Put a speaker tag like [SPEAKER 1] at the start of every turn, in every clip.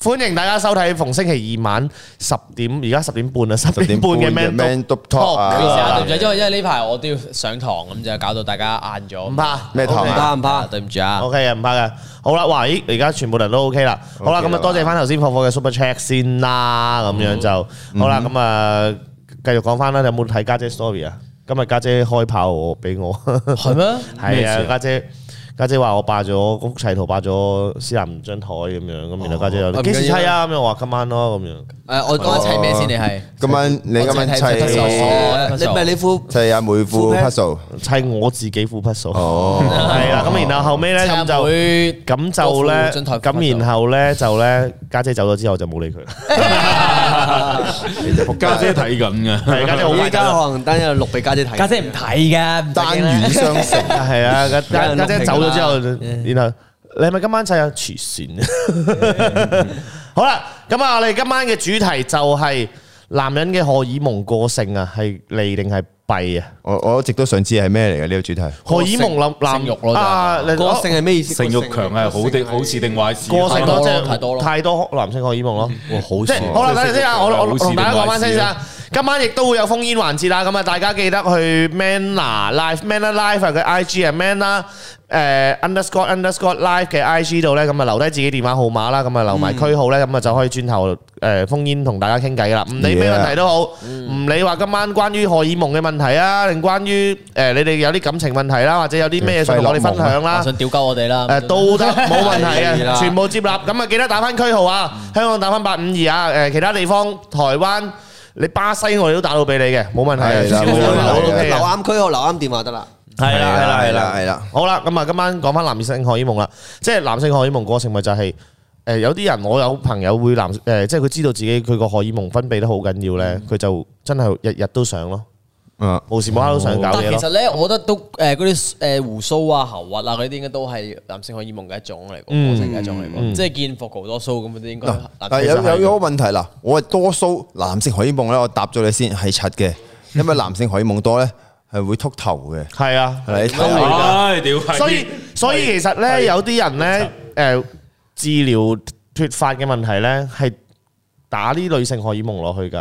[SPEAKER 1] 歡迎大家收睇逢星期二晚十點，而家十點半啊，十點半嘅 Man
[SPEAKER 2] Man
[SPEAKER 1] Talk
[SPEAKER 2] Talk Talk 啊
[SPEAKER 3] 其實啊，對
[SPEAKER 1] Talk
[SPEAKER 3] 唔住，因為因為呢排我都要上堂，咁就搞到大家晏咗。
[SPEAKER 1] 唔怕
[SPEAKER 2] 咩堂
[SPEAKER 3] 唔
[SPEAKER 2] 啊
[SPEAKER 3] 怕唔怕，對唔住啊。
[SPEAKER 1] OK 嘅，唔怕嘅。好啦，哇！咦，而家全部人都 OK 啦。好啦，
[SPEAKER 2] OK
[SPEAKER 1] 咁啊，
[SPEAKER 2] 啦
[SPEAKER 1] 多謝翻頭先火火嘅 Super Check 先啦，咁樣就好啦。咁啊，繼續講翻啦。你有冇睇家姐 story 啊？今日家姐開炮我俾我，
[SPEAKER 3] 係咩？
[SPEAKER 1] 係啊，家姐。家姐話我霸咗屋砌圖霸咗思南張台咁樣，咁然後家姐有
[SPEAKER 3] 哦
[SPEAKER 1] 啲幾時砌啊？咁樣我話今晚咯咁樣。
[SPEAKER 3] 誒，我講一砌咩先？你係
[SPEAKER 2] 今晚你今晚
[SPEAKER 3] 我淨係睇
[SPEAKER 2] 砌
[SPEAKER 3] 哦
[SPEAKER 4] 你咪你副
[SPEAKER 2] 砌阿妹副 puzzle，
[SPEAKER 1] 砌我自己副筆數，
[SPEAKER 2] 哦
[SPEAKER 1] 係啦。咁然後後尾咧咁就
[SPEAKER 3] 會
[SPEAKER 1] 咁就咧，
[SPEAKER 3] 我父母進台
[SPEAKER 1] 咁然後咧就咧，家姐走咗之後就冇理佢啦。
[SPEAKER 5] 家姐睇緊嘅，
[SPEAKER 1] 係家姐好
[SPEAKER 4] 依
[SPEAKER 1] 偉
[SPEAKER 4] 家
[SPEAKER 1] 大，
[SPEAKER 4] 可能單一錄俾家姐睇，
[SPEAKER 3] 家姐唔睇㗎，
[SPEAKER 2] 單元相 成，
[SPEAKER 1] 係啊！家家
[SPEAKER 4] 有人
[SPEAKER 1] 家姐
[SPEAKER 4] 錄
[SPEAKER 1] 走咗
[SPEAKER 4] 屏
[SPEAKER 1] 之後，然後你係咪今晚砌啊？黐線！好啦，咁啊，我哋今晚嘅主題就係男人嘅荷爾蒙過剩啊，係利定係弊啊？
[SPEAKER 2] 我我一直都想知係咩嚟嘅呢個主題。
[SPEAKER 1] 荷爾蒙男男
[SPEAKER 3] 性慾咯
[SPEAKER 1] 啊，你
[SPEAKER 4] 個性係咩意思？
[SPEAKER 5] 性慾強係好定好事定壞事？
[SPEAKER 1] 過剩咯，即係
[SPEAKER 3] 太多咯
[SPEAKER 1] 太多男性荷爾蒙咯。
[SPEAKER 3] 好
[SPEAKER 1] 即係好啦，等陣先啊！我我我
[SPEAKER 5] 好事
[SPEAKER 1] 同
[SPEAKER 5] 定
[SPEAKER 1] 大家講
[SPEAKER 5] 壞
[SPEAKER 1] 翻
[SPEAKER 5] 事啊
[SPEAKER 1] 聲先啊！今晚亦都會有封煙環節啦，咁啊大家記得去 Manner Live Manner Live 嘅 IG 係 Manner 誒 underscore underscore live 嘅 IG 度咧，咁啊留低自己電話號碼啦，咁啊留埋區號咧，咁啊就可以轉頭誒封煙同大家傾偈㗎啦。唔理咩
[SPEAKER 2] Yeah
[SPEAKER 1] 問題都好，唔理話今晚關於荷爾蒙嘅問題啊，定關於誒你哋有啲感情問題啦，或者有啲咩想同我哋分享啦
[SPEAKER 3] 我。想屌鳩我哋啦。
[SPEAKER 1] 誒呃 都得冇問題
[SPEAKER 4] 係
[SPEAKER 1] 嘅，
[SPEAKER 4] 啦
[SPEAKER 1] 全部接納。咁啊，記得打翻區號啊，香港打翻八五二啊，誒其他地方台灣、你巴西我哋都打到俾你嘅，冇問題嘅，
[SPEAKER 2] 係啦
[SPEAKER 1] 少
[SPEAKER 2] 冇問
[SPEAKER 1] 少
[SPEAKER 2] 題
[SPEAKER 1] 都
[SPEAKER 2] 嘅
[SPEAKER 1] OK
[SPEAKER 4] 留
[SPEAKER 1] 嘅。
[SPEAKER 4] 啱區號，留啱電話得啦。
[SPEAKER 1] 係啦係啦係
[SPEAKER 2] 係啦
[SPEAKER 1] 啦。
[SPEAKER 2] 係啦，
[SPEAKER 1] 好啦，咁啊，今晚講翻男性荷爾蒙啦，即係男性荷爾蒙過剩咪就係誒有啲人，我有朋友會男誒，即係佢知道自己佢個荷爾蒙分泌得好緊要咧，佢就真係日日都想咯，
[SPEAKER 2] 嗯，
[SPEAKER 1] 無時無刻都想搞
[SPEAKER 3] 但
[SPEAKER 1] 嘢
[SPEAKER 3] 其實
[SPEAKER 1] 咯。
[SPEAKER 3] 咧，我覺得都誒嗰啲誒胡鬚啊、喉核啊嗰啲，應該都係男性荷爾蒙嘅一種嚟講，
[SPEAKER 1] 嗯
[SPEAKER 3] 過剩嘅一種嚟講。即係見霍好多鬚咁嗰啲，應該
[SPEAKER 1] 啊
[SPEAKER 2] 嗱，
[SPEAKER 3] 男
[SPEAKER 2] 但係
[SPEAKER 3] 性
[SPEAKER 2] 有
[SPEAKER 3] 就係
[SPEAKER 2] 有有個問題啦，我係多數男性荷爾蒙咧，我答咗你先係柒 嘅，因為男性荷爾蒙多咧係會禿頭嘅，
[SPEAKER 1] 係啊，
[SPEAKER 2] 係你睇下
[SPEAKER 5] 唉，屌！
[SPEAKER 1] 所以所以其實咧，有啲人咧，誒治療脱髮嘅問題咧，係打啲女性荷爾蒙落去㗎，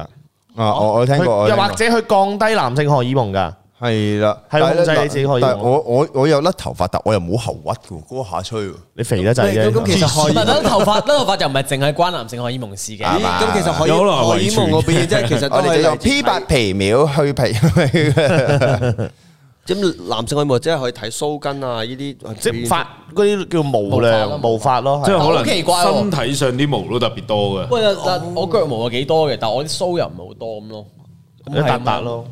[SPEAKER 2] 啊，我我聽過，我
[SPEAKER 1] 佢
[SPEAKER 2] 聽
[SPEAKER 1] 又
[SPEAKER 2] 過
[SPEAKER 1] 或者去降低男性荷爾蒙㗎。
[SPEAKER 2] 係啦，
[SPEAKER 1] 係控制
[SPEAKER 2] 但係咧
[SPEAKER 1] 你自己荷爾蒙
[SPEAKER 2] 但係我我我有甩頭髮，但我又冇喉核嘅喎，嗰下吹喎。
[SPEAKER 1] 你肥得滯
[SPEAKER 4] 喂咁其
[SPEAKER 1] 啫，
[SPEAKER 4] 實荷爾
[SPEAKER 3] 但係頭髮，甩頭髮就唔係淨係關男性荷爾蒙事嘅。
[SPEAKER 2] 係嘛
[SPEAKER 4] 咁其實荷
[SPEAKER 5] 有可能
[SPEAKER 4] 爾
[SPEAKER 5] 係遺傳
[SPEAKER 4] 荷爾蒙嗰邊即係其實都
[SPEAKER 2] 我哋就用
[SPEAKER 4] 係
[SPEAKER 2] P 八皮秒去皮，
[SPEAKER 4] 咁男性荷爾蒙即係可以睇鬚根啊呢啲，
[SPEAKER 1] 即係髮嗰啲叫毛量毛
[SPEAKER 3] 毛
[SPEAKER 1] 髮咯，
[SPEAKER 5] 即
[SPEAKER 1] 係
[SPEAKER 5] 係
[SPEAKER 1] 啊
[SPEAKER 5] 可能
[SPEAKER 3] 好奇怪喎
[SPEAKER 5] 身體上啲毛都特別多嘅，
[SPEAKER 3] 喂，但但我腳毛有幾多嘅，但我啲鬚又唔係好多咁咯。
[SPEAKER 1] 一笪笪咯。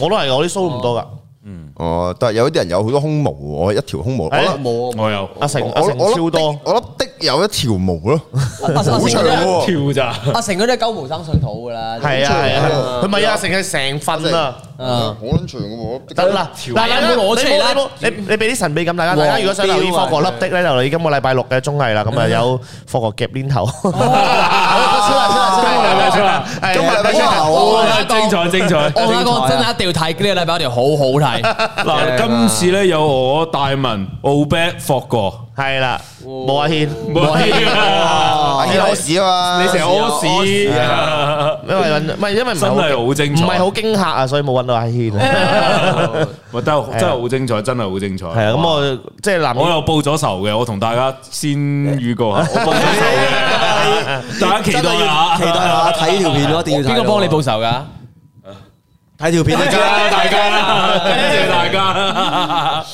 [SPEAKER 1] 我都係，我啲鬚都唔多㗎。
[SPEAKER 2] 哦，但係有啲人有好多胸毛，我一條胸毛，我
[SPEAKER 1] 係
[SPEAKER 2] 粒
[SPEAKER 4] 冇啊
[SPEAKER 5] 我有
[SPEAKER 1] 阿成
[SPEAKER 2] 我
[SPEAKER 1] 阿成
[SPEAKER 2] 我
[SPEAKER 1] 超
[SPEAKER 2] 粒的
[SPEAKER 1] 多，
[SPEAKER 2] 我粒的有一條毛咯，
[SPEAKER 3] 阿阿成
[SPEAKER 2] 好長喎。
[SPEAKER 5] 跳 咋？
[SPEAKER 3] 阿成嗰啲係鳩毛生上肚噶啦。
[SPEAKER 1] 係啊係啊，佢咪阿成係成份啊。
[SPEAKER 3] 啊，
[SPEAKER 2] 好撚長嘅喎，粒的
[SPEAKER 1] 得啦，嗱，大家攞出嚟啦，你你俾啲神秘感大家，大家如果想留意霍國粒的咧，就留意今個禮拜六嘅綜藝啦，咁啊有霍國夾 鏈頭，出啦出啦
[SPEAKER 5] 出啦
[SPEAKER 1] 出啦，今個禮拜
[SPEAKER 3] 哇
[SPEAKER 5] 精彩精彩！
[SPEAKER 3] 我想講真係一定要睇，呢個禮拜條好好
[SPEAKER 5] 嗱，今次咧有我大文、奧碧、霍哥，
[SPEAKER 1] 係啦，冇阿軒，
[SPEAKER 5] 冇 啊！
[SPEAKER 2] 阿軒屙屎啊嘛，
[SPEAKER 5] 你成日屙屎，
[SPEAKER 1] 因為揾唔係因為唔
[SPEAKER 5] 真係好精
[SPEAKER 1] 唔
[SPEAKER 5] 彩，
[SPEAKER 1] 係好驚嚇啊，所以冇揾到阿軒，
[SPEAKER 5] 喂，真係真係好精彩，真係好精彩。
[SPEAKER 1] 係啊，咁我即係男
[SPEAKER 5] 我
[SPEAKER 1] 人
[SPEAKER 5] 又報咗仇嘅，我同大家先預告 下，我報咗仇嘅，大家期
[SPEAKER 4] 真係
[SPEAKER 5] 待
[SPEAKER 4] 要
[SPEAKER 5] 下，
[SPEAKER 4] 期待下睇條片咯，一定要
[SPEAKER 3] 睇。
[SPEAKER 4] 睇。
[SPEAKER 3] 邊個幫你報仇㗎？
[SPEAKER 4] 睇條片
[SPEAKER 5] 大
[SPEAKER 4] 啊？
[SPEAKER 5] 家大家啦，多謝大家 啦，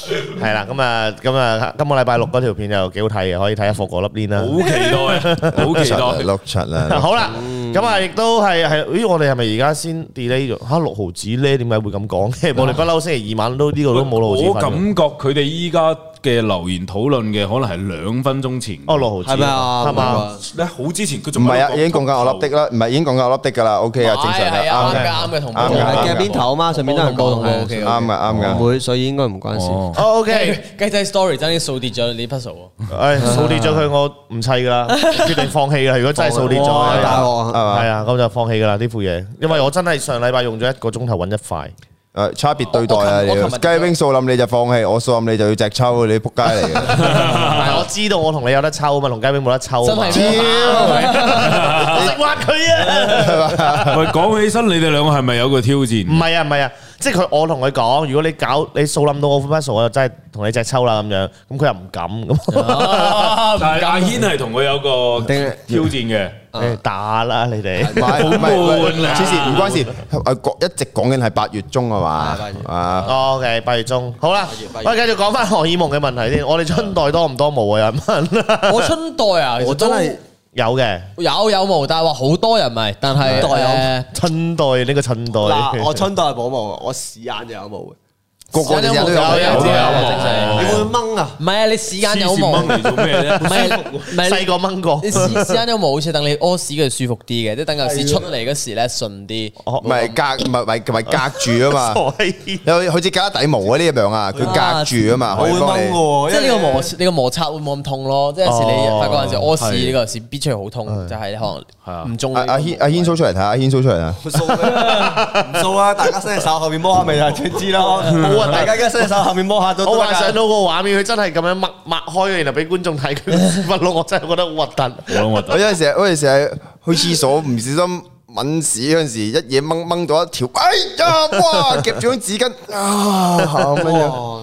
[SPEAKER 1] 係啦，咁啊咁啊，今個禮拜六嗰條片就幾好睇嘅，可以睇下霍國粒鏈啦
[SPEAKER 5] 好。期待，好期
[SPEAKER 2] 出嚟
[SPEAKER 5] 待，
[SPEAKER 2] 碌出啦，
[SPEAKER 1] 好啦，咁啊，亦都係係，咦？我哋係咪而家先 delay 咗？嚇六毫子咧，點解會咁講嘅？我哋不嬲星期二晚都呢度都冇六毫子
[SPEAKER 5] 我
[SPEAKER 1] 份
[SPEAKER 5] 感
[SPEAKER 1] 嘅。
[SPEAKER 5] 覺佢哋依家嘅留言討論嘅可能係兩分鐘前，
[SPEAKER 1] 哦，六毫子
[SPEAKER 4] 係咪啊？
[SPEAKER 1] 係嘛？
[SPEAKER 5] 咧好之前佢
[SPEAKER 2] 唔
[SPEAKER 5] 仲
[SPEAKER 2] 係啊，已經講緊我粒的啦，唔係已經講緊我粒的㗎啦，OK 啊，正常
[SPEAKER 3] 係
[SPEAKER 2] 嘅，
[SPEAKER 3] 啊
[SPEAKER 2] 啱
[SPEAKER 3] 啱
[SPEAKER 2] 嘅
[SPEAKER 3] 嘅，啱嘅同步
[SPEAKER 2] 啱哦
[SPEAKER 4] 同埋
[SPEAKER 2] 嘅啱嘅
[SPEAKER 4] 哦鏡邊頭啊嘛，上面都係
[SPEAKER 3] 同步同步
[SPEAKER 4] 講
[SPEAKER 3] ，OK，OK
[SPEAKER 4] 嘅，
[SPEAKER 2] 啱嘅啊啱嘅
[SPEAKER 4] 唔。會，所以應該唔關事。
[SPEAKER 5] 哦，
[SPEAKER 1] 哦，OK，
[SPEAKER 3] 雞仔 story 真啲數跌咗你 puzzle
[SPEAKER 1] 誒，掃跌咗佢，我唔砌㗎啦，決定放棄㗎啦。如果真係掃跌咗，
[SPEAKER 4] 哇大
[SPEAKER 1] 係
[SPEAKER 4] 鑊啊！
[SPEAKER 2] 係嘛？
[SPEAKER 1] 啊，咁就放棄㗎啦呢副嘢，因為我真係上禮拜用咗一個鐘頭揾一塊。
[SPEAKER 2] 誒差別對待啊！
[SPEAKER 3] 我琴我琴日
[SPEAKER 2] 你雞 wing 數冧你就放棄，我數冧你就要隻抽，你仆街嚟嘅。
[SPEAKER 1] 아,但係我知道我同你有得抽嘛，同雞兵冇得抽啊嘛。
[SPEAKER 3] 真係
[SPEAKER 2] 屌
[SPEAKER 1] 抹佢啊！
[SPEAKER 5] 喂，講起身，你哋兩個係咪有個挑
[SPEAKER 1] 唔
[SPEAKER 5] 戰？
[SPEAKER 1] 係啊，唔係啊，即係佢我同佢講，如果你搞你數冧到我 f a s 我就真係同你隻抽啦咁樣，咁佢又唔敢咁，
[SPEAKER 5] 但係阿軒係同佢有個
[SPEAKER 4] 定
[SPEAKER 5] 挑戰嘅，
[SPEAKER 1] 誒打啦你哋。
[SPEAKER 2] 唔係唔係唔
[SPEAKER 5] 悶
[SPEAKER 1] à?
[SPEAKER 5] 啊
[SPEAKER 2] 係，黐線唔關事。啊講一直講緊係八月中啊嘛，啊
[SPEAKER 1] OK，八月中，好啦
[SPEAKER 3] 八月八，月
[SPEAKER 1] 喂，繼續講翻荷爾蒙嘅問題先。我哋春代多唔多毛啊？有人問，
[SPEAKER 3] 我春代啊，其實
[SPEAKER 4] 我真係
[SPEAKER 1] 有嘅，
[SPEAKER 3] 有有毛，但係話好多人咪，但係
[SPEAKER 4] 代有
[SPEAKER 3] 誒
[SPEAKER 1] 春代呢個春
[SPEAKER 2] 哦
[SPEAKER 1] 代，
[SPEAKER 4] 嗱，我春代係冇毛，我屎眼就有毛嘅。
[SPEAKER 2] 個個人都有
[SPEAKER 1] 有有有
[SPEAKER 5] 哦
[SPEAKER 4] 你會掹啊？
[SPEAKER 3] 唔係啊，你屎眼有
[SPEAKER 5] 黐
[SPEAKER 3] 毛，
[SPEAKER 5] 線
[SPEAKER 3] 唔
[SPEAKER 5] 掹嚟做咩咧？
[SPEAKER 3] 係唔係
[SPEAKER 1] 細個掹過
[SPEAKER 3] 你，屎屎眼有毛，好似等你屙屎佢舒服啲嘅，即係等嚿屎出嚟嗰時咧順啲。
[SPEAKER 2] 啊哦唔係隔唔係唔係唔係隔住 啊
[SPEAKER 1] 傻
[SPEAKER 2] 嘛，
[SPEAKER 1] 閪
[SPEAKER 2] 有好似隔底毛嗰啲咁樣啊，佢
[SPEAKER 3] à,
[SPEAKER 2] 隔住啊嘛，
[SPEAKER 4] 我
[SPEAKER 2] 可以
[SPEAKER 4] 會
[SPEAKER 2] 幫
[SPEAKER 4] 掹嘅
[SPEAKER 2] 你。
[SPEAKER 4] 喎，
[SPEAKER 3] 即係呢個
[SPEAKER 4] 因為
[SPEAKER 3] 摩你個摩擦會冇咁痛咯，即係有時
[SPEAKER 1] 哦
[SPEAKER 3] 你發覺有時屙屎
[SPEAKER 5] 係
[SPEAKER 3] 呢個屎逼出嚟好
[SPEAKER 2] 哦
[SPEAKER 3] 痛，就係可能唔中。
[SPEAKER 2] 阿阿軒阿軒 show 出嚟睇下，阿軒 show 出嚟啊！
[SPEAKER 4] 唔掃啦，唔掃啦，大家伸隻手後面摸下咪就知啦。啊
[SPEAKER 1] 好核突
[SPEAKER 4] 大家而家伸隻手後面摸下都
[SPEAKER 1] 我
[SPEAKER 4] 得
[SPEAKER 1] 幻想
[SPEAKER 4] 㗎。
[SPEAKER 1] 到個畫面，佢真係咁樣擘擘開，然後俾觀 眾睇佢個屎忽窿，我真係覺得好核突。
[SPEAKER 5] 好啦我
[SPEAKER 2] 我有陣時係我有陣時係去廁所唔小心抿屎嗰陣時，一嘢掹掹到一條，哎呀哇！夾住張紙巾啊咁樣，
[SPEAKER 4] 哇，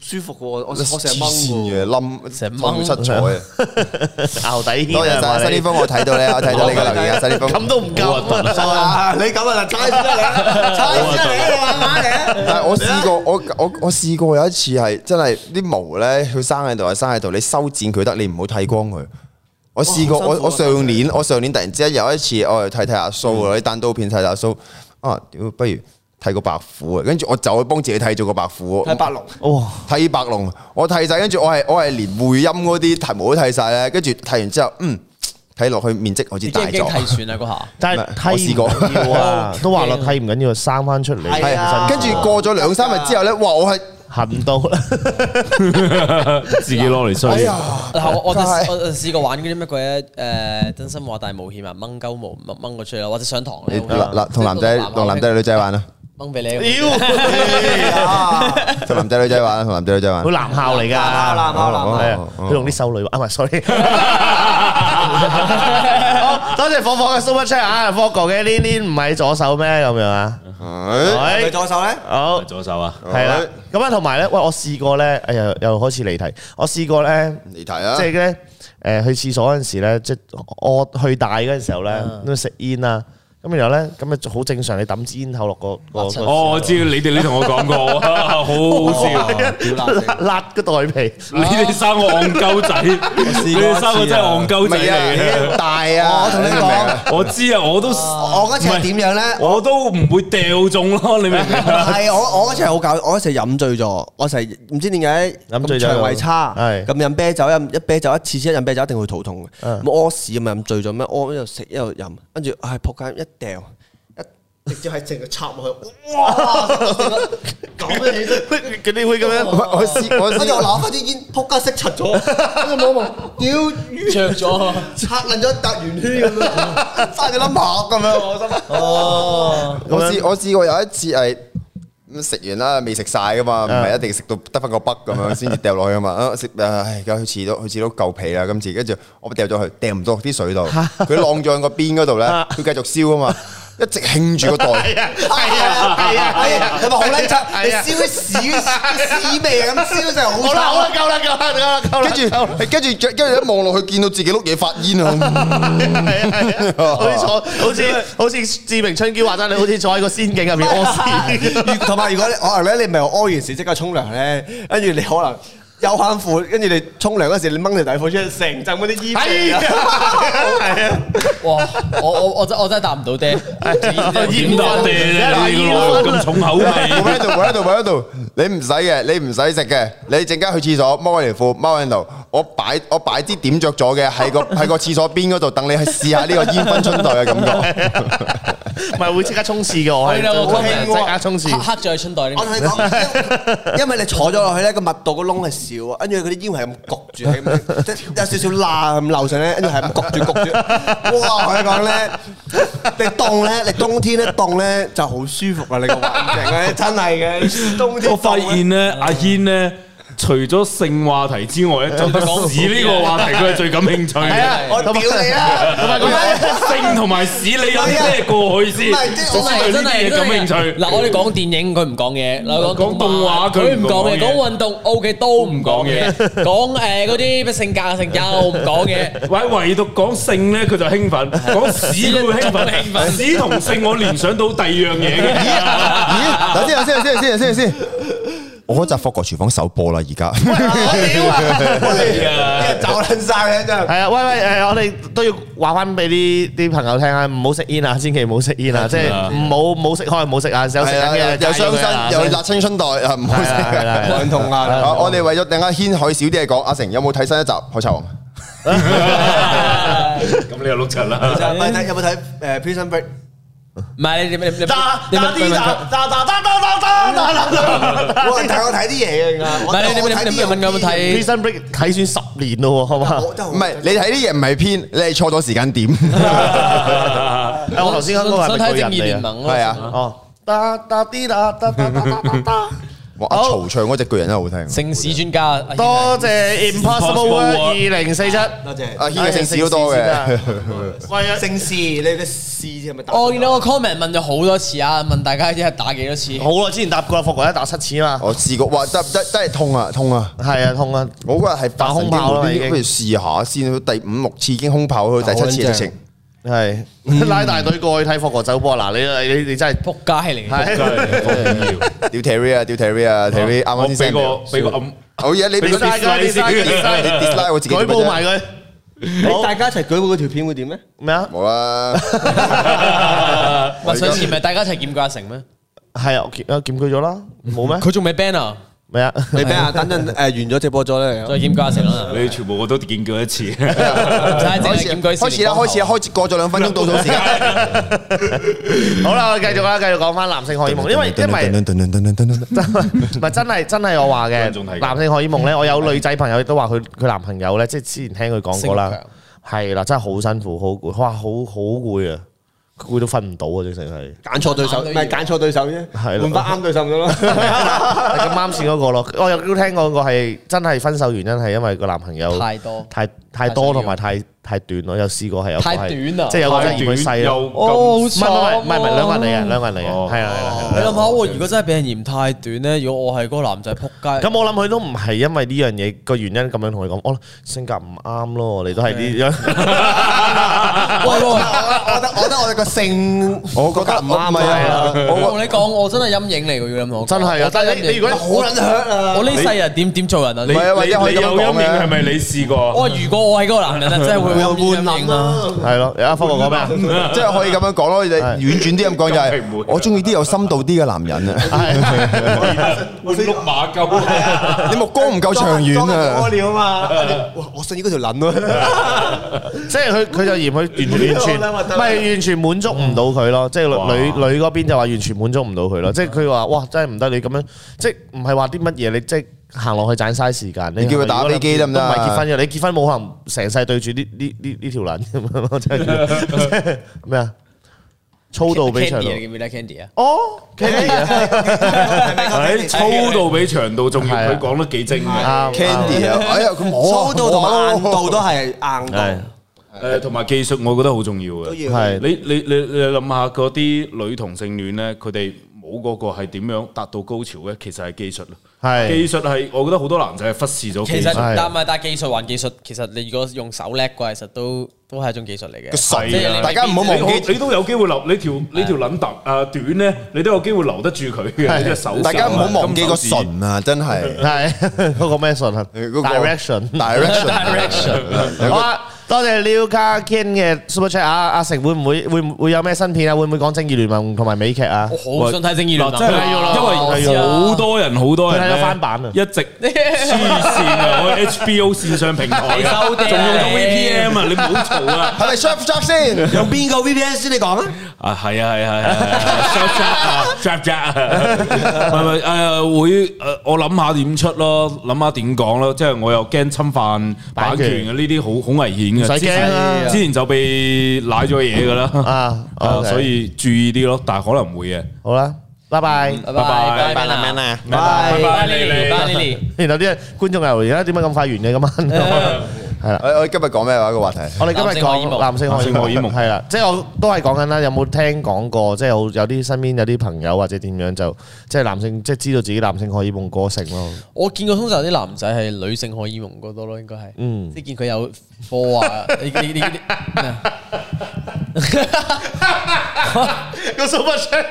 [SPEAKER 4] 舒服嘅喎，我我
[SPEAKER 2] 黐
[SPEAKER 4] 成日
[SPEAKER 2] 線
[SPEAKER 4] 掹嘅喎。
[SPEAKER 2] 嘅冧，
[SPEAKER 3] 成日
[SPEAKER 2] 冧
[SPEAKER 3] 掹
[SPEAKER 2] 七彩啊！
[SPEAKER 1] 牛底軒
[SPEAKER 2] 多謝
[SPEAKER 1] 啊
[SPEAKER 2] 晒新呢封，我睇到咧，我睇到你嘅留言啊，新呢封。
[SPEAKER 1] 咁都唔夠啊！
[SPEAKER 4] 啊！你咁啊，就猜先啦，你猜先啦，你慢慢嚟。
[SPEAKER 2] 但係我試 過，我我我試過有一次係真係啲毛咧，佢生喺度係生喺度，你修剪佢得，你唔好剃光佢。我試過，
[SPEAKER 4] 哇好辛苦啊
[SPEAKER 2] 我我上年我上年突然之間有一次，我去剃剃下須喎，
[SPEAKER 4] 嗯
[SPEAKER 2] 啲單刀片剃下須啊，屌不如剃個白虎啊！跟住我就去幫自己剃咗個白虎，
[SPEAKER 4] 睇白龍，
[SPEAKER 1] 哇，
[SPEAKER 2] 剃白龍，我剃晒，跟住我係我係連回音嗰啲題毛都剃晒咧，跟住剃完之後，嗯，睇落去面積好似
[SPEAKER 3] 你
[SPEAKER 2] 大
[SPEAKER 3] 驚唔驚
[SPEAKER 2] 咗。
[SPEAKER 3] 睇船啊 嗰下？
[SPEAKER 1] 但係剃唔緊要啊，都話落剃唔緊要，生翻出嚟
[SPEAKER 4] 係啊
[SPEAKER 2] 跟住過咗兩三日之後咧，哇！我係
[SPEAKER 1] 痕到啦，
[SPEAKER 5] 自己攞嚟
[SPEAKER 2] 哎
[SPEAKER 5] 衰
[SPEAKER 2] 呀。，
[SPEAKER 3] 嗱，我我就
[SPEAKER 2] 真係
[SPEAKER 3] 我就試過玩嗰啲乜鬼咧？誒，真心話大冒險啊，掹鳩毛掹掹個出嚟啦，或者上堂啊
[SPEAKER 2] 你
[SPEAKER 3] 咧，
[SPEAKER 2] 嗱嗱同男仔同男仔女仔玩啊！
[SPEAKER 3] 掹俾你。
[SPEAKER 1] 妖，
[SPEAKER 5] 啊
[SPEAKER 2] 同男仔女仔玩，同男仔女仔玩
[SPEAKER 1] 佢。男校嚟㗎，
[SPEAKER 4] 男校男校男校
[SPEAKER 1] 係
[SPEAKER 2] Ờ,
[SPEAKER 1] 啊，佢用啲修女話啊，唔係，sorry。好多謝火火嘅 super chat 啊，火哥嘅呢啲唔係左手咩咁樣啊？
[SPEAKER 2] 哎
[SPEAKER 4] 係咪
[SPEAKER 1] 係
[SPEAKER 4] 左手咧？
[SPEAKER 1] 好。
[SPEAKER 5] 左手啊，
[SPEAKER 1] 系啦，咁啊，同埋咧，喂，我試過咧，哎呀，又開始離題。我試過咧，
[SPEAKER 2] 你睇啊
[SPEAKER 1] 即係咧，誒去廁所嗰陣時咧，即係我去大嗰陣時候咧，咁食煙啊，咁然後咧，咁啊好正常，你抌支煙頭落個個個
[SPEAKER 5] 哦，我知你哋你同我講 過，好好笑。
[SPEAKER 1] 辣辣個袋皮，
[SPEAKER 2] 啊
[SPEAKER 5] 你哋三個戇鳩仔，你哋三個真係戇鳩
[SPEAKER 2] 唔
[SPEAKER 5] 仔
[SPEAKER 2] 係
[SPEAKER 5] 嚟
[SPEAKER 2] 啊，
[SPEAKER 5] 嘅。
[SPEAKER 2] 大啊！
[SPEAKER 4] 我同你哦
[SPEAKER 2] 明唔明啊，
[SPEAKER 5] 我知啊，我都
[SPEAKER 4] 我嗰次係點樣咧？
[SPEAKER 5] 我都唔會掉中咯，你明唔明啊？
[SPEAKER 4] 係我我嗰次係好搞，我嗰次係飲醉咗，我成日唔知點解
[SPEAKER 1] 飲醉咗
[SPEAKER 4] 咁腸胃差，
[SPEAKER 1] 係
[SPEAKER 4] 咁飲啤酒飲一啤酒一次先飲啤酒一定會肚痛嘅，
[SPEAKER 1] 嗯
[SPEAKER 4] 咁屙屎咁啊飲醉咗咩屙一路食一路飲，跟住唉仆街一掉一直接係成個插落去，
[SPEAKER 1] 咁嘅 佢哋會咁樣，
[SPEAKER 2] 我我試我
[SPEAKER 4] 跟住我
[SPEAKER 2] 試
[SPEAKER 4] 攞翻啲煙，仆街識柒咗，跟住望一望，屌
[SPEAKER 3] 着咗，
[SPEAKER 4] 拆撚咗一笪圓圈咁 樣，生咗粒癦咁樣，我心諗哦，
[SPEAKER 2] 我試我試過有一次係咁食完啦，未食晒噶嘛，唔係一定食到得翻個北咁樣先至掉落去噶嘛。啊食唉，而家去廁所去廁所夠皮啦，今次跟住我掉咗去，掉唔到啲水度，佢晾咗喺個邊嗰度咧，佢繼續燒啊嘛，一直興住個袋。
[SPEAKER 1] 係啊，係啊，係啊，係啊，
[SPEAKER 4] 係咪好撚柒？你
[SPEAKER 1] 係啊啊
[SPEAKER 4] 燒屎屎味啊咁燒就好
[SPEAKER 1] 好啦，
[SPEAKER 4] 臭
[SPEAKER 1] 好啦，夠啦，夠啦，夠啦，夠啦，
[SPEAKER 2] 跟住跟住跟住一望落去，見到自己碌嘢發煙啊！
[SPEAKER 1] 係啊，係啊好似坐，好似好似志明春嬌話齋，你好似坐喺個仙 境入面屙屎。
[SPEAKER 4] 如 同埋如果你可能咧，你唔係屙完屎即刻沖涼咧，跟住你可能休翻褲，跟住你沖涼嗰時你掹條底褲出嚟，成浸嗰啲衣味
[SPEAKER 1] 哎
[SPEAKER 4] 啊！
[SPEAKER 1] 係啊。
[SPEAKER 3] 哇！我我我真我真係答唔到爹，
[SPEAKER 5] 點答爹 啫？你個
[SPEAKER 3] 啊
[SPEAKER 5] 咁重口味，
[SPEAKER 2] 冇喺度，冇喺度，冇喺度。你唔使嘅，你唔使食嘅。你陣間去廁所，踎喺條褲，踎喺度。我擺我擺啲點着咗嘅，喺個喺個廁所邊嗰度，等你去試下呢個煙燻春袋嘅感覺。
[SPEAKER 1] 唔係會即刻衝刺嘅，我係
[SPEAKER 3] 係啦我
[SPEAKER 1] 真係
[SPEAKER 4] 聽過
[SPEAKER 1] 即刻衝刺
[SPEAKER 3] 黑。黑咗喺春袋呢
[SPEAKER 4] 我同你 講，因為你坐咗落去咧，個密度個窿係少啊，跟住佢啲煙係咁焗住，係咁即係有少少罅咁流上咧，跟住係咁焗住焗住。哇！我同你講咧，你凍咧，你冬天咧凍咧就好舒服啊！你個環境咧真係嘅，冬天
[SPEAKER 5] 我發現咧，阿軒咧，除咗性話題 之外咧，就屎呢個話題佢係最感興趣
[SPEAKER 1] 係
[SPEAKER 5] 嘅。
[SPEAKER 1] 啊，
[SPEAKER 4] 我屌你啦！啊
[SPEAKER 1] 同埋咁樣性
[SPEAKER 5] 性同埋屎，你有啲咩過去先？
[SPEAKER 2] 唔係即係
[SPEAKER 5] 我
[SPEAKER 2] 我
[SPEAKER 5] 先對呢啲嘢感興趣。
[SPEAKER 3] 嗱，我哋講電影佢唔講嘢，嗱
[SPEAKER 5] 講動畫佢
[SPEAKER 3] 佢
[SPEAKER 5] 唔
[SPEAKER 3] 唔
[SPEAKER 5] 講
[SPEAKER 3] 講
[SPEAKER 5] 嘢
[SPEAKER 3] 嘢，講運動 O K 都唔講嘢
[SPEAKER 5] 唔，
[SPEAKER 3] 講誒嗰啲咩性格啊性格我唔講嘢。
[SPEAKER 5] 喂，唯獨講性咧，佢就興奮；講屎佢會興
[SPEAKER 3] 興奮
[SPEAKER 5] 奮。屎同性我聯想到第二樣嘢嘅。
[SPEAKER 2] 咦？等先，等先，等先，等先，等先。我嗰集《霍國廚房》首播啦，而家。
[SPEAKER 4] 人走撚晒咧，真係。
[SPEAKER 1] 係啊，喂喂，誒，我哋都要話翻俾啲啲朋友聽啊，唔好食煙啊，千祈唔好食煙啊，即係唔好唔好食開，唔好食啊，有食
[SPEAKER 2] 係
[SPEAKER 1] 緊
[SPEAKER 2] 啊，
[SPEAKER 1] 嘅
[SPEAKER 2] 又傷身，又辣青春代，啊唔好食。
[SPEAKER 1] 係啦係啦
[SPEAKER 4] 兩痛啊
[SPEAKER 2] 啊我哋為咗等阿軒可以少啲嘢講，阿成有冇睇新一集《海賊王》？
[SPEAKER 5] 咁你又碌柒啦。
[SPEAKER 4] 唔係睇有冇睇誒 ờ, Prison Break？
[SPEAKER 3] 唔係你你你你
[SPEAKER 1] 打
[SPEAKER 3] 你
[SPEAKER 1] 打啲打打打打打打打打打
[SPEAKER 4] 我睇我睇啲嘢嘅，
[SPEAKER 3] 唔
[SPEAKER 4] 我
[SPEAKER 3] 係你你
[SPEAKER 4] 我睇啲
[SPEAKER 3] 你你問佢有冇
[SPEAKER 4] 嘢
[SPEAKER 3] 睇？
[SPEAKER 1] Prison Break 睇算十年咯喎，好嘛？
[SPEAKER 4] 我真係好
[SPEAKER 2] 唔係，你睇啲嘢唔係編，你係錯咗時間 點。
[SPEAKER 1] 誒啊我頭先嗰個係
[SPEAKER 3] 想
[SPEAKER 1] 咪
[SPEAKER 3] 睇
[SPEAKER 1] 巨
[SPEAKER 3] 正義聯
[SPEAKER 1] 人嚟啊？
[SPEAKER 3] 盟咯，
[SPEAKER 2] 係啊，
[SPEAKER 1] 哦，打打啲打打打打打打。
[SPEAKER 2] 哇！阿曹唱嗰只巨人真係好聽。
[SPEAKER 3] 城市專家啊
[SPEAKER 1] 多謝 Impossible World 二
[SPEAKER 5] Impossible
[SPEAKER 1] 零四七。
[SPEAKER 4] 多謝。
[SPEAKER 2] 阿軒嘅姓氏都多
[SPEAKER 1] 哎
[SPEAKER 2] 嘅。
[SPEAKER 1] 喂啊，
[SPEAKER 4] 姓氏，你嘅氏係咪打？
[SPEAKER 3] 我見到個 comment 問咗好多次啊，問大家一日打幾多次？
[SPEAKER 1] 好耐之前搭過啦，霍國一打七次嘛。
[SPEAKER 2] 我試過，哇！真真真係痛啊，痛啊！
[SPEAKER 1] 係啊，痛啊！
[SPEAKER 2] 我嗰日係
[SPEAKER 1] 打空炮啦已經啊
[SPEAKER 2] 不如試下先。到第五六次已經空炮，去到第七次直情。
[SPEAKER 1] 係拉大隊過去睇霍國走波嗱，你你你真係
[SPEAKER 3] 仆街嚟
[SPEAKER 5] 真
[SPEAKER 3] 嘅，
[SPEAKER 5] 係好緊要。
[SPEAKER 2] 屌 Terry 啊，屌 Terry 啊，Terry 啱
[SPEAKER 5] 我
[SPEAKER 2] 啱
[SPEAKER 5] 俾
[SPEAKER 2] 先 send
[SPEAKER 5] 個
[SPEAKER 2] 我。
[SPEAKER 5] 俾個暗。
[SPEAKER 2] 好嘢，你
[SPEAKER 1] 俾
[SPEAKER 2] 俾
[SPEAKER 1] 個
[SPEAKER 2] 個
[SPEAKER 5] dislike
[SPEAKER 2] dislike
[SPEAKER 1] 曬
[SPEAKER 5] dislike，
[SPEAKER 1] dislike，
[SPEAKER 2] 我自己
[SPEAKER 1] 舉報埋佢
[SPEAKER 4] 你大家一齊舉報嗰條片會點咧？
[SPEAKER 1] 咩啊？
[SPEAKER 2] 冇啦。
[SPEAKER 3] 喂上次唔係大家一齊檢舉阿成咩？
[SPEAKER 1] 係啊，檢啊檢舉咗啦，冇咩
[SPEAKER 3] 佢仲未 ban
[SPEAKER 4] à?
[SPEAKER 3] 啊，
[SPEAKER 1] 咩啊？
[SPEAKER 4] 你咩啊？等陣誒完咗直播咗咧
[SPEAKER 3] 再，檢舉阿成啦，
[SPEAKER 5] 你全部我都見過一次。
[SPEAKER 4] Dạ,
[SPEAKER 3] 唔使
[SPEAKER 2] 開始
[SPEAKER 3] 淨係檢舉
[SPEAKER 2] 開始啦，開始啦，開始過咗兩分鐘倒數時間。
[SPEAKER 1] 好啦，我哋繼續啦，繼續講翻男性荷爾蒙，因為因為。唔係真係真係我話
[SPEAKER 5] 觀眾睇
[SPEAKER 1] 嘅
[SPEAKER 5] 過
[SPEAKER 1] 男性荷爾蒙咧，我有女仔朋友亦都話佢佢男朋友咧，即係之前聽佢講過
[SPEAKER 3] 性
[SPEAKER 1] 啦，係啦，真係好辛苦，好攰，哇，好好攰啊，佢攰到瞓唔到啊，直情係。啊
[SPEAKER 4] 揀錯對手，唔係揀錯對手啫，
[SPEAKER 1] 係咯
[SPEAKER 4] 換翻啱對手咁咯。
[SPEAKER 1] 係咁啱先嗰個咯，我有都聽講過係真係分手原因係因為個男朋友
[SPEAKER 3] 太多
[SPEAKER 1] 太太多同埋太太短咯，有試過係有個係
[SPEAKER 3] 太短啊
[SPEAKER 1] 即係有個真係嫌佢細咯，
[SPEAKER 5] 又
[SPEAKER 3] 哦，好
[SPEAKER 1] 唔係唔係唔係唔係兩個人嚟嘅，兩個人嚟
[SPEAKER 5] 哦
[SPEAKER 1] 嘅，係啊係啊係啊。
[SPEAKER 3] 你諗下喎，如果真係俾人嫌太短咧，如果我係嗰個男仔，仆街。
[SPEAKER 1] 咁我諗佢都唔係因為呢樣嘢個原因咁樣同佢講，我性格唔啱咯，你都係呢樣。
[SPEAKER 3] 喂喂喂，
[SPEAKER 4] 我覺得我覺得我哋個性，
[SPEAKER 2] 我覺得唔啱啊！
[SPEAKER 3] 我
[SPEAKER 2] 我
[SPEAKER 3] 同你講，我真係陰影嚟嘅，如果咁同我講
[SPEAKER 1] 真係啊
[SPEAKER 3] 我
[SPEAKER 1] 但係
[SPEAKER 3] 陰
[SPEAKER 1] 你
[SPEAKER 3] 影
[SPEAKER 1] 你如果
[SPEAKER 4] 好撚 hurt 啊！
[SPEAKER 3] 我呢世人點點做人啊？
[SPEAKER 5] 你
[SPEAKER 3] 你
[SPEAKER 2] 係啊或者可以
[SPEAKER 5] 你
[SPEAKER 2] 咁
[SPEAKER 5] 有
[SPEAKER 2] 講
[SPEAKER 5] 陰影
[SPEAKER 2] 嘅
[SPEAKER 5] 係咪你試過？
[SPEAKER 3] 我如果我係嗰個男人啊，真係會有陰影啊！
[SPEAKER 1] 係咯，而家福哥講咩啊？
[SPEAKER 2] 即係可以咁樣講咯，你婉轉啲咁講就係，我中意啲有深度啲嘅男人啊！
[SPEAKER 5] 會碌馬鳩。
[SPEAKER 2] 你目光唔夠長遠啊
[SPEAKER 4] 屙！尿啊嘛！哇！我信呢嗰條撚咯，
[SPEAKER 1] 即係佢佢就嫌佢完全
[SPEAKER 4] 好
[SPEAKER 1] 完
[SPEAKER 4] 啦
[SPEAKER 1] 全唔係完全滿足唔到佢咯，即係
[SPEAKER 5] 哇
[SPEAKER 1] 女女嗰邊就話完全滿足唔到佢咯，即係佢話哇真係唔得你咁樣，即係唔係話啲乜嘢你即係行落去盞嘥時間，你
[SPEAKER 2] 你叫佢打飛機得唔得
[SPEAKER 1] 都
[SPEAKER 2] 啊
[SPEAKER 1] 唔係結婚嘅，你結婚冇可能成世對住呢呢呢呢條撚咁樣咯，真係咩啊？粗度比長
[SPEAKER 3] Candy
[SPEAKER 1] 度
[SPEAKER 3] 啊，你記唔記得 Candy 啊？
[SPEAKER 1] 哦，Candy 啊
[SPEAKER 5] Dạ. 喺粗度比長度仲要，佢講得幾精嘅，
[SPEAKER 1] 啱
[SPEAKER 2] ，Candy 啊！哎呀，佢冇
[SPEAKER 4] 粗
[SPEAKER 2] 啊
[SPEAKER 4] 度同埋硬度都
[SPEAKER 2] 係
[SPEAKER 4] 係硬
[SPEAKER 1] 係
[SPEAKER 5] Dạ.
[SPEAKER 4] 度，
[SPEAKER 5] 誒同埋技術，我覺得好重要
[SPEAKER 4] 都
[SPEAKER 5] 嘅。
[SPEAKER 4] 要
[SPEAKER 1] 係
[SPEAKER 5] 你你你你諗下嗰啲女同性戀咧，佢哋冇嗰個係點樣達到高潮嘅，其實係技術咯。
[SPEAKER 1] 係
[SPEAKER 5] 技術係，我覺得好多男仔係忽視咗技
[SPEAKER 3] 其實
[SPEAKER 5] 術。
[SPEAKER 1] 係
[SPEAKER 3] 但係但係技術還技術，其實你如果用手叻嘅話，其實都都係一種技術嚟嘅。
[SPEAKER 2] 神
[SPEAKER 3] 即係你
[SPEAKER 2] 大家唔好
[SPEAKER 5] 你
[SPEAKER 2] 忘記
[SPEAKER 5] 好，你都有機會留你條你條撚突啊短咧，你都有機會留得住佢嘅。你隻手，
[SPEAKER 2] 大家唔好忘記個唇啊！真係
[SPEAKER 1] 係 嗰個咩信啊
[SPEAKER 2] 嗰個
[SPEAKER 1] ？Direction。
[SPEAKER 2] direction，direction。
[SPEAKER 1] 好啊，多謝 Liu Ka Ken 嘅 Super Chat 啊！阿成會唔會會唔會有咩新片啊？會唔會講《正義聯盟》同埋美劇啊？
[SPEAKER 3] 我好想睇正義聯
[SPEAKER 5] 嗱，
[SPEAKER 3] 盟，啊
[SPEAKER 5] 真
[SPEAKER 1] 係要啦
[SPEAKER 5] 係啊因為好多人好多人
[SPEAKER 1] 佢睇咗
[SPEAKER 5] 咧
[SPEAKER 1] 翻版啊
[SPEAKER 5] 一直黐線啊！我 HBO 線上平台啊
[SPEAKER 3] 收爹啊
[SPEAKER 5] 仲用咗
[SPEAKER 3] 你
[SPEAKER 5] VPN 啊！你唔好嘈啊！
[SPEAKER 2] 係咪 sharp sharp 先？
[SPEAKER 4] 用邊個 VPN 先？你講啊！
[SPEAKER 5] 啊，係啊，係 啊，係啊，sharp sharp 啊，sharp sharp 啊，係咪誒會誒？我諗下點出咯，諗下點講咯，即係我又驚侵犯版權嘅呢啲好好危險
[SPEAKER 1] 唔使
[SPEAKER 5] 嘅。之前
[SPEAKER 1] 驚啊
[SPEAKER 5] 之前就被賴咗嘢㗎啦，
[SPEAKER 1] 啊，
[SPEAKER 5] 啊，
[SPEAKER 1] OK
[SPEAKER 5] 所以注意啲咯，但係可能會嘅。
[SPEAKER 1] 好啦，拜拜。
[SPEAKER 5] 拜
[SPEAKER 3] 拜
[SPEAKER 5] 拜
[SPEAKER 3] 拜拜
[SPEAKER 5] 拜
[SPEAKER 3] 拜
[SPEAKER 4] 拜
[SPEAKER 5] 拜
[SPEAKER 3] 拜
[SPEAKER 5] 你
[SPEAKER 3] Lily，拜 Lily。
[SPEAKER 1] 然後啲觀眾又話而家點解咁快完嘅咁晚？係啦
[SPEAKER 2] 我我今日講咩話個話題？
[SPEAKER 1] 我哋今日講
[SPEAKER 3] 男
[SPEAKER 1] 男性荷爾蒙，
[SPEAKER 5] 男性荷爾蒙
[SPEAKER 1] 係啦，即係我都係講緊啦。有冇聽講過？即係有有啲身邊有啲朋友或者點樣就即係男性，即係知道自己男性荷爾蒙過剩咯。
[SPEAKER 3] 我見過通常啲男仔係女性荷爾蒙過多咯，應該係，
[SPEAKER 1] 嗯
[SPEAKER 3] 即係見佢有波啊，你你你你咩啊
[SPEAKER 1] 個 super chat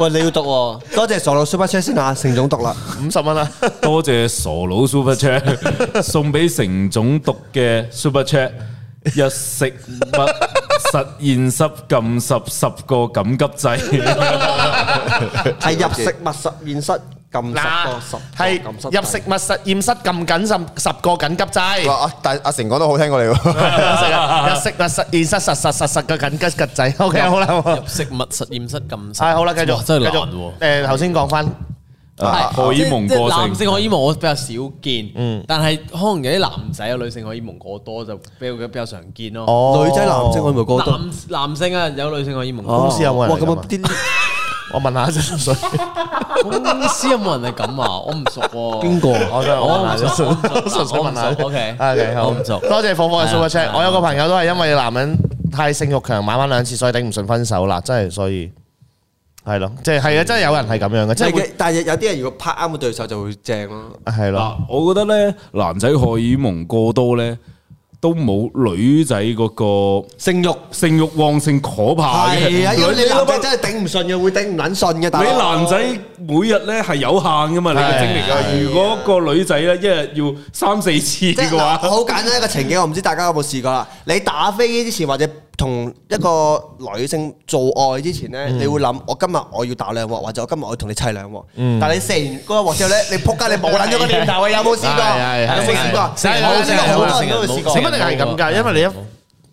[SPEAKER 4] 喂，你要讀喎，多謝傻佬 super à? chat 先啊，成總讀啦。
[SPEAKER 1] 五十蚊啦，
[SPEAKER 5] 多謝傻佬 Super Chat 送俾成總讀嘅 Super Chat，一食物實驗室撳十十個緊急掣，
[SPEAKER 4] 係入食物實驗室撳十個十個
[SPEAKER 1] 係
[SPEAKER 4] 撳十個
[SPEAKER 1] 入食物實驗室撳緊十十個緊急掣。
[SPEAKER 2] 哇！阿但阿成講得好聽過你喎，
[SPEAKER 1] 入食物實驗室實實實實嘅緊急緊掣。OK，好啦，好啦
[SPEAKER 3] 入食物實驗室咁
[SPEAKER 1] 係好啦，繼續，
[SPEAKER 3] 真係
[SPEAKER 1] 繼
[SPEAKER 3] 難
[SPEAKER 1] 續
[SPEAKER 3] 喎。
[SPEAKER 1] 誒，頭先講翻
[SPEAKER 5] 啊荷爾蒙
[SPEAKER 3] 即係
[SPEAKER 5] 過
[SPEAKER 3] 男性
[SPEAKER 5] 剩。
[SPEAKER 3] 荷爾蒙我比較少見，但係可能有啲男仔有女性荷爾蒙過多就比較比較常見咯。
[SPEAKER 1] 哦，
[SPEAKER 4] 女仔男性我咪過多。
[SPEAKER 3] 男男性啊有女性荷爾蒙，
[SPEAKER 1] 公司有冇人
[SPEAKER 4] 哇，
[SPEAKER 1] 嚟㗎
[SPEAKER 4] 咁
[SPEAKER 1] 嘛
[SPEAKER 4] 啊啲
[SPEAKER 1] 我問下先，所以
[SPEAKER 3] 公司有冇人係咁啊？我唔熟喎。
[SPEAKER 4] 邊個啊？
[SPEAKER 1] 我想問下先，
[SPEAKER 3] 我唔熟我唔熟
[SPEAKER 1] 純粹問下
[SPEAKER 3] 我唔熟，OK
[SPEAKER 1] OK，好，
[SPEAKER 3] 我唔熟
[SPEAKER 1] 多謝火火嘅 super
[SPEAKER 3] 係
[SPEAKER 1] chat。
[SPEAKER 3] 啊
[SPEAKER 1] 我有個朋友都係因為男人太性慾強，晚晚兩次，所以頂唔順分手啦，真係所以係咯，即係係
[SPEAKER 3] 嗯
[SPEAKER 1] 啊，真係有人係咁樣嘅，
[SPEAKER 4] 即
[SPEAKER 1] 即係
[SPEAKER 4] 係
[SPEAKER 1] 會
[SPEAKER 4] 但係有啲人如果拍啱個對手就會正咯。
[SPEAKER 1] 係
[SPEAKER 5] 嗱
[SPEAKER 1] 咯，，
[SPEAKER 5] 我覺得咧，男仔荷爾蒙過多咧，都冇女仔嗰個
[SPEAKER 4] 性慾
[SPEAKER 5] 性慾旺盛可怕嘅。
[SPEAKER 4] 係啊，因為
[SPEAKER 5] 女
[SPEAKER 4] 你男仔
[SPEAKER 5] 你
[SPEAKER 4] 真係頂唔順嘅，會頂唔撚順嘅。大佬
[SPEAKER 5] 男仔每日咧係有限噶嘛，你嘅精力啊。如果個女仔咧一日要三四次
[SPEAKER 4] 即係
[SPEAKER 5] 嘅
[SPEAKER 4] 嗱
[SPEAKER 5] 話，
[SPEAKER 4] 好簡單一個情景，我唔知大家有冇試過啦。你打飛機之前或者同一個女性做愛之前
[SPEAKER 5] 嗯
[SPEAKER 4] 咧，你會諗：我今日我要打兩鑊，或者我今日我要同你砌兩鑊。
[SPEAKER 5] 嗯
[SPEAKER 4] 但係你食完嗰一鑊之後咧，你撲街你冇撚咗個念頭啊！有冇試
[SPEAKER 1] 係係係
[SPEAKER 4] 過？有冇試過？有冇
[SPEAKER 1] 成日成
[SPEAKER 4] 試過
[SPEAKER 1] 日好
[SPEAKER 4] 好多人都會試過
[SPEAKER 1] 咁。一定係咁㗎，因為你一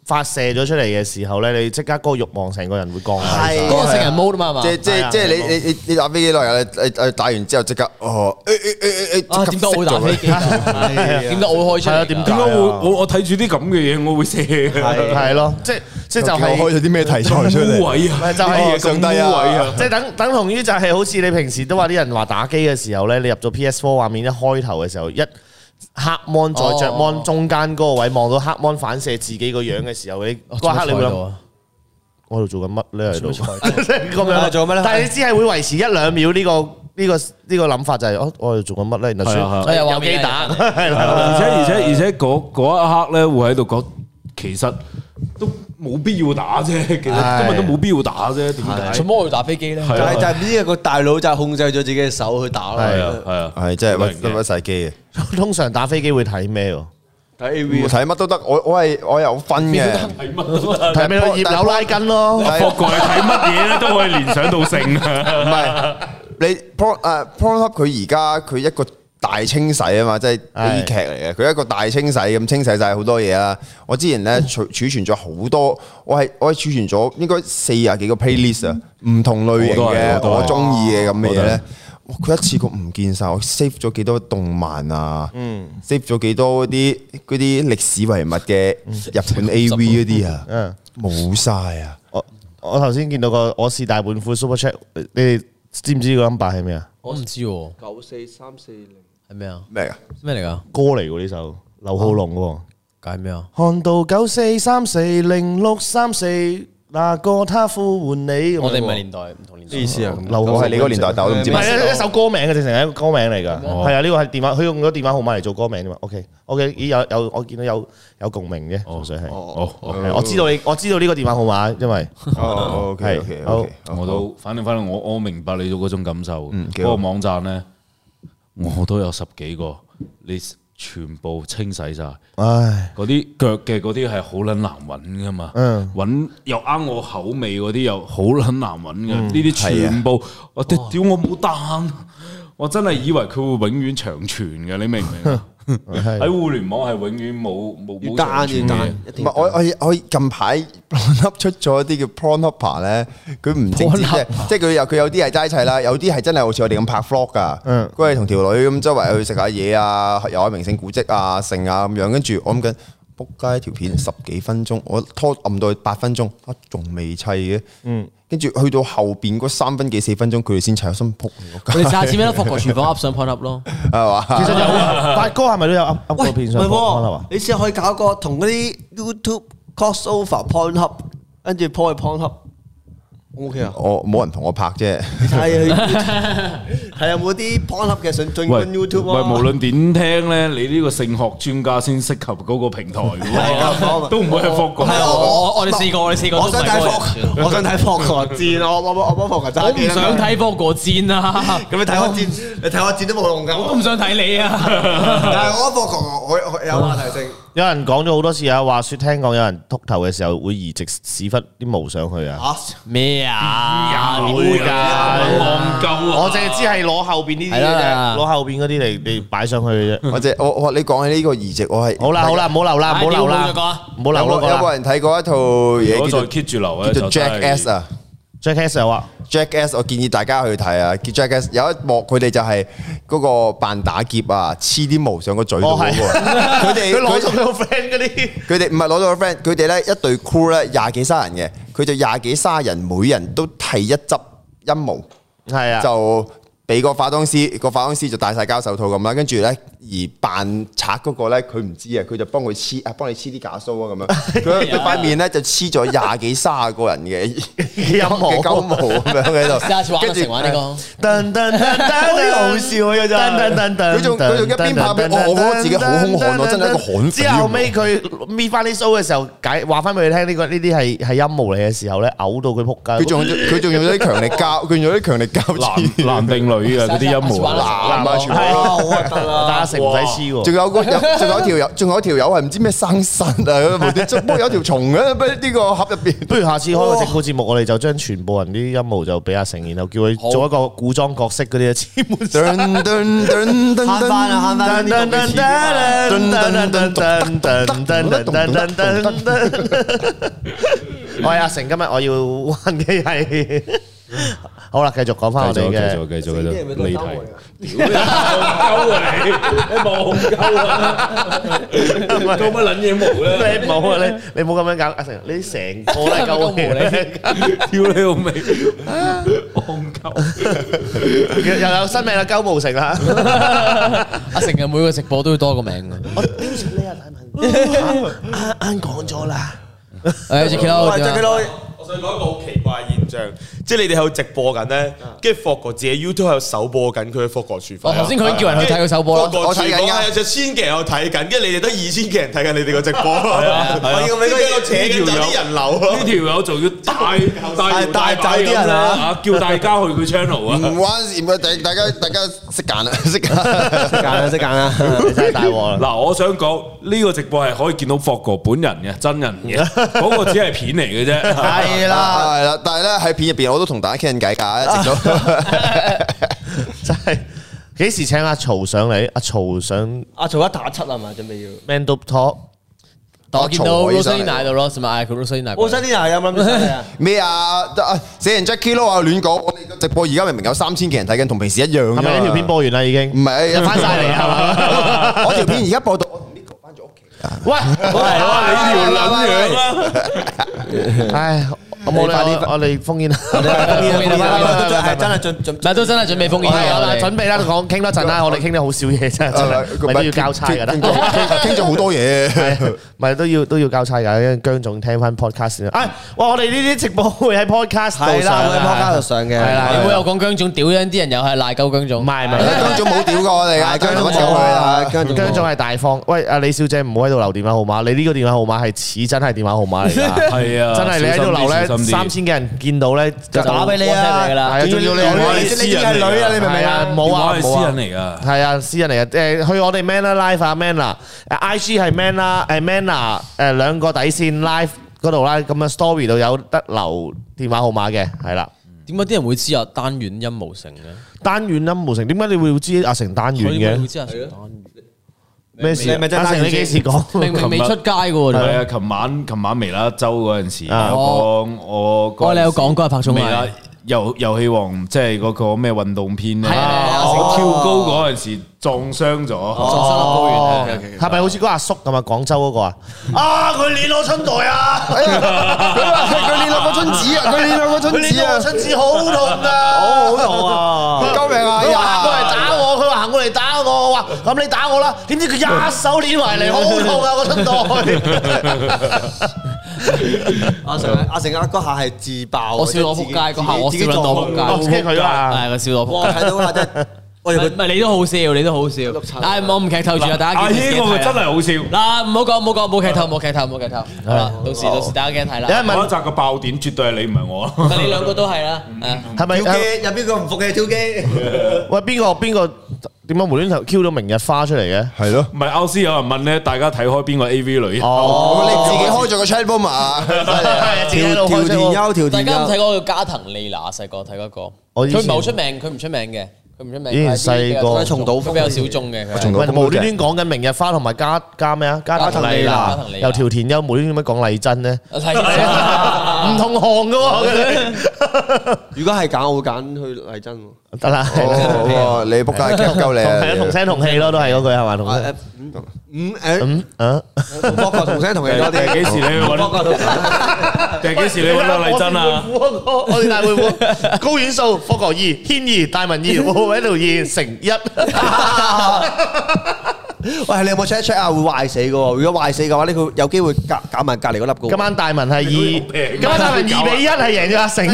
[SPEAKER 1] 發射咗出嚟嘅時候咧，你即刻嗰個慾望成個人會降低。
[SPEAKER 4] 係
[SPEAKER 3] 嗰個成人 mode 啊嘛，
[SPEAKER 2] 即
[SPEAKER 3] 係
[SPEAKER 2] 即
[SPEAKER 1] 係啊
[SPEAKER 2] 即係你你你你打飛機落嚟，你你你打完之後即刻哦，誒誒誒誒誒，
[SPEAKER 3] 嘛啊點解我會打飛機㗎？點解我會開
[SPEAKER 1] 係啊
[SPEAKER 3] 槍？
[SPEAKER 1] 點
[SPEAKER 5] 點解
[SPEAKER 1] 係啊
[SPEAKER 5] 我我我睇住啲咁嘅嘢，我會射嘅？
[SPEAKER 1] 係咯，即即就
[SPEAKER 2] 就
[SPEAKER 1] 係
[SPEAKER 2] 係開咗啲咩題材出
[SPEAKER 5] 污
[SPEAKER 2] 嚟？
[SPEAKER 5] 衊啊！
[SPEAKER 1] 咪就係
[SPEAKER 5] 呢啲嘢咁
[SPEAKER 2] 上帝啊
[SPEAKER 5] 污衊啊！
[SPEAKER 1] 即係等等同於就係好似你平時都話啲人話打機嘅時候咧，你入咗 PS4 畫面一開頭嘅時候，一黑 mon 再着 mon
[SPEAKER 3] 哦
[SPEAKER 1] 中間嗰個位望到黑 mon 反射自己個樣嘅時候，你
[SPEAKER 3] 哦
[SPEAKER 1] 嗰一刻你會
[SPEAKER 3] 做乜
[SPEAKER 1] 諗
[SPEAKER 2] 啊
[SPEAKER 3] 菜。
[SPEAKER 1] 我喺度做緊乜咧？喺度
[SPEAKER 3] 做乜
[SPEAKER 1] 咁
[SPEAKER 4] 係
[SPEAKER 1] 樣
[SPEAKER 4] 啊做緊乜呢
[SPEAKER 1] 但係你只係會維持一兩秒呢個呢個呢個諗法，就係我我喺度做緊乜咧？然後
[SPEAKER 5] 係啊
[SPEAKER 1] 算
[SPEAKER 3] 係啊
[SPEAKER 1] 有機打，
[SPEAKER 3] 有畫
[SPEAKER 1] 係啦。
[SPEAKER 5] 而且而且而且嗰嗰一刻咧，會喺度講，其實都冇必要打啫，其實根本都冇必要打啫，點
[SPEAKER 3] 係
[SPEAKER 5] 解
[SPEAKER 3] 做？乜我要打飛機咧？
[SPEAKER 5] 係
[SPEAKER 4] 就
[SPEAKER 5] 啊
[SPEAKER 4] 係就係呢個個大佬就係控制咗自己嘅手去打咯。
[SPEAKER 1] 係
[SPEAKER 5] 係啊係啊，
[SPEAKER 2] 係真係
[SPEAKER 5] 明
[SPEAKER 2] 屈
[SPEAKER 5] 嘅
[SPEAKER 2] 屈曬
[SPEAKER 1] 啊
[SPEAKER 2] 機嘅。
[SPEAKER 1] 通常打飛機會睇咩喎？
[SPEAKER 4] 睇 A
[SPEAKER 2] 唔
[SPEAKER 4] V
[SPEAKER 2] 睇乜都得，我我係我有分嘅。
[SPEAKER 5] 睇乜都得
[SPEAKER 1] 睇咩咯？葉柳拉筋咯。
[SPEAKER 2] 但係
[SPEAKER 5] 博過你睇乜嘢咧，都可以聯想到性啊！
[SPEAKER 2] 唔係你 Porn 誒 Pornhub 佢而家佢一個大清洗啊嘛，即係悲劇嚟嘅。佢一個大清洗咁清洗晒好多嘢啦。我之前咧
[SPEAKER 5] 嗯
[SPEAKER 2] 儲儲存咗好多，我係我係儲存咗應該四廿幾個 playlist 啊，唔同類
[SPEAKER 5] 好
[SPEAKER 2] 型
[SPEAKER 5] 多啊好
[SPEAKER 2] 嘅
[SPEAKER 5] 多啊啊
[SPEAKER 2] 我中意嘅咁嘅嘢咧。哇佢一次過唔見晒，我 save 咗幾多動漫啊，save
[SPEAKER 1] 嗯
[SPEAKER 2] 咗幾多嗰啲嗰啲歷史遺物嘅
[SPEAKER 5] 嗯
[SPEAKER 2] 日本 AV 嗰啲啊，冇晒啊！
[SPEAKER 1] 我我頭先見到個我是大本夫 Super Chat，你哋知唔知個 number 係咩啊？
[SPEAKER 3] 我唔知喎，
[SPEAKER 4] 九四三四零，
[SPEAKER 3] 係咩啊？
[SPEAKER 2] 咩啊？
[SPEAKER 3] 咩嚟㗎？
[SPEAKER 1] 歌嚟喎呢首，劉浩龍喎。
[SPEAKER 3] 解咩啊？
[SPEAKER 1] 看到九四三四零六三四，那個他呼喚你。
[SPEAKER 3] 我哋唔係年代，唔同年代。
[SPEAKER 4] 咩意思啊？
[SPEAKER 1] 劉浩
[SPEAKER 2] 我係你嗰個年代，但我都唔知
[SPEAKER 1] 唔
[SPEAKER 2] 咩事。
[SPEAKER 1] 係一一首歌名嘅，直情係一個歌名嚟㗎。係啊，呢個係電話，佢用咗電話號碼嚟做歌名啫嘛。OK，OK，咦有有，我見到有有共鳴嘅，純粹係。
[SPEAKER 5] 哦，
[SPEAKER 1] 係我知道你，我知道呢個電話號碼，因為
[SPEAKER 2] 哦，OK
[SPEAKER 1] 係
[SPEAKER 2] OK
[SPEAKER 1] 好
[SPEAKER 2] OK，
[SPEAKER 5] 我都反正反正我我明白你到嗰種感受。
[SPEAKER 2] 嗯幾
[SPEAKER 5] 嗰
[SPEAKER 2] 好
[SPEAKER 5] 個網站咧，我都有十幾個，你全部清洗晒。
[SPEAKER 1] 唉，嗯
[SPEAKER 5] 嗰啲腳嘅嗰啲係好撚難揾噶嘛，揾又啱我口味嗰啲又好撚難揾嘅，
[SPEAKER 1] 嗯
[SPEAKER 5] 呢啲全
[SPEAKER 1] 啊
[SPEAKER 5] 部我屌屌我冇單，我真係以為佢會永遠長存嘅，你明唔明啊？喺
[SPEAKER 1] 係
[SPEAKER 5] 互聯
[SPEAKER 6] 뭐
[SPEAKER 5] 網係永遠冇冇冇
[SPEAKER 4] 要
[SPEAKER 5] 長
[SPEAKER 4] 單
[SPEAKER 5] 存
[SPEAKER 4] 要單
[SPEAKER 5] 嘅。，
[SPEAKER 4] 一
[SPEAKER 2] 唔
[SPEAKER 4] 定
[SPEAKER 2] 係
[SPEAKER 4] 要
[SPEAKER 2] 我我我近排 Pornhub 出咗一啲叫 Pornhub 咧，佢唔淨止
[SPEAKER 3] Pornhub
[SPEAKER 2] 啫，即係佢有佢有啲係齋砌啦，有啲係真係好似我哋咁拍 vlog 噶，
[SPEAKER 3] 嗯
[SPEAKER 2] 佢係同條女咁周圍去食下嘢啊，遊下明星古蹟啊、剩啊咁樣，跟住我諗緊仆街條片十幾分鐘，我拖暗到去八分鐘，啊仲未砌嘅，嗯，跟住去到後邊嗰三分幾四分鐘，佢哋先砌，我心仆
[SPEAKER 3] 我哋下次咩都復個廚房 up 上 point up 咯，
[SPEAKER 2] 係嘛？
[SPEAKER 1] 其實有，八哥係咪都有 up up 過片上
[SPEAKER 4] 喂唔係喎
[SPEAKER 1] 網啊？
[SPEAKER 4] 你試下可以搞個同嗰啲 YouTube crossover Pornhub，跟住 po 去 Pornhub。O K 啊，
[SPEAKER 2] 我冇人同我拍 啫，
[SPEAKER 4] 睇下佢啊 係啊有冇啲 Pornhub 嘅想進
[SPEAKER 5] 喂
[SPEAKER 4] 軍 YouTube à.
[SPEAKER 5] 喂，
[SPEAKER 4] 啊？
[SPEAKER 5] 無 論點聽咧，你呢個性學專家先適合嗰個平台嘅
[SPEAKER 4] 啊
[SPEAKER 5] 喎，都唔會去復過。
[SPEAKER 4] 係啊
[SPEAKER 3] 我 我哋試過我哋試過
[SPEAKER 4] 我想睇
[SPEAKER 3] 都唔係
[SPEAKER 4] Fox，我想睇 Fox 戰，我我我我幫 Fox
[SPEAKER 3] 我
[SPEAKER 4] 爭
[SPEAKER 3] 唔想。睇波過戰啊，
[SPEAKER 4] 咁你睇我戰，你睇我戰都冇用㗎。
[SPEAKER 3] 我都唔想睇你啊。
[SPEAKER 4] 但係我 Fox 我我我有話題性。
[SPEAKER 1] 有人講咗好多次啊，話説聽講有人秃頭嘅時候會移植屎忽啲毛上去啊。
[SPEAKER 4] 嚇，
[SPEAKER 3] 咩啊？
[SPEAKER 1] 會㗎 뭐,
[SPEAKER 5] 戇鳩啊！
[SPEAKER 1] 我淨係知係攞後邊呢啲嘅
[SPEAKER 3] 係
[SPEAKER 1] 啫，
[SPEAKER 3] 啦
[SPEAKER 1] 攞後邊嗰啲嚟嚟擺上去嘅啫。
[SPEAKER 2] 或者 我我你講起呢個移植，我係
[SPEAKER 1] 好啦好啦，唔好留啦，唔好留
[SPEAKER 3] 哎
[SPEAKER 1] 啦
[SPEAKER 3] 你要冇再講啊，
[SPEAKER 1] 唔好
[SPEAKER 2] 有
[SPEAKER 1] 留嗰
[SPEAKER 2] 冇
[SPEAKER 1] 個
[SPEAKER 2] 有冇
[SPEAKER 1] 啦。
[SPEAKER 2] 人睇過一套
[SPEAKER 5] 如
[SPEAKER 2] 嘢
[SPEAKER 5] 果
[SPEAKER 2] 叫
[SPEAKER 5] 再
[SPEAKER 2] 做
[SPEAKER 5] keep 住留咧，
[SPEAKER 2] 叫
[SPEAKER 5] 就
[SPEAKER 2] 做
[SPEAKER 5] 真係
[SPEAKER 2] Jackass 啊？
[SPEAKER 1] Jackass 有啊，
[SPEAKER 2] Jackass，我建議大家去睇啊！Jackass 有一幕佢哋就係嗰個扮打劫啊，黐啲毛上個嘴度
[SPEAKER 1] 哦係
[SPEAKER 2] 嗰個。佢哋
[SPEAKER 1] 佢攞咗
[SPEAKER 2] 佢
[SPEAKER 1] 佢個 friend 嗰啲。
[SPEAKER 2] 佢哋唔係攞到個 friend，佢哋咧一隊 crew 咧廿幾卅人嘅，佢就廿幾卅人，每人都剃一執陰毛，
[SPEAKER 1] 係啊，
[SPEAKER 2] 就俾個化妝師，個化妝師就戴晒膠手套咁啦，跟住咧而扮賊嗰個咧，佢唔知啊，佢就幫佢黐啊，幫你黐啲假須 啊咁樣，佢佢塊面咧就黐咗廿幾卅個人嘅
[SPEAKER 1] 陰毛
[SPEAKER 2] 嘅鳩毛咁樣喺
[SPEAKER 3] 下次
[SPEAKER 2] 度，
[SPEAKER 3] 玩
[SPEAKER 2] 跟
[SPEAKER 3] 得成
[SPEAKER 2] 住
[SPEAKER 3] 玩呢個。
[SPEAKER 1] 噔噔噔噔，
[SPEAKER 4] 好笑啊真係
[SPEAKER 1] 噔噔噔噔，
[SPEAKER 2] 佢仲佢仲一邊拍俾
[SPEAKER 1] 哦
[SPEAKER 2] 我我覺得自己好空
[SPEAKER 1] 啊
[SPEAKER 2] 汗咯真係一個汗匪
[SPEAKER 1] 之後尾佢搣翻啲須嘅時候，解話翻俾佢聽呢個呢啲係係陰毛嚟嘅時候咧，嘔到佢撲街。
[SPEAKER 2] 佢仲佢仲用咗啲強力膠，佢用咗啲強力膠黐
[SPEAKER 5] 男男定女啊？嗰啲陰毛啊，
[SPEAKER 2] 男啊，全部
[SPEAKER 1] 係
[SPEAKER 2] 都。
[SPEAKER 4] 好核突啊！
[SPEAKER 1] 打成唔使黐喎
[SPEAKER 2] 仲。有 個有，仲有條友，仲有條友係唔知咩生虱啊！ 無端端不過有條蟲嘅，不過呢個盒入邊。
[SPEAKER 1] 不如下次開個政府節目，我哋就將全部人啲陰毛就俾阿成，然後叫佢做一個古裝角色嗰啲黐滿晒。
[SPEAKER 2] 噔噔噔噔噔
[SPEAKER 4] 慳翻啊慳翻呢啲咁嘅錢啊嘛
[SPEAKER 1] 我係阿成，今日我要玩嘅係，好啦，繼續講翻我
[SPEAKER 5] 繼
[SPEAKER 1] 哋
[SPEAKER 5] 續繼續
[SPEAKER 1] 嘅
[SPEAKER 5] 繼續繼續，你睇。
[SPEAKER 1] 你冇啊， 你你冇咁樣搞，阿成，你成個都係鳩 嚟， 又有新名啦，鳩毛成 啦，
[SPEAKER 3] 阿成嘅每個直播都要多個名嘅。
[SPEAKER 1] 我邀請你啊，大文，
[SPEAKER 4] 아,
[SPEAKER 1] 啱啱講咗啦，
[SPEAKER 3] 誒 j a c k
[SPEAKER 4] 喂，就佢
[SPEAKER 3] i
[SPEAKER 4] 攞。
[SPEAKER 7] 我想講一個好奇怪嘅現象，即係你哋喺度直播緊咧，跟住霍哥自己 YouTube 喺度首播緊佢嘅霍哥廚
[SPEAKER 3] 我
[SPEAKER 7] 房。
[SPEAKER 3] 頭先佢已經叫人去睇佢首播
[SPEAKER 7] 霍
[SPEAKER 3] 啦
[SPEAKER 7] 哥。
[SPEAKER 2] 我睇
[SPEAKER 7] 廚
[SPEAKER 2] 緊㗎
[SPEAKER 7] 房係有成千幾人喺度睇緊，跟住你哋得二千幾人睇緊你哋個直播。係
[SPEAKER 5] 啊係啊
[SPEAKER 7] 我要咪喺度扯緊走啲人流咯
[SPEAKER 5] 呢。條友仲要帶帶帶走啲人啊！叫大家去佢 channel à. 啊！
[SPEAKER 2] 唔關 事，唔係大大家大家識揀啦，識揀。
[SPEAKER 4] 識揀啦，識揀啦。
[SPEAKER 1] 你真係大鑊啦，
[SPEAKER 5] 嗱，我想講呢個直播係可以見到霍哥本人嘅真人嘅，嗰個只係片嚟嘅啫。
[SPEAKER 1] 係啦，
[SPEAKER 2] 係啦，但係咧喺片入邊我都同大家傾緊偈㗎，一直都。
[SPEAKER 1] 真係幾時請阿曹上嚟？阿曹上
[SPEAKER 4] 阿曹一打七係嘛？準備要。
[SPEAKER 1] Man Up Talk。
[SPEAKER 3] 但我見到
[SPEAKER 2] 我嘈可以
[SPEAKER 3] Rosalina
[SPEAKER 2] 上嚟
[SPEAKER 3] 喺度咯，同埋嗌佢 Rosalina 過
[SPEAKER 4] 我
[SPEAKER 3] 嚟。
[SPEAKER 4] 身啲人有冇諗住啊？
[SPEAKER 2] 咩啊？得啊寫完 Jackie 咯，我亂講。我哋個直播而家明明有三千幾人睇緊，同平時一樣㗎嘛。
[SPEAKER 1] 係咪呢條片播完啦已經？
[SPEAKER 2] 唔係
[SPEAKER 1] 翻晒嚟係嘛？
[SPEAKER 2] 我條片而家播到，我同 Nico 翻咗屋企。
[SPEAKER 1] 喂，
[SPEAKER 5] 哇！你條撚樣啊！
[SPEAKER 1] 唉，我冇啦，
[SPEAKER 4] 你快啲
[SPEAKER 1] 我我哋封煙啦，
[SPEAKER 4] 係真係準準
[SPEAKER 3] 唔係都真係準備封煙
[SPEAKER 1] 係
[SPEAKER 3] 啦，
[SPEAKER 1] 我啦，
[SPEAKER 3] 我哋
[SPEAKER 1] 準備啦，講傾多陣啦，我哋傾得好少嘢真
[SPEAKER 2] 啊
[SPEAKER 1] 係真係，咪都要交差㗎
[SPEAKER 2] 傾
[SPEAKER 1] 啦。
[SPEAKER 2] 傾咗好多嘢。
[SPEAKER 1] 係啊咪都要都要交差㗎？因為姜總聽翻 podcast 先。唉，哇！我哋呢啲直播會喺 podcast 度
[SPEAKER 4] 係
[SPEAKER 1] 上
[SPEAKER 4] 啦，我喺 p
[SPEAKER 1] 啊
[SPEAKER 4] o 度上嘅。
[SPEAKER 1] 係啦
[SPEAKER 3] 你會有講姜總屌人，啲人又係賴鳩姜總。
[SPEAKER 1] 唔係唔係，
[SPEAKER 2] 姜總冇屌過我
[SPEAKER 5] À,
[SPEAKER 2] 哋
[SPEAKER 1] à,
[SPEAKER 2] 啊，姜總冇屌佢啊。
[SPEAKER 4] 姜總
[SPEAKER 1] 姜總係大方。喂，阿李小姐唔好喺度留電話號碼，你呢個電話號碼係似真係電話號碼嚟㗎。
[SPEAKER 5] 係啊，
[SPEAKER 1] 真係你喺度留咧，
[SPEAKER 5] 小心啲
[SPEAKER 1] 三千嘅人見到咧就
[SPEAKER 4] 打俾你啊
[SPEAKER 3] WhatsApp 嚟㗎啦
[SPEAKER 1] 係啊，仲要你
[SPEAKER 5] 我哋
[SPEAKER 1] 係
[SPEAKER 5] 私人嚟㗎，
[SPEAKER 1] 明唔明啊？冇啊，
[SPEAKER 5] 電話係
[SPEAKER 1] 冇啊
[SPEAKER 5] 私人。嚟㗎。
[SPEAKER 1] 係啊，私人嚟嘅，誒去我哋 Manner Live 啊，Manner，誒 IG 係 Manner，誒 Manner，誒兩個底線 Live 嗰度啦，咁啊 Story 度有得留電話號碼嘅，係啦。
[SPEAKER 3] 點解啲人會知啊？單元音無成嘅，
[SPEAKER 1] 單元音無成，點解你會知阿成單元
[SPEAKER 3] 佢點會
[SPEAKER 1] 嘅？
[SPEAKER 3] 知啊？成單元
[SPEAKER 1] 咩事？
[SPEAKER 4] 你咪真係
[SPEAKER 1] 阿成你
[SPEAKER 4] 單元先
[SPEAKER 1] 幾時
[SPEAKER 3] 明
[SPEAKER 1] 講？
[SPEAKER 3] 明未出街嘅
[SPEAKER 5] 係
[SPEAKER 3] 喎，你
[SPEAKER 5] 啊，琴晚琴晚微啦，周嗰陣時有
[SPEAKER 1] 啊
[SPEAKER 5] 講我嗰陣時
[SPEAKER 3] 哦你有講嗰日拍綜藝
[SPEAKER 5] 微辣遊遊戲王即係嗰個咩運動片咧，
[SPEAKER 3] 係啊係啊
[SPEAKER 5] 我跳高嗰陣時撞傷咗，
[SPEAKER 3] 撞傷個高
[SPEAKER 1] 哦
[SPEAKER 3] 原，
[SPEAKER 1] 係咪好似嗰個阿叔咁啊？廣州嗰個啊？
[SPEAKER 4] 아,
[SPEAKER 1] 啊！佢練我春袋啊！
[SPEAKER 2] 哎呀佢話佢練兩個春子啊，佢練兩個
[SPEAKER 1] 佢
[SPEAKER 2] 春子
[SPEAKER 1] 練
[SPEAKER 2] 啊
[SPEAKER 1] 到我，春子好痛啊！
[SPEAKER 2] 好好痛
[SPEAKER 1] 啊！
[SPEAKER 4] 그러니까
[SPEAKER 2] 救命啊！哎
[SPEAKER 4] dạ.
[SPEAKER 1] 佢
[SPEAKER 2] 呀
[SPEAKER 1] 行過嚟打我，佢話行過嚟打我，我話咁你打我
[SPEAKER 4] Ờ,
[SPEAKER 1] 啦。點知佢一手捏埋嚟，好痛啊！我春袋。
[SPEAKER 4] 阿成阿成啊，嗰下係自爆啊，
[SPEAKER 3] 我笑到撲街嗰下，我
[SPEAKER 4] 自
[SPEAKER 3] 笑
[SPEAKER 4] 己
[SPEAKER 3] 到
[SPEAKER 4] 撞
[SPEAKER 3] 撲
[SPEAKER 4] 到
[SPEAKER 1] 我
[SPEAKER 3] 街，
[SPEAKER 1] 驚佢啊
[SPEAKER 4] à?
[SPEAKER 3] 係我笑到
[SPEAKER 4] 哇！
[SPEAKER 3] 撲街。
[SPEAKER 4] 睇到嗰下 真係，我
[SPEAKER 3] 唔
[SPEAKER 4] 有個
[SPEAKER 3] 係你都好笑，你都好笑。唉，我唔劇透住啊，大家
[SPEAKER 5] 阿
[SPEAKER 3] 記得
[SPEAKER 5] 軒嗰個
[SPEAKER 3] 記得睇啊
[SPEAKER 5] 真係好笑。
[SPEAKER 3] 嗱，唔好講，唔好講，冇劇透，冇劇透，冇劇透。好啦，到時到時大家記得睇
[SPEAKER 1] 你係
[SPEAKER 3] 啦。
[SPEAKER 1] 咪
[SPEAKER 5] 嗰一集嘅爆點絕對係你唔係我，
[SPEAKER 3] 但你兩個都係啦，啊
[SPEAKER 1] 係咪？
[SPEAKER 4] 跳機，有邊個唔服嘅跳機？
[SPEAKER 1] 喂，邊個邊個點解無端頭 Q 到明日花出嚟嘅？
[SPEAKER 2] 係咯，
[SPEAKER 5] 唔係歐斯有人問咧，大家睇開邊個 A V 女？
[SPEAKER 1] 哦，
[SPEAKER 2] 你自己開咗個 chat room 啊，
[SPEAKER 1] 係自己喺
[SPEAKER 4] 跳
[SPEAKER 1] 度
[SPEAKER 4] 跳
[SPEAKER 1] 開
[SPEAKER 4] 電
[SPEAKER 1] 聲。
[SPEAKER 4] 優，跳
[SPEAKER 3] 大
[SPEAKER 4] 電
[SPEAKER 3] 家有冇
[SPEAKER 4] 優
[SPEAKER 3] 睇。過個加藤利娜細個睇嗰個，
[SPEAKER 1] 我以前
[SPEAKER 3] 佢唔係好出名，佢唔出名嘅，佢唔出名。
[SPEAKER 1] 以前
[SPEAKER 3] 但係啲
[SPEAKER 1] 細個
[SPEAKER 3] 比較
[SPEAKER 4] 松島風
[SPEAKER 3] 比較小眾嘅。佢係
[SPEAKER 2] 松島
[SPEAKER 1] 喂，無端端講緊明日花同埋加加咩啊？加
[SPEAKER 3] 加藤
[SPEAKER 1] 利
[SPEAKER 3] 利娜
[SPEAKER 1] 娜又條田優，無端端點解講麗珍呢？
[SPEAKER 4] Ờ,
[SPEAKER 1] 唔
[SPEAKER 3] 係
[SPEAKER 1] 同行噶喎佢
[SPEAKER 4] 如果係揀，我會揀去麗珍喎。
[SPEAKER 1] 哋，得啦，
[SPEAKER 2] 哦，你仆街激鳩你
[SPEAKER 1] 係啊，同
[SPEAKER 2] 啊！
[SPEAKER 1] 聲同氣咯，都係嗰句係嘛？同聲
[SPEAKER 4] 啊五誒，
[SPEAKER 1] 嗯啊，
[SPEAKER 4] 博國同聲同氣多
[SPEAKER 5] 定係
[SPEAKER 4] 啲。
[SPEAKER 5] 幾時你去
[SPEAKER 4] 博
[SPEAKER 5] 揾？
[SPEAKER 4] 國同聲，
[SPEAKER 5] 定係幾時你揾到麗珍
[SPEAKER 4] à?
[SPEAKER 5] 啊？
[SPEAKER 1] 我哋大會副嗰個我哋大會副高遠數、科學二、軒二、大文二、我喺度二乘一，
[SPEAKER 4] 喂，你有冇 check check 啊？會壞死嘅喎，如果壞死嘅話，呢佢有機會夾夾埋隔離嗰粒嘅喎。
[SPEAKER 1] 今晚啊大文係二，
[SPEAKER 4] 啊
[SPEAKER 1] 今晚大文二比一係贏咗 阿成。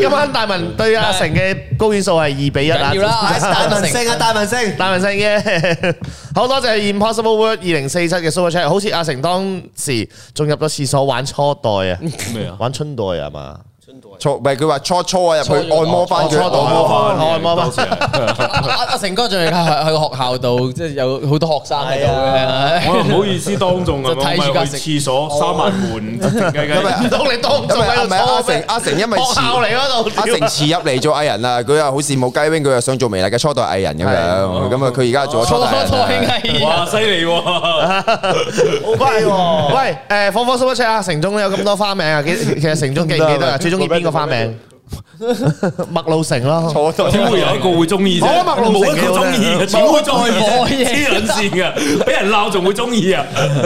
[SPEAKER 1] 今晚大文對阿成嘅高遠數係二比一啊！
[SPEAKER 3] 緊要 啦
[SPEAKER 4] 大大文星啊，大文星。
[SPEAKER 1] 大文星嘅，好多謝 Impossible Word 二零四七嘅 Super Chat，好似阿成當時仲入咗廁所玩初代啊，
[SPEAKER 5] 咩啊？
[SPEAKER 1] 玩春代啊嘛，
[SPEAKER 2] 初唔係佢話初初啊入去按摩翻佢，
[SPEAKER 3] 初初
[SPEAKER 2] 按
[SPEAKER 1] 按
[SPEAKER 2] 摩翻。
[SPEAKER 1] 摩翻按摩翻
[SPEAKER 5] 當時係
[SPEAKER 3] 阿阿成哥仲係喺喺學校度，即係有好多學生喺度
[SPEAKER 5] 我又
[SPEAKER 3] 嘅。
[SPEAKER 5] 唔好意思當眾啊，
[SPEAKER 3] 就
[SPEAKER 5] 我咪
[SPEAKER 3] 睇住
[SPEAKER 5] 去
[SPEAKER 3] 架食
[SPEAKER 5] 廁所閂埋門，靜雞
[SPEAKER 2] 因為
[SPEAKER 5] 雞。
[SPEAKER 1] 唔通你當
[SPEAKER 2] 因
[SPEAKER 1] 眾
[SPEAKER 2] 為
[SPEAKER 1] 喺
[SPEAKER 2] 唔
[SPEAKER 1] 度
[SPEAKER 2] 啊係阿
[SPEAKER 1] 搓
[SPEAKER 2] 成
[SPEAKER 1] 咩，
[SPEAKER 2] 阿成因為
[SPEAKER 1] 學校
[SPEAKER 2] 遲
[SPEAKER 1] 嚟嗰度，
[SPEAKER 2] 阿成遲入嚟做藝人啊，佢又好羨慕雞 wing，佢又想做微辣嘅初代藝人咁樣，咁啊佢而家做咗初
[SPEAKER 3] 初
[SPEAKER 2] 代藝
[SPEAKER 3] 初
[SPEAKER 2] 人啊。
[SPEAKER 3] 兄
[SPEAKER 5] 哇，犀利喎！
[SPEAKER 1] 喂，誒，火火 Super Chat 啊，成總有咁多花名啊，其其實成總記唔記得啊？最中意邊個花名？ 麥路成咯，
[SPEAKER 2] 初代
[SPEAKER 5] 點會有一個會中意啫？
[SPEAKER 1] 我覺得麥路
[SPEAKER 5] 冇一
[SPEAKER 1] 成幾
[SPEAKER 5] 個
[SPEAKER 1] 好
[SPEAKER 5] 中意啊嘅，點會中意
[SPEAKER 3] 我
[SPEAKER 5] 嘅？
[SPEAKER 3] 覺得
[SPEAKER 5] 黐撚線嘅，俾人鬧仲會中意啊？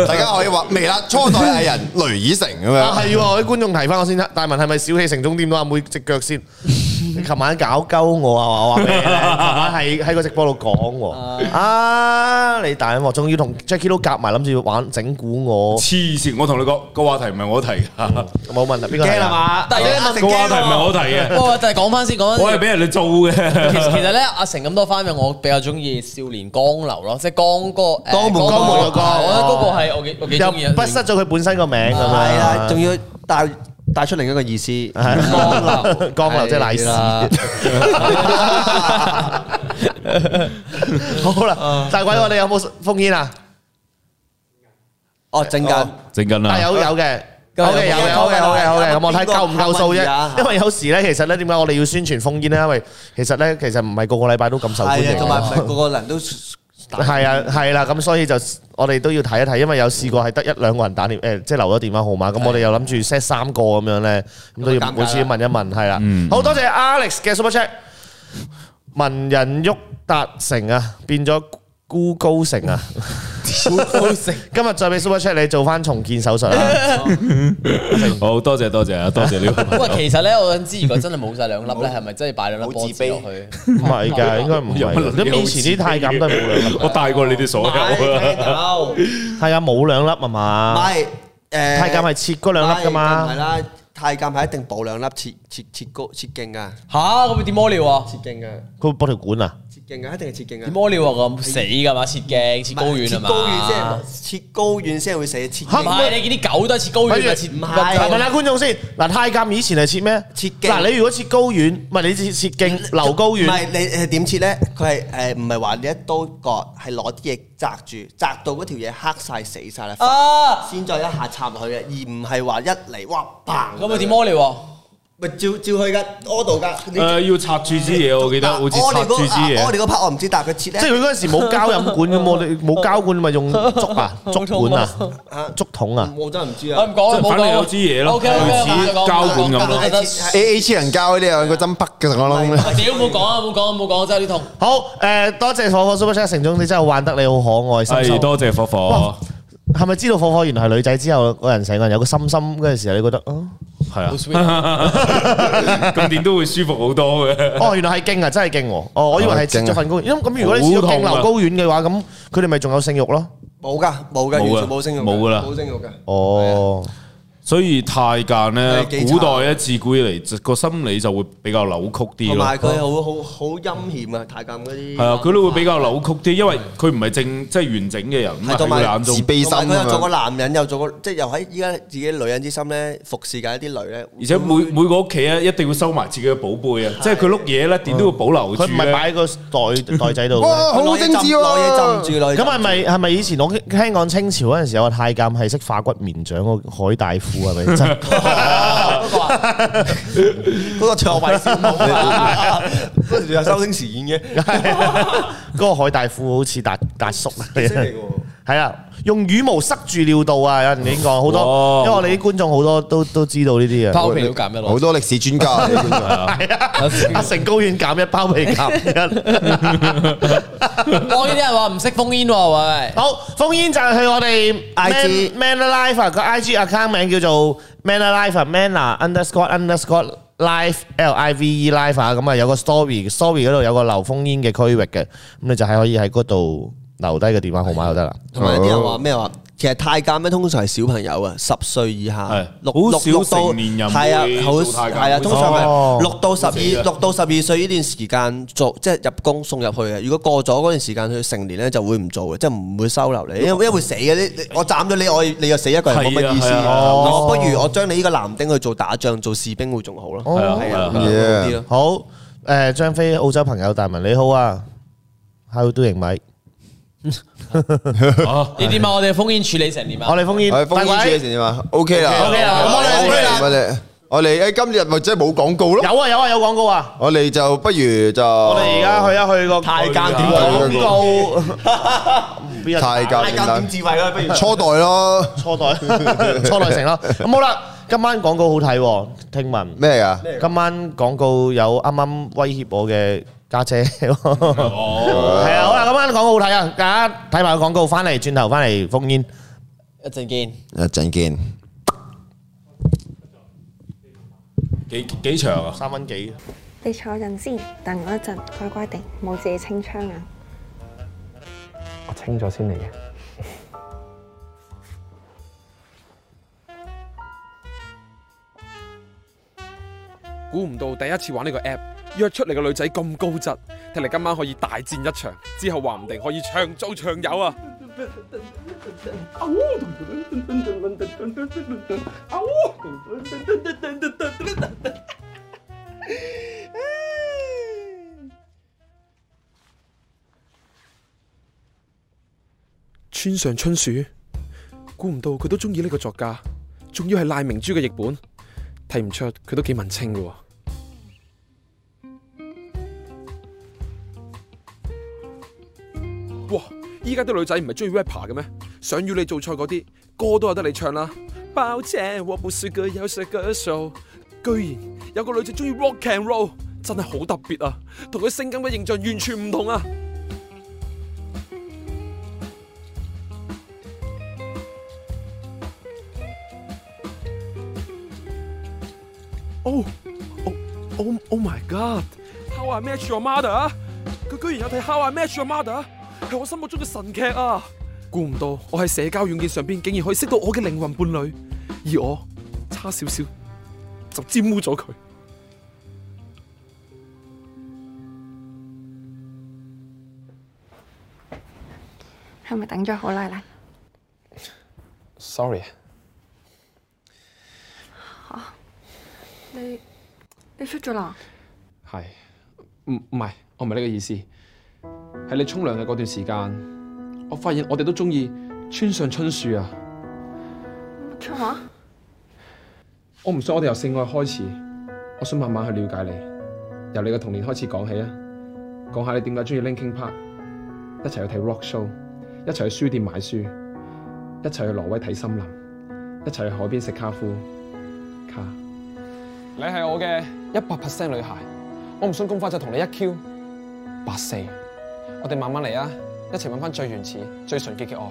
[SPEAKER 2] 大家可以話微辣初代藝 人雷以成咁
[SPEAKER 1] 啊
[SPEAKER 2] 樣。
[SPEAKER 1] 係喎，啲觀眾提翻我先啦，大文係咪小氣成總掂到阿妹只 腳先？你琴晚搞鳩我啊！話我話俾你聽，琴晚喺喺個直播度講 喎。啊，你大鑊，仲要同 Jackie 都夾埋，諗住玩整蠱我，
[SPEAKER 5] 黐線！我同你講個話題唔係我提㗎，
[SPEAKER 1] 冇問題。邊個
[SPEAKER 4] 驚
[SPEAKER 1] 係啊
[SPEAKER 4] 啦？嘛？
[SPEAKER 3] 但係如果
[SPEAKER 5] 個話題唔係我提嘅，
[SPEAKER 3] 不過但係講翻先，講
[SPEAKER 5] 我
[SPEAKER 3] 翻
[SPEAKER 5] 係
[SPEAKER 3] 先。
[SPEAKER 5] 俾人哋做
[SPEAKER 3] 其
[SPEAKER 5] 嘅。
[SPEAKER 3] 實其 實咧，阿成咁多花名，我比較中意少年江流咯，即係江哥誒
[SPEAKER 4] 江門
[SPEAKER 1] 江門
[SPEAKER 3] 嗰
[SPEAKER 1] 嗰個
[SPEAKER 3] 我覺得嗰個係我幾我幾中意
[SPEAKER 1] 又
[SPEAKER 3] 啊。
[SPEAKER 1] 不失咗 佢本身個名咁樣。
[SPEAKER 4] 係啦，仲要帶帶出另一個意思，江流
[SPEAKER 1] 江流即係 賴屎
[SPEAKER 4] 啦。
[SPEAKER 1] 好啦，大鬼，我哋有冇封煙啊？
[SPEAKER 4] 哦，陣間
[SPEAKER 5] 正緊
[SPEAKER 1] 啊有有嘅。
[SPEAKER 3] 夠
[SPEAKER 1] O K 有
[SPEAKER 3] 有
[SPEAKER 1] 嘅
[SPEAKER 4] 嘅
[SPEAKER 1] 好嘅好嘅好嘅，咁我睇
[SPEAKER 4] 邊個
[SPEAKER 1] 夠唔夠數
[SPEAKER 4] 啱啱
[SPEAKER 1] 啫
[SPEAKER 4] 啊。
[SPEAKER 1] 因為有時咧，其實咧點解我哋要宣傳封煙咧？因為其實咧，其實唔係個個禮拜都咁受歡
[SPEAKER 4] 係
[SPEAKER 1] 迎
[SPEAKER 4] 啊，
[SPEAKER 1] 嘅。
[SPEAKER 4] 同埋唔係個個人 都
[SPEAKER 1] 係啊，係啦，咁所以就我哋都要睇一睇，因為有試過係得一兩個人打電誒，即係留咗電話號碼，咁我哋又諗住 set 三個咁樣咧，咁都要每次問一問，係啦。
[SPEAKER 5] 嗯
[SPEAKER 1] 好多謝 Alex 嘅 Super Chat，文人郁達成啊，變咗孤高成啊， 今日再俾 Super Chat 你做翻重建手術啊，
[SPEAKER 5] 好多謝多謝啊，多謝呢個
[SPEAKER 3] 不
[SPEAKER 5] 朋
[SPEAKER 3] 過
[SPEAKER 5] 友。
[SPEAKER 3] 其實咧，我想知如果真係冇晒兩粒咧，係咪真係擺兩粒波子落去？
[SPEAKER 1] 唔係㗎，應該唔係，咁以前啲太監都係冇兩粒，
[SPEAKER 5] 我大過你哋所有啊！
[SPEAKER 4] 唔
[SPEAKER 1] 太監冇兩粒啊嘛，
[SPEAKER 4] 係誒
[SPEAKER 1] 太監係切嗰兩粒㗎
[SPEAKER 4] 係
[SPEAKER 1] 嘛，
[SPEAKER 4] 啦，太監係一定補兩粒切切切高切勁啊，
[SPEAKER 3] 吓，咁會點屙尿啊？
[SPEAKER 4] 切勁啊，
[SPEAKER 1] 佢會駁條管啊。
[SPEAKER 4] 切勁啊，一定係切勁啊
[SPEAKER 3] 點。屙尿啊？咁死㗎嘛？切鏡切高
[SPEAKER 4] 唔係
[SPEAKER 3] 遠
[SPEAKER 4] 切
[SPEAKER 3] 啊嘛？
[SPEAKER 4] 高遠先，切高遠先會死，切
[SPEAKER 3] 唔
[SPEAKER 4] 勁
[SPEAKER 3] 係你見啲狗都係切高
[SPEAKER 1] 咪住
[SPEAKER 3] 遠啊，切
[SPEAKER 4] 唔係
[SPEAKER 1] 嗱，問下觀眾先，嗱，太監以前係切咩？
[SPEAKER 4] 切徑
[SPEAKER 1] 嗱，你如果切高遠，唔係你切切徑留高
[SPEAKER 4] 唔
[SPEAKER 1] 遠，
[SPEAKER 4] 係你係點切咧？佢係誒唔係話你一刀割，係攞啲嘢擲住，擲到嗰條嘢黑晒死晒啦，
[SPEAKER 3] 啊！
[SPEAKER 4] 先再一下插落去嘅，而唔係話一嚟哇砰
[SPEAKER 3] 咁佢點屙尿啊？
[SPEAKER 4] 咪照照去噶，屙度噶。你
[SPEAKER 5] 诶，要插住支嘢，我記得
[SPEAKER 4] 嗱
[SPEAKER 5] 好似
[SPEAKER 4] 我
[SPEAKER 5] 插
[SPEAKER 4] 哋
[SPEAKER 5] 住
[SPEAKER 4] 嗰
[SPEAKER 5] 支
[SPEAKER 4] 啊我哋
[SPEAKER 5] 嘢。
[SPEAKER 4] 嗰 part 我唔知，但係佢切咧
[SPEAKER 1] 即係佢嗰陣時冇膠飲管咁，我哋冇膠管咪用竹啊、竹管啊、竹筒啊。
[SPEAKER 4] 我真係唔知
[SPEAKER 3] 我
[SPEAKER 4] 啊。
[SPEAKER 3] 唔講啦，冇
[SPEAKER 5] 反
[SPEAKER 3] 講
[SPEAKER 5] 正
[SPEAKER 3] 啦。
[SPEAKER 5] 有支嘢咯
[SPEAKER 3] OK，OK，
[SPEAKER 5] 類似
[SPEAKER 3] 我唔講
[SPEAKER 5] 膠管咁
[SPEAKER 3] 我唔講
[SPEAKER 5] 咯
[SPEAKER 3] 我覺得
[SPEAKER 2] A A 超人膠嗰啲有個針筆嘅，我諗。
[SPEAKER 3] 屌，冇講啊，冇講啊，冇講啊，真係啲痛。
[SPEAKER 1] 好誒，多謝火火 Super Chat 成總，你真係玩得你好可愛，心心
[SPEAKER 5] 係多謝火火，
[SPEAKER 1] 係咪知道火火原來係女仔之後，個人成個人有個心心嗰陣時候，你覺得哦，
[SPEAKER 5] 係啊， 咁點都會舒服好多嘅。
[SPEAKER 1] 哦原來係勁啊，真係勁喎！哦，我以為係切咗份工，因為咁如果你切
[SPEAKER 5] 啊好
[SPEAKER 1] 咗勁
[SPEAKER 5] 痛
[SPEAKER 1] 流
[SPEAKER 5] 啊
[SPEAKER 1] 高丸嘅話，咁佢哋咪仲有性慾咯？
[SPEAKER 4] 冇噶，冇噶，完
[SPEAKER 5] 冇㗎
[SPEAKER 4] 全冇聲用㗎，
[SPEAKER 5] 冇㗎啦
[SPEAKER 4] 冇聲用㗎。
[SPEAKER 1] 哦，
[SPEAKER 5] 所以太監咧
[SPEAKER 4] 係幾，慘
[SPEAKER 5] 古代咧自古以嚟個心理就會比較扭曲啲
[SPEAKER 4] 同
[SPEAKER 5] 咯
[SPEAKER 4] 埋。佢好好好陰險啊，太監嗰啲。
[SPEAKER 5] 係啊，佢都會比較扭曲啲，因為佢唔係正即係完整嘅人，咁啊
[SPEAKER 4] 係同
[SPEAKER 5] 喺
[SPEAKER 4] 埋
[SPEAKER 5] 佢眼中
[SPEAKER 2] 自。卑心
[SPEAKER 4] 同埋佢
[SPEAKER 2] 啊
[SPEAKER 4] 又做過
[SPEAKER 2] 嘛，
[SPEAKER 4] 男人，又做過即係又喺依家自己女人之心咧服侍緊一啲女咧，
[SPEAKER 5] 而且每每個屋企咧，一定要收埋自己嘅寶貝啊！即係佢碌嘢咧，點都要保留住
[SPEAKER 1] 佢唔係
[SPEAKER 5] 咧。
[SPEAKER 1] 擺 喺個袋袋仔度嘅咩。
[SPEAKER 2] 哇，好精緻
[SPEAKER 4] 攞嘢浸
[SPEAKER 2] 喎！
[SPEAKER 4] 住攞嘢浸住。
[SPEAKER 1] 咁係咪係咪以前我聽聽講清朝嗰陣時有個太監係識化骨綿掌嗰個海大夫啊係 咪真？
[SPEAKER 4] 嗰個卓慧小夢啊，嗰時有周星馳演嘅，
[SPEAKER 1] 嗰個海大夫好似達達叔啊嚟
[SPEAKER 4] 犀利
[SPEAKER 1] 嘅
[SPEAKER 4] 喎。
[SPEAKER 1] 係啊，用羽毛塞住尿道啊！有人已經講好多，
[SPEAKER 5] 哇
[SPEAKER 1] 因為我哋啲觀眾好多都都知道呢啲啊
[SPEAKER 3] 包
[SPEAKER 1] 嘅。
[SPEAKER 3] 皮都減一
[SPEAKER 2] 好
[SPEAKER 3] 攞。
[SPEAKER 2] 多歷史專家啊，你觀眾
[SPEAKER 1] 係啊，阿成高遠減一 包皮減一。
[SPEAKER 3] 我呢啲人話唔識封煙喎，喂。
[SPEAKER 1] 好，封煙就係去我哋
[SPEAKER 4] IG
[SPEAKER 1] Man Man Alive 啊個 IG account 名叫做 Man Alive 啊 Mana underscore underscore Live L I V E Live 啊，咁啊有個 story story 嗰度有個留封煙嘅區域嘅，咁你就係可以喺嗰度留低個電話號碼就得啦。
[SPEAKER 4] 同埋有啲人
[SPEAKER 1] 哦
[SPEAKER 4] 話咩話？其實太監咧，通常係小朋友啊，十歲以下
[SPEAKER 5] 係，
[SPEAKER 4] 六
[SPEAKER 5] 好
[SPEAKER 4] 六
[SPEAKER 5] 少
[SPEAKER 4] 六到
[SPEAKER 5] 成年人
[SPEAKER 4] 係啊，
[SPEAKER 5] 會
[SPEAKER 4] 好
[SPEAKER 5] 做太監
[SPEAKER 4] 係啊，通常
[SPEAKER 1] 哦
[SPEAKER 4] 係六到十二
[SPEAKER 5] 嘅
[SPEAKER 4] 六到十二歲呢段時間做，即係入宮送入去嘅。如果過咗嗰段時間，佢成年咧就會唔做嘅，即係唔會收留你，因為因為會死嘅。你你我斬咗你，我你又死一個人，冇
[SPEAKER 5] 係
[SPEAKER 4] 乜
[SPEAKER 5] 啊
[SPEAKER 4] 意思。
[SPEAKER 5] 係啊
[SPEAKER 4] 我不如我將你呢個男丁去做打仗、做士兵會仲好咯，
[SPEAKER 1] 哦
[SPEAKER 5] 係啊
[SPEAKER 4] 係
[SPEAKER 5] 係
[SPEAKER 4] 啊，
[SPEAKER 5] 啊
[SPEAKER 4] 好啲咯。
[SPEAKER 1] 好，誒張飛澳洲朋友大文你好啊，How doing 米？ À,
[SPEAKER 3] 你點啊？我哋封煙處理成點
[SPEAKER 1] 我
[SPEAKER 3] 啊？
[SPEAKER 1] 哋封煙，
[SPEAKER 2] 我哋封煙
[SPEAKER 1] 大
[SPEAKER 2] 處
[SPEAKER 1] 鬼
[SPEAKER 2] 理成點啊？OK 啦
[SPEAKER 1] OK 啦咁我哋
[SPEAKER 2] OK 啦
[SPEAKER 1] OK
[SPEAKER 2] 我哋我哋誒今日咪即係冇廣告咯，
[SPEAKER 1] 有啊有啊有廣告啊！
[SPEAKER 2] 我哋就不如就
[SPEAKER 1] 我哋而家去一去個
[SPEAKER 4] 太監點
[SPEAKER 1] 廣告，邊個
[SPEAKER 2] 太監
[SPEAKER 4] 太監點智慧啦，不如。
[SPEAKER 2] 初代咯，
[SPEAKER 1] 初代初代城咯。咁好啦，今晚廣告好睇喎，聽聞。
[SPEAKER 2] 咩啊？
[SPEAKER 1] 今晚廣告有啱啱威脅我嘅家姐 喎，係啊，好啦，今晚廣告好睇啊，大家睇埋個廣告，翻嚟轉頭翻嚟封煙。
[SPEAKER 3] 一陣見。
[SPEAKER 2] 一陣見。
[SPEAKER 5] 幾幾長啊？
[SPEAKER 1] 三蚊幾？
[SPEAKER 8] 你坐陣先，等我一陣，乖乖地，冇自己清窗啊！
[SPEAKER 9] 我清咗先嚟嘅。
[SPEAKER 6] 估唔到第一次玩呢個 app，約出嚟嘅女仔咁高質，睇嚟今晚可以大戰一場，之後話唔定可以長做長有啊！村上春樹，估唔到佢都中意呢個作家，仲要係賴明珠嘅譯本。睇唔出佢都幾文青嘅喎。哇！依家啲女仔唔係中意 rapper 嘅咩？想要你做菜嗰啲歌都有得你唱啦。抱歉，我不是個有色歌手。居然有個女仔中意 rock and roll，真係好特別啊！同佢性感嘅形象完全唔同啊！哦哦，Oh Oh my God！How I Met Your Mother，佢啊居然有睇 How I Met Your Mother，係我心目中嘅神劇
[SPEAKER 9] 아.
[SPEAKER 6] 啊！估唔到我喺社交軟件上邊竟然可以識到我嘅靈魂伴侶，而我差少少就沾污咗佢。
[SPEAKER 8] 係咪等咗好耐啦？
[SPEAKER 6] Sorry，
[SPEAKER 8] 你你出咗啦？
[SPEAKER 6] 係唔唔係？我唔係呢個意思，係你沖涼嘅嗰段時間，我發現我哋都中意村上春樹啊！
[SPEAKER 8] 出下？
[SPEAKER 6] 我唔想我哋由性愛開始，
[SPEAKER 9] 我想慢慢去了解你，由你嘅童年開始講起啊，講下你點解中意 Linkin Park，一齊去睇 rock show，一齊去書店買書，一齊去挪威睇森林，一齊去海邊食卡夫卡。你係我嘅一百 percent 女孩，我唔信咁快就同你一 Q 八四，我哋慢慢嚟啊，一齊揾翻最原始、最純潔嘅愛，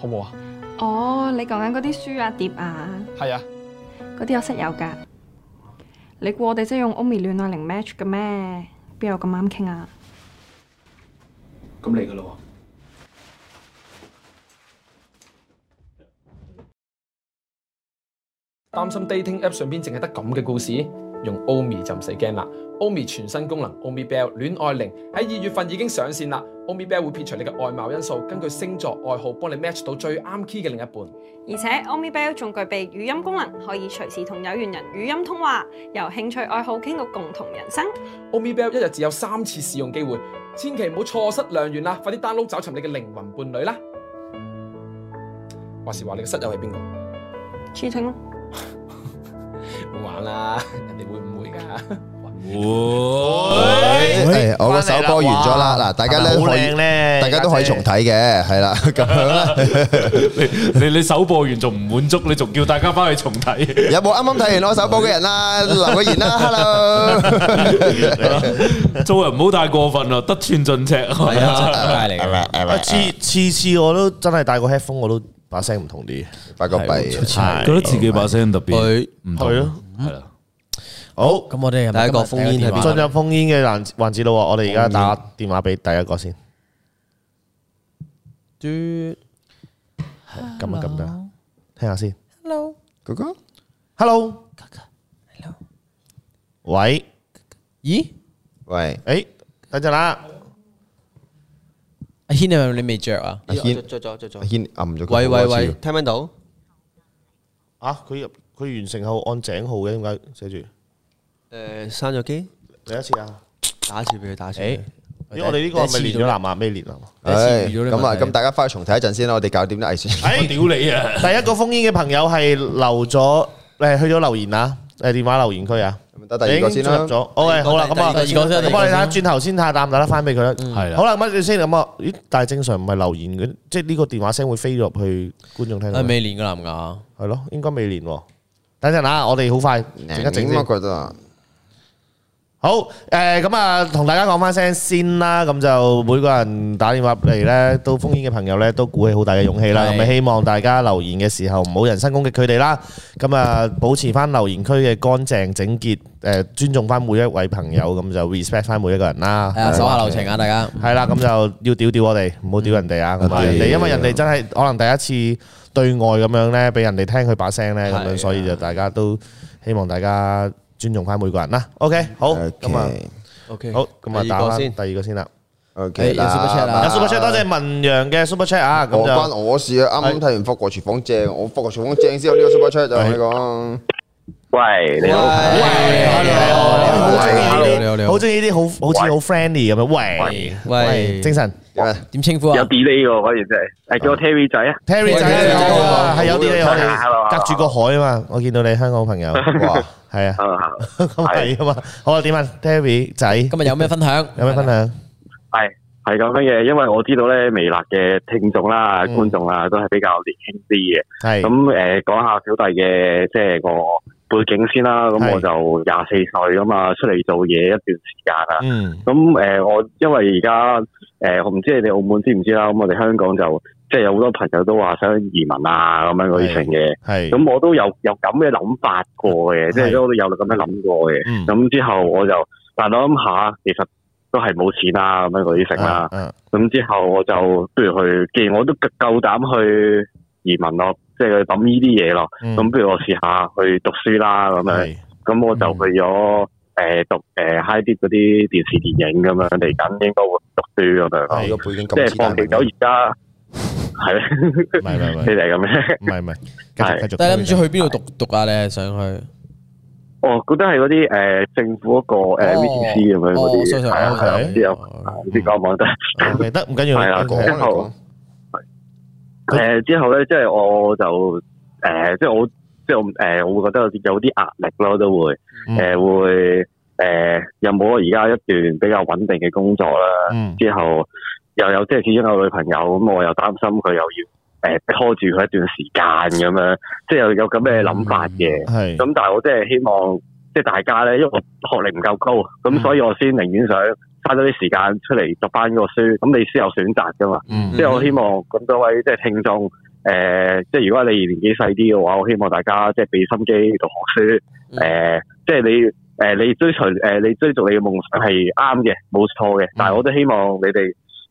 [SPEAKER 9] 好唔好啊？
[SPEAKER 8] 哦，你講緊嗰啲書啊、碟啊，
[SPEAKER 9] 係啊，
[SPEAKER 8] 嗰啲我室友㗎。你估我哋即係用 Omi 戀愛零 match 嘅咩？邊有咁啱傾啊？
[SPEAKER 9] 咁你噶啦喎。擔心 dating app 上邊淨係得咁嘅故事，用 Omi 就唔使驚啦。Omi 全新功能 Omi Bell 戀愛鈴喺二月份已經上線啦。Omi Bell 會撇除你嘅外貌因素，根據星座愛好幫你 match 到最啱 key 嘅另一半。
[SPEAKER 8] 而且 Omi Bell 仲具備語音功能，可以隨時同有緣人語音通話，由興趣愛好傾到共同人生。
[SPEAKER 9] Omi Bell 一日只有三次試用機會，千祈唔好錯失良緣啦！快啲 download 找尋你嘅靈魂伴侶啦！話時話你嘅室友係邊個？
[SPEAKER 8] Cheating 咯，
[SPEAKER 9] 唔好玩啦，人哋會誤會㗎。
[SPEAKER 2] 誒我個首歌完咗啦，嗱，大家咧
[SPEAKER 1] 好
[SPEAKER 2] 可
[SPEAKER 1] 靚
[SPEAKER 2] 以，
[SPEAKER 1] 咧，
[SPEAKER 2] 大家都可以重睇 嘅，係啦，咁樣啦。
[SPEAKER 5] 你你首播完仲唔滿足，你仲叫大家翻去重睇？
[SPEAKER 2] 有冇啱啱睇完我首播嘅人啦？留個 言啦，hello。
[SPEAKER 5] 做人唔好太過分啦，啊得寸進尺。係
[SPEAKER 3] 啊，真係嚟㗎。
[SPEAKER 1] 啊。次次次我都真係戴個 headphone，我都把聲唔同啲。
[SPEAKER 2] 八個幣，
[SPEAKER 5] 覺得自己把聲特別
[SPEAKER 3] 佢
[SPEAKER 5] 唔同，
[SPEAKER 1] 係咯，
[SPEAKER 5] 係啦。
[SPEAKER 1] 好，
[SPEAKER 3] 咁我哋第一個封煙
[SPEAKER 2] 啊
[SPEAKER 3] 係邊
[SPEAKER 1] 進
[SPEAKER 3] 個？
[SPEAKER 1] 入烽煙嘅環環節咯喎，我哋而家打電話俾第一個先。嘟，係咁啊咁得，聽下先。
[SPEAKER 2] 哥哥，
[SPEAKER 1] Hello，喂，
[SPEAKER 3] 咦，
[SPEAKER 2] 喂，
[SPEAKER 1] 誒，等陣啦，
[SPEAKER 3] 阿軒係咪你未着啊？
[SPEAKER 1] Dạ,
[SPEAKER 2] 阿軒
[SPEAKER 4] 着咗着
[SPEAKER 2] 阿
[SPEAKER 4] 咗。
[SPEAKER 2] 軒暗咗佢
[SPEAKER 3] 喂
[SPEAKER 2] 好多
[SPEAKER 3] 喂
[SPEAKER 2] 次
[SPEAKER 3] 喂
[SPEAKER 2] 喎，
[SPEAKER 4] 聽唔聽到？
[SPEAKER 1] 啊，佢入佢完成後按井號嘅，點解寫住？
[SPEAKER 4] 誒，刪咗機，
[SPEAKER 1] 第一次啊，
[SPEAKER 4] 打一次俾佢打一次。
[SPEAKER 1] 咦，我哋呢個係咪連咗藍牙？未連藍牙？
[SPEAKER 2] 唉
[SPEAKER 3] 一次遇到呢
[SPEAKER 2] 咁啊，
[SPEAKER 3] 問題
[SPEAKER 2] 咁大家翻去重睇一陣先啦，我哋搞掂啲藝術。
[SPEAKER 5] 我屌你啊！
[SPEAKER 1] 第一個封煙嘅朋友係留咗誒去咗留言啊，誒電話留言區啊，
[SPEAKER 2] 咁得第二個先
[SPEAKER 1] 已經進入
[SPEAKER 2] 啦。
[SPEAKER 1] 咗。OK，好啦，咁啊，
[SPEAKER 3] 第二個先
[SPEAKER 1] 咁我哋睇下轉頭先睇下打唔打得翻俾佢啦。
[SPEAKER 5] 係啦
[SPEAKER 1] 好啦，咁住先咁啊，咦？但係正常唔係留言嘅，即係呢個電話聲會飛入去觀眾聽到
[SPEAKER 3] 係。未練嘅男牙。
[SPEAKER 1] 係咯，應該未連喎。等陣啊，我哋好快整一整
[SPEAKER 2] 點
[SPEAKER 1] 先
[SPEAKER 2] 我。覺得啊，
[SPEAKER 1] 好，誒咁啊，同大家講翻聲先啦，咁就每個人打電話嚟咧，都封煙嘅朋友咧，都鼓起好大嘅勇氣啦。
[SPEAKER 3] 係
[SPEAKER 1] 咁啊，希望大家留言嘅時候唔好人身攻擊佢哋啦。咁啊，保持翻留言區嘅乾淨整潔，誒尊重翻每一位朋友，咁就 respect 翻每一個人啦。
[SPEAKER 3] 係啊，手下留情啊，大家。
[SPEAKER 1] 係啦，咁就要屌屌我哋，唔好屌人哋啊！咁啊，
[SPEAKER 2] 係
[SPEAKER 1] 人哋因為人哋真係可能第一次對外咁樣咧，俾人哋聽佢把聲咧，咁
[SPEAKER 3] 係
[SPEAKER 1] 樣
[SPEAKER 3] 啊
[SPEAKER 1] 所以就大家都希望大家尊重翻每個人啦。OK，好，咁啊。
[SPEAKER 3] OK，
[SPEAKER 1] 好，咁啊
[SPEAKER 4] 第二
[SPEAKER 1] 打
[SPEAKER 4] 個
[SPEAKER 1] 翻
[SPEAKER 4] 先
[SPEAKER 1] 第二個先啦。
[SPEAKER 2] ，OK
[SPEAKER 3] 有 super chat 啦
[SPEAKER 1] 有 super chat，多謝文陽嘅 super chat à, 啊，咁
[SPEAKER 2] 我關
[SPEAKER 1] 就
[SPEAKER 2] 我事啊！啱啱睇完《法國廚房正》，我《法國廚房正》先有呢個 super chat 就同你講。
[SPEAKER 10] 喂，你好，
[SPEAKER 1] 好中意
[SPEAKER 3] 你好你好你
[SPEAKER 1] 呢啲，
[SPEAKER 3] 好
[SPEAKER 1] 好中意呢啲好好似好 friendly 咁樣。喂
[SPEAKER 3] 喂，
[SPEAKER 1] 精神
[SPEAKER 2] 點啊
[SPEAKER 3] 點稱呼啊
[SPEAKER 10] 有？delay 喎，嗰段真係，係叫我 Terry 仔啊，
[SPEAKER 1] Terry 仔
[SPEAKER 3] 喂
[SPEAKER 1] 你好啊，係有啲你我
[SPEAKER 10] Hello，hello，hello
[SPEAKER 1] 哋隔住個海啊嘛，我見到你香港朋友，
[SPEAKER 2] 哇！
[SPEAKER 1] 係啊，
[SPEAKER 10] 啊，
[SPEAKER 1] 咁係啊嘛。好啊，點啊，Terry 仔
[SPEAKER 3] 今日有咩分享？啊
[SPEAKER 1] 有咩分享？
[SPEAKER 10] 係係咁樣嘅，因為我知道咧微辣嘅聽眾啦、觀眾啦，都係比較年輕啲嘅。咁
[SPEAKER 1] 嗯係
[SPEAKER 10] 誒，講下小弟嘅即係個背景先啦。咁
[SPEAKER 1] 係
[SPEAKER 10] 我就廿四歲咁嘛，出嚟做嘢一段時間啊啦。
[SPEAKER 6] 음.
[SPEAKER 1] 嗯
[SPEAKER 10] 咁誒、呃我因為而家誒，我唔知你哋澳門知唔知啦。咁我哋香港就即係有好多朋友都話想移民啊，咁樣嗰啲成嘅。
[SPEAKER 1] 係
[SPEAKER 10] 咁我都有有咁嘅諗法過嘅，即係都有咁樣諗過嘅。
[SPEAKER 1] 嗯
[SPEAKER 10] 咁之後我就，但我諗下，其實都係冇錢啦，咁樣嗰啲食啦。
[SPEAKER 1] 嗯
[SPEAKER 10] 咁之後我就不如去，既然我都夠夠膽去移民咯，即係去諗呢啲嘢咯。
[SPEAKER 1] 嗯
[SPEAKER 10] 咁不如我試下去讀書啦，咁樣。
[SPEAKER 1] 係嗯
[SPEAKER 10] 咁我就去咗誒讀誒 high 啲嗰啲電視電影咁樣，嚟緊應該會讀書咁樣咯。
[SPEAKER 2] 呢個背景
[SPEAKER 10] 即
[SPEAKER 2] 咁
[SPEAKER 10] 係
[SPEAKER 2] 似
[SPEAKER 10] 放
[SPEAKER 2] 大
[SPEAKER 10] 棄咗而家，係 你
[SPEAKER 1] 唔係唔係唔係
[SPEAKER 10] 哋咁樣。
[SPEAKER 1] 唔係唔係，繼續繼續。
[SPEAKER 3] 但係諗住去邊度讀讀啊？你係想去？
[SPEAKER 10] 哦，覺得係嗰啲誒政府嗰個
[SPEAKER 1] 哦
[SPEAKER 10] 誒 VTC 咁樣嗰
[SPEAKER 3] 哦
[SPEAKER 10] 啲，
[SPEAKER 3] ，sorry，sorry，
[SPEAKER 10] 係啊係啊，
[SPEAKER 1] OK 哦
[SPEAKER 10] 唔知有唔知講唔講得？
[SPEAKER 1] OK，得唔緊要，
[SPEAKER 10] 係啊啦
[SPEAKER 2] 講
[SPEAKER 10] 講
[SPEAKER 2] 嚟講，
[SPEAKER 10] 誒之後咧，即係我就誒，即係我即係我誒，我會覺得有啲有啲壓力咯，都會誒
[SPEAKER 1] 嗯
[SPEAKER 10] 會誒又冇我而家一段比較穩定嘅工作啦，
[SPEAKER 1] 嗯
[SPEAKER 10] 之後又有即係始終有女朋友，咁我又擔心佢又要誒拖住佢一段時間咁樣，即係有有咁嘅諗法嘅。
[SPEAKER 1] 嗯係
[SPEAKER 10] 咁但係我真係希望，即係大家咧，因為我學歷唔夠高，咁所以我先寧願想花多啲時間出嚟讀翻個書，咁你先有選擇噶嘛。
[SPEAKER 1] 嗯
[SPEAKER 10] 即係我希望咁多位即係聽眾，誒、即係如果你年紀細啲嘅話，我希望大家即係俾心機讀學書，誒、即係你。誒、你追隨誒、你追逐你嘅夢想係啱嘅，冇錯嘅。但係我都希望你哋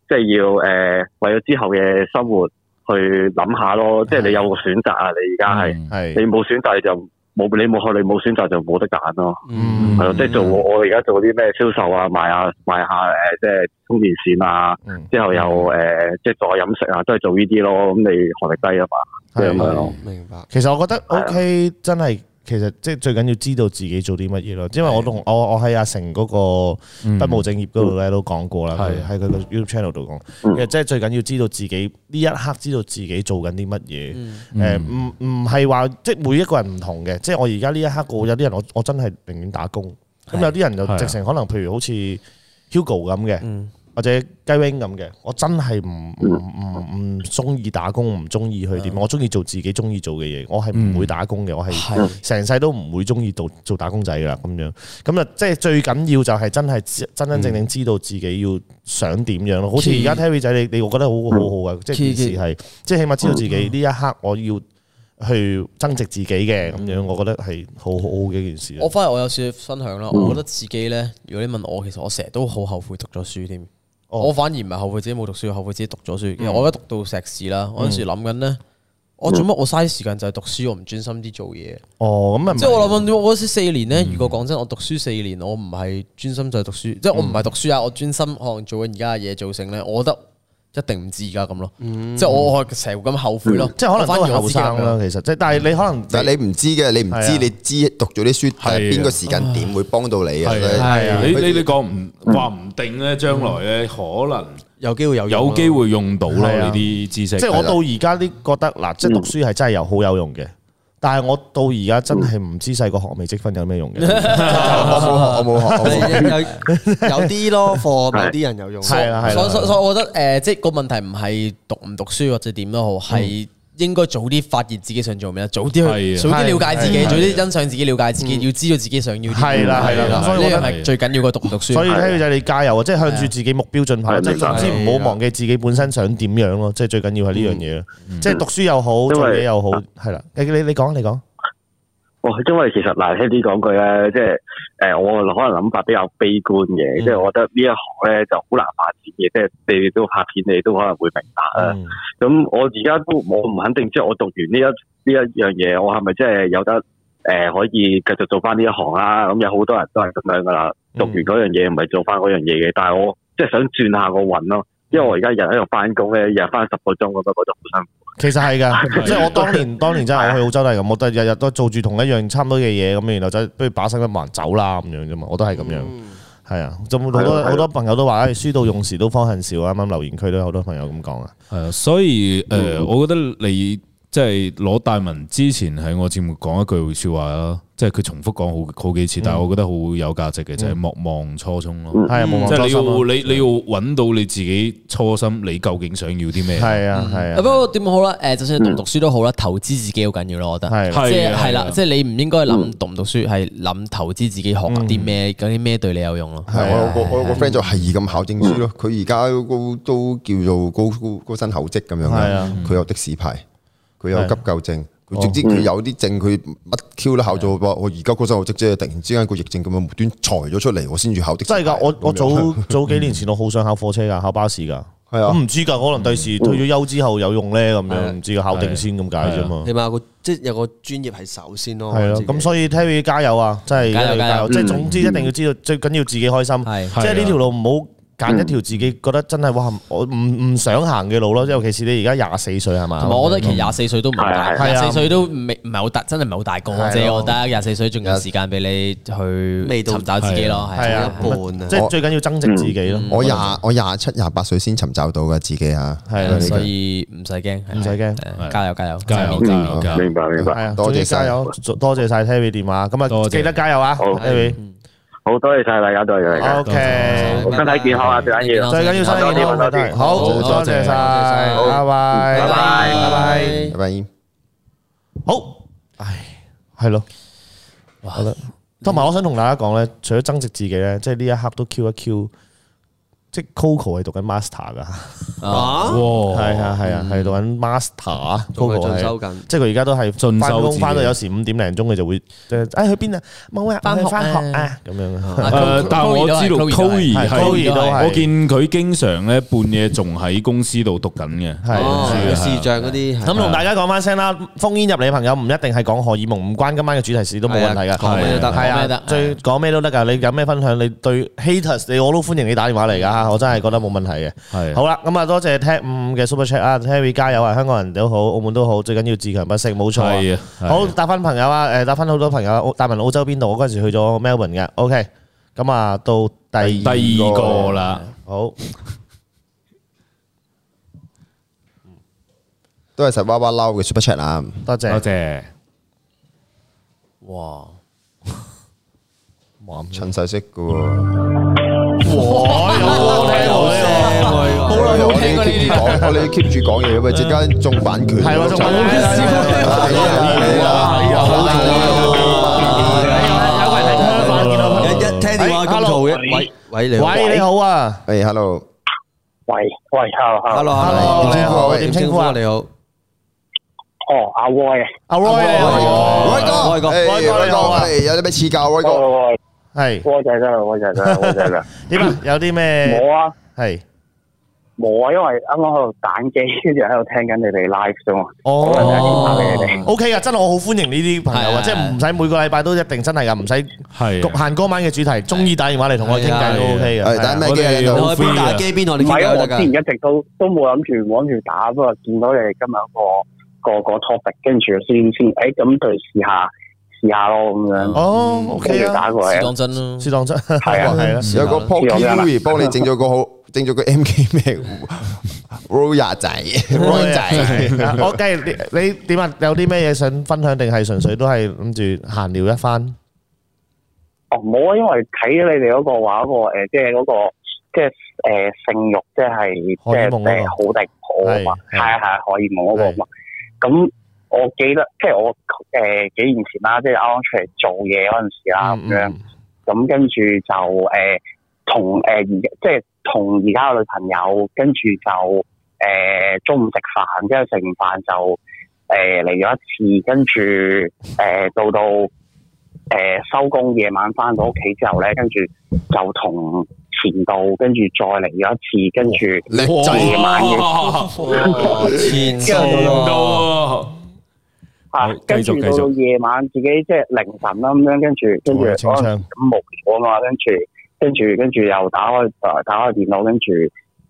[SPEAKER 10] 即係要誒、呃為咗之後嘅生活去諗下咯。即係你有個選擇啊！你而家係。
[SPEAKER 1] 係
[SPEAKER 6] 음.
[SPEAKER 10] 你冇選擇你就冇你冇學你冇選擇就冇得揀咯，
[SPEAKER 1] 嗯
[SPEAKER 10] 係咯，即係做我我而家做啲咩銷售啊，賣下賣下誒，即係充電線啊，
[SPEAKER 1] 嗯
[SPEAKER 10] 之後又誒即係做下飲食啊，都係做呢啲咯。咁你學歷低啊嘛，即係咁樣咯。
[SPEAKER 4] 明白。
[SPEAKER 1] 其實我覺得 OK，真係其實即係最緊要知道自己做啲乜嘢咯。因為我同我我喺阿成嗰個不務正業嗰度咧都講過啦，佢喺佢個 YouTube channel 度講，其實即係最緊要知道自己呢一刻知道自己做緊啲乜嘢。誒
[SPEAKER 3] 嗯
[SPEAKER 1] 唔唔係話即係每一個人唔同嘅，即係我而家呢一刻我有啲人我我真係寧願打工，咁有啲人就
[SPEAKER 5] 係啊
[SPEAKER 1] 直情可能譬如好似 Hugo 咁嘅。或者雞 wing 咁嘅，我真係唔
[SPEAKER 5] 嗯
[SPEAKER 1] 唔唔唔中意打工，唔中意去點，我中意做自己中意做嘅嘢，我係唔會打工嘅，我嗯係成世都唔會中意做做打工仔噶啦咁樣。咁啊，即係最緊要就係真係知真真正正知道自己要想點樣咯。好似而家 Terry 仔你你，我覺得好好好啊，即係件事係，即係起碼知道自己呢一刻我要去增值自己嘅咁樣，我覺得係好好好嘅一件事。啊
[SPEAKER 3] 我翻嚟我有少少分享
[SPEAKER 1] 嗯
[SPEAKER 3] 啦，我覺得自己咧，如果你問我，其實我成日都好後悔讀咗書添。
[SPEAKER 1] 哦嗯
[SPEAKER 3] 我反而唔係後悔自己冇讀書，後悔自己讀咗書。其實我而家讀到碩士啦，我嗰陣時諗緊咧，我做乜我嘥時間就係讀書，我唔專心啲做嘢。
[SPEAKER 1] 哦，咁啊唔係，嗯
[SPEAKER 3] 即係我諗緊，我嗰時四年咧，如果講真，我讀書四年，我唔係專心就係讀書，即係我唔係讀書
[SPEAKER 1] 嗯
[SPEAKER 3] 啊，我專心可能做緊而家嘅嘢做成咧，我覺得一定唔知噶咁咯。即係我我成日咁後悔咯，
[SPEAKER 1] 嗯即係可能
[SPEAKER 3] 我反
[SPEAKER 1] 都係
[SPEAKER 3] 而
[SPEAKER 1] 後
[SPEAKER 3] 我自己
[SPEAKER 1] 生
[SPEAKER 3] 咁樣
[SPEAKER 1] 啦，其實即係，但係你可能
[SPEAKER 2] 但係你唔知嘅，你唔
[SPEAKER 1] 係啊
[SPEAKER 2] 知，你知讀咗啲書，但
[SPEAKER 5] 係
[SPEAKER 2] 係
[SPEAKER 5] 啊
[SPEAKER 2] 邊
[SPEAKER 1] à.
[SPEAKER 2] 個時間點會幫到你嘅？所以
[SPEAKER 5] 係啊，你你你講唔話唔定咧，將來咧可能
[SPEAKER 3] 有機會有用
[SPEAKER 5] 有
[SPEAKER 3] 咯
[SPEAKER 5] 機會用到咯
[SPEAKER 1] 係啊
[SPEAKER 5] 呢啲知識。啊
[SPEAKER 1] 即係我到而家啲覺得嗱，即係讀書係真係有好有用嘅，但係我到而家真係唔知細個學微積分有咩用 嘅。
[SPEAKER 2] 我冇學，我冇學，我冇學。
[SPEAKER 4] 有 有啲咯，課某啲人有用。
[SPEAKER 1] 係啦係
[SPEAKER 3] 所以所以
[SPEAKER 1] 啦，
[SPEAKER 3] 所以我覺得誒、呃即係個問題唔係讀唔讀書或者點都好，係應該早啲發現自己想做咩，早啲去，
[SPEAKER 5] 係啊
[SPEAKER 3] 早啲了解自己，
[SPEAKER 1] 嗯係啊嗯
[SPEAKER 3] 早啲欣賞自己，了解自己，要知道自己想要啲咩
[SPEAKER 1] 係啦係啦，咁所以我
[SPEAKER 3] 呢
[SPEAKER 1] 覺
[SPEAKER 3] 樣
[SPEAKER 1] 得。
[SPEAKER 3] 係最緊要過讀唔讀書。
[SPEAKER 1] 所以 Terry 仔你加油啊！即係向住自己目標進
[SPEAKER 10] 係
[SPEAKER 1] 發，
[SPEAKER 10] 啊
[SPEAKER 1] 即係總之唔好忘記自己本身想點樣咯，即係最緊要係呢樣嘢咯。即係讀書又好，
[SPEAKER 10] 因為
[SPEAKER 1] 做嘢又好，係啦。你你你講你講，
[SPEAKER 10] 哇，哦因為其實難聽啲講句咧，即係誒，我可能諗法比較悲觀
[SPEAKER 1] 嗯
[SPEAKER 10] 嘅，即係我覺得呢一行咧就好難發展嘅，即係你哋都拍片，你哋都可能會明白啦。
[SPEAKER 1] 嗯
[SPEAKER 10] 咁我而家都我唔肯定，即係我讀完呢一呢一樣嘢，我係咪真係有得誒、呃可以繼續做翻呢一行啦？咁有好多人都係咁樣噶啦，
[SPEAKER 1] 嗯
[SPEAKER 10] 讀完嗰樣嘢唔係做翻嗰樣嘢嘅，但係我即係想轉下個運咯，因為我而家日喺度翻工咧，日日翻十個鐘咁樣，覺得好辛苦。
[SPEAKER 1] 其實係噶， 即係我當 年當年真係我去澳洲都係咁，我都係日日都做住同一樣差唔多嘅嘢咁，然後就不如把身一環走啦咁樣啫嘛，我都係咁樣。係啊，就好
[SPEAKER 10] 係
[SPEAKER 1] 多
[SPEAKER 10] 咯
[SPEAKER 1] 好多朋友都話，誒書到用時都方恨少啊！啱啱留言區都有好多朋友咁講啊。
[SPEAKER 5] 係啊，所以誒、呃我覺得你即係攞大文之前喺我節目講一句説話啦，即係佢重複講好好幾次，但係我覺得好有價值嘅
[SPEAKER 1] 嗯
[SPEAKER 5] 就係莫忘初衷咯。
[SPEAKER 2] 嗯
[SPEAKER 1] 係啊，冇忘
[SPEAKER 5] 即係
[SPEAKER 1] 初
[SPEAKER 5] 你
[SPEAKER 1] 心啊
[SPEAKER 5] 要你你要揾到你自己初心，你究竟想要啲咩？
[SPEAKER 1] 係
[SPEAKER 2] 嗯
[SPEAKER 1] 啊，係
[SPEAKER 3] 不
[SPEAKER 1] 啊，
[SPEAKER 3] 過點好啦，誒，就算你讀唔讀書都好啦，投資自己好緊要咯，我覺得。
[SPEAKER 1] 係啊嗯
[SPEAKER 5] 係
[SPEAKER 3] 即係
[SPEAKER 5] 係
[SPEAKER 3] 係啦
[SPEAKER 5] 係，
[SPEAKER 3] 即係你唔應該諗讀唔讀書，係諗投資自己學啲咩，究竟咩對你有用咯。
[SPEAKER 1] 啊
[SPEAKER 3] 啊
[SPEAKER 2] 係啊我有個我有個 friend 就係咁考證
[SPEAKER 1] 嗯
[SPEAKER 2] 書咯，佢而家都都叫做高高高薪厚職咁樣
[SPEAKER 1] 係
[SPEAKER 2] 嘅
[SPEAKER 1] 啊，
[SPEAKER 2] 佢有的士牌，佢有
[SPEAKER 1] 係啊哦嗯
[SPEAKER 2] 急救證，佢總之佢有啲證，佢乜 Q 都考
[SPEAKER 1] 啊
[SPEAKER 2] 咗噃。我而家高薪厚職啫，突然之間個疫症咁樣無端裁咗出嚟，我先至考的士
[SPEAKER 1] 真
[SPEAKER 2] 牌。
[SPEAKER 1] 係㗎！我 我
[SPEAKER 2] 咁樣
[SPEAKER 1] 早 早幾年前我好想考火車㗎，考巴士㗎。
[SPEAKER 2] 係啊
[SPEAKER 1] 咁唔知㗎，可能第時退咗休之後有用咧，咁樣唔知㗎，考定先咁解啫嘛。
[SPEAKER 4] 你咪有個即係有個專業係首先咯。
[SPEAKER 1] 係咯，咁所以 Terry 加油啊！真係
[SPEAKER 3] 加
[SPEAKER 1] 一
[SPEAKER 3] 油
[SPEAKER 1] 定要
[SPEAKER 3] 加油
[SPEAKER 1] 即係總之一定要知道最緊要自己開心。
[SPEAKER 3] 係
[SPEAKER 1] 即係呢條路唔好揀一條自己覺得真係哇，我唔唔想行嘅路咯。尤其是你而家廿四歲係嘛？
[SPEAKER 3] 同
[SPEAKER 2] 啊
[SPEAKER 3] 埋我覺得其實
[SPEAKER 2] 嗯
[SPEAKER 3] 廿四歲都唔大，
[SPEAKER 11] 係啊
[SPEAKER 1] 係
[SPEAKER 3] 廿四歲都未唔係好大，真係唔係好大個
[SPEAKER 1] 係
[SPEAKER 3] 啫。
[SPEAKER 1] 咯
[SPEAKER 3] 我覺得廿四歲仲有時間俾你去
[SPEAKER 4] 未到
[SPEAKER 3] 尋找自己咯，係
[SPEAKER 1] 係啊
[SPEAKER 3] 啊，，
[SPEAKER 4] 半啊
[SPEAKER 1] 即係最緊要增值自己
[SPEAKER 11] 嗯
[SPEAKER 1] 咯。
[SPEAKER 2] 嗯我廿我廿七廿八歲先尋找到噶自己啊，
[SPEAKER 1] 係
[SPEAKER 3] 係啊
[SPEAKER 1] 啊
[SPEAKER 3] 所以唔使驚，係啊
[SPEAKER 1] 唔使驚
[SPEAKER 3] 係啊加油加油
[SPEAKER 5] 加油
[SPEAKER 3] 正面
[SPEAKER 5] 加油加油！
[SPEAKER 11] 明白明
[SPEAKER 1] 係
[SPEAKER 11] 白，
[SPEAKER 1] 啊，
[SPEAKER 2] 多謝
[SPEAKER 1] 總之加
[SPEAKER 2] 晒
[SPEAKER 1] 油，多謝晒 Terry 電話。咁
[SPEAKER 5] 多
[SPEAKER 1] 啊，
[SPEAKER 5] 謝
[SPEAKER 1] 記得加油啊
[SPEAKER 11] 好
[SPEAKER 1] ，Terry。
[SPEAKER 11] 好多謝晒大家，多謝大家，
[SPEAKER 1] OK。
[SPEAKER 11] 身體健康啊，最緊要，
[SPEAKER 1] 最緊要身體健康，真係好，
[SPEAKER 3] 好
[SPEAKER 1] 多謝晒，
[SPEAKER 3] 多謝
[SPEAKER 1] 拜拜，
[SPEAKER 11] 拜拜
[SPEAKER 1] 拜拜，
[SPEAKER 2] 係咪？
[SPEAKER 1] 好，唉，係咯，好啦。同埋我想同大家講咧，除咗增值自己咧，即係呢一刻都 Q 一 Q，即係 Coco 係讀緊 master 噶，
[SPEAKER 4] 啊！
[SPEAKER 1] 係啊係啊係讀緊 master
[SPEAKER 4] 仲係
[SPEAKER 1] Coco
[SPEAKER 4] 進
[SPEAKER 1] 係
[SPEAKER 4] 修緊
[SPEAKER 1] 即係佢而家都係
[SPEAKER 5] 進修
[SPEAKER 1] 翻
[SPEAKER 5] 自
[SPEAKER 1] 工
[SPEAKER 5] 己
[SPEAKER 1] 翻到有時五點零鐘佢就會，即係哎去邊啊？冇啊，
[SPEAKER 3] 返學啊
[SPEAKER 1] 翻學啊咁樣啊。
[SPEAKER 5] 誒，呃但係我知道 Chloe
[SPEAKER 1] 係
[SPEAKER 5] 係，
[SPEAKER 1] Chloe 都係
[SPEAKER 5] 我見佢經常咧半夜仲喺公司度讀緊嘅。
[SPEAKER 1] 係
[SPEAKER 4] 哦，
[SPEAKER 5] 係啊，係啊。
[SPEAKER 4] 視像嗰啲
[SPEAKER 1] 咁同大家講翻聲啦，封煙入嚟嘅朋友唔一定係講荷爾蒙，唔關今晚嘅主題事都冇問題噶，
[SPEAKER 4] 係啊講咩都得
[SPEAKER 1] 係
[SPEAKER 3] 講
[SPEAKER 1] 啊
[SPEAKER 3] 咩得
[SPEAKER 1] 最講咩都得噶。你有咩分享？你對 haters，你我都歡迎你打電話嚟噶嚇，我真係覺得冇問題嘅。
[SPEAKER 5] 係
[SPEAKER 1] 好啦，咁啊多謝 T 五嘅 Super Chat 啊，Terry 加油啊，香港人都好，澳門都好，最緊要自強不息，冇錯啊。
[SPEAKER 5] 係啊，係啊。
[SPEAKER 1] 好，答翻朋友啊，誒答翻好多朋友啊，澳大文澳洲邊度？我嗰陣時去咗 Melbourne 嘅，OK。咁啊，到第
[SPEAKER 5] 第二個 啦，
[SPEAKER 1] 好
[SPEAKER 2] 都係實娃娃嬲嘅 super chat 啊！
[SPEAKER 1] 多謝
[SPEAKER 5] 多謝。
[SPEAKER 3] 哇！
[SPEAKER 2] 襯晒色嘅喎，
[SPEAKER 4] 好
[SPEAKER 2] 我
[SPEAKER 4] 耐
[SPEAKER 2] 哋要 keep 住講，我哋要 keep 住講嘢，喂，陣間中版權。
[SPEAKER 1] 係喎中版權
[SPEAKER 4] 一一聽電話咁做嘅，喂喂你好
[SPEAKER 1] 喂，你好啊，
[SPEAKER 2] 喂，hello，
[SPEAKER 11] 喂喂，hello
[SPEAKER 4] ，hello
[SPEAKER 11] hello，
[SPEAKER 1] Hello，
[SPEAKER 4] hello，
[SPEAKER 1] 你好
[SPEAKER 4] 喂
[SPEAKER 1] 點稱呼啊
[SPEAKER 4] 你好，
[SPEAKER 11] 哦，阿 Y 啊，
[SPEAKER 1] 阿 Roy 你好，
[SPEAKER 2] 威哥，
[SPEAKER 4] 威哥
[SPEAKER 2] 哎
[SPEAKER 1] 威哥你好啊
[SPEAKER 2] 威哥哎有啲咩賜教威哥？
[SPEAKER 11] 哦
[SPEAKER 1] 係
[SPEAKER 11] ，Y 仔真係，Y 仔真係，Y 仔真係，
[SPEAKER 1] 點啊？有啲咩
[SPEAKER 11] 冇啊。
[SPEAKER 1] 係？
[SPEAKER 11] 冇啊，因為啱啱喺度打機，跟住喺度聽緊你哋 live 啫嘛。可能第一次打俾你
[SPEAKER 1] 哦
[SPEAKER 11] 哋。
[SPEAKER 1] ，OK 噶，真係我好歡迎呢啲朋友啊，
[SPEAKER 3] 係
[SPEAKER 1] 即係唔使每個禮拜都一定真係噶，唔使
[SPEAKER 5] 係
[SPEAKER 1] 局限嗰晚嘅主題，中意打電話嚟同我傾偈都哦 OK
[SPEAKER 2] 係
[SPEAKER 1] 嘅。
[SPEAKER 2] 打咩
[SPEAKER 5] 我
[SPEAKER 2] 機啊
[SPEAKER 5] 哋
[SPEAKER 2] 你
[SPEAKER 5] 好
[SPEAKER 4] 你
[SPEAKER 2] 度？
[SPEAKER 4] 可以邊
[SPEAKER 5] free
[SPEAKER 4] 打
[SPEAKER 5] 啊
[SPEAKER 4] 機邊同
[SPEAKER 11] 唔
[SPEAKER 4] 你傾
[SPEAKER 11] 係啊，
[SPEAKER 4] 偈
[SPEAKER 11] 我
[SPEAKER 4] 都
[SPEAKER 11] 之
[SPEAKER 4] 得㗎。
[SPEAKER 11] 前一直都都冇諗住冇諗住打，不過見到你哋今日有個個個 topic，跟住先先，誒咁就試下試下咯咁樣，
[SPEAKER 1] 哦
[SPEAKER 11] 跟
[SPEAKER 1] ，OK
[SPEAKER 11] 住
[SPEAKER 1] 啊，
[SPEAKER 11] 打過
[SPEAKER 3] 試
[SPEAKER 11] 嚟啊。
[SPEAKER 3] 當真咯，
[SPEAKER 1] 是當真係
[SPEAKER 2] Vâng,
[SPEAKER 11] 啊
[SPEAKER 1] 係啊，
[SPEAKER 2] 有個 p o k e
[SPEAKER 11] 有咩啊
[SPEAKER 2] Louis 幫你整咗個好，整咗個 MK 咩 Roya 仔，Roy À, 仔。
[SPEAKER 1] 我梗係你你點啊？有啲咩嘢想分享，定係純粹都係諗住閒聊一番？
[SPEAKER 11] 哦，冇啊，因為睇咗你哋嗰個話嗰個呃誒，即係嗰個即係誒性慾，即係即
[SPEAKER 1] 荷爾
[SPEAKER 11] 係
[SPEAKER 1] 蒙
[SPEAKER 11] 誒
[SPEAKER 1] 嗰個
[SPEAKER 11] 好定唔好啊嘛，係
[SPEAKER 1] 係係
[SPEAKER 11] 啊係啊荷爾蒙嗰個嘛。咁我記得即係我誒幾年前啦，即係啱啱出嚟做嘢嗰陣時
[SPEAKER 1] 嗯
[SPEAKER 11] 啦咁樣。咁跟住就誒、呃同誒而、即係同而家嘅女朋友，跟住就誒、呃中午食飯，跟住食完飯就誒嚟咗一次，跟住誒、呃到到誒收工夜晚翻到屋企之後咧，跟住就同前度跟住再嚟咗一次，跟住
[SPEAKER 2] 叻仔
[SPEAKER 11] 夜晚 嘅
[SPEAKER 5] 哇！
[SPEAKER 6] 哦
[SPEAKER 4] 前
[SPEAKER 5] 勁到
[SPEAKER 4] 度
[SPEAKER 5] 啊！
[SPEAKER 11] 啊
[SPEAKER 5] 好繼，
[SPEAKER 11] 跟
[SPEAKER 5] 續
[SPEAKER 11] 住
[SPEAKER 5] 繼
[SPEAKER 11] 到
[SPEAKER 5] 續
[SPEAKER 11] 到夜晚自己即係凌晨啦咁樣，跟住跟
[SPEAKER 5] 哦
[SPEAKER 11] 住
[SPEAKER 1] 同佢清
[SPEAKER 11] 可
[SPEAKER 1] 唱
[SPEAKER 11] 能咁無咗啊嘛，跟住跟住跟住又打開誒打開電腦，跟住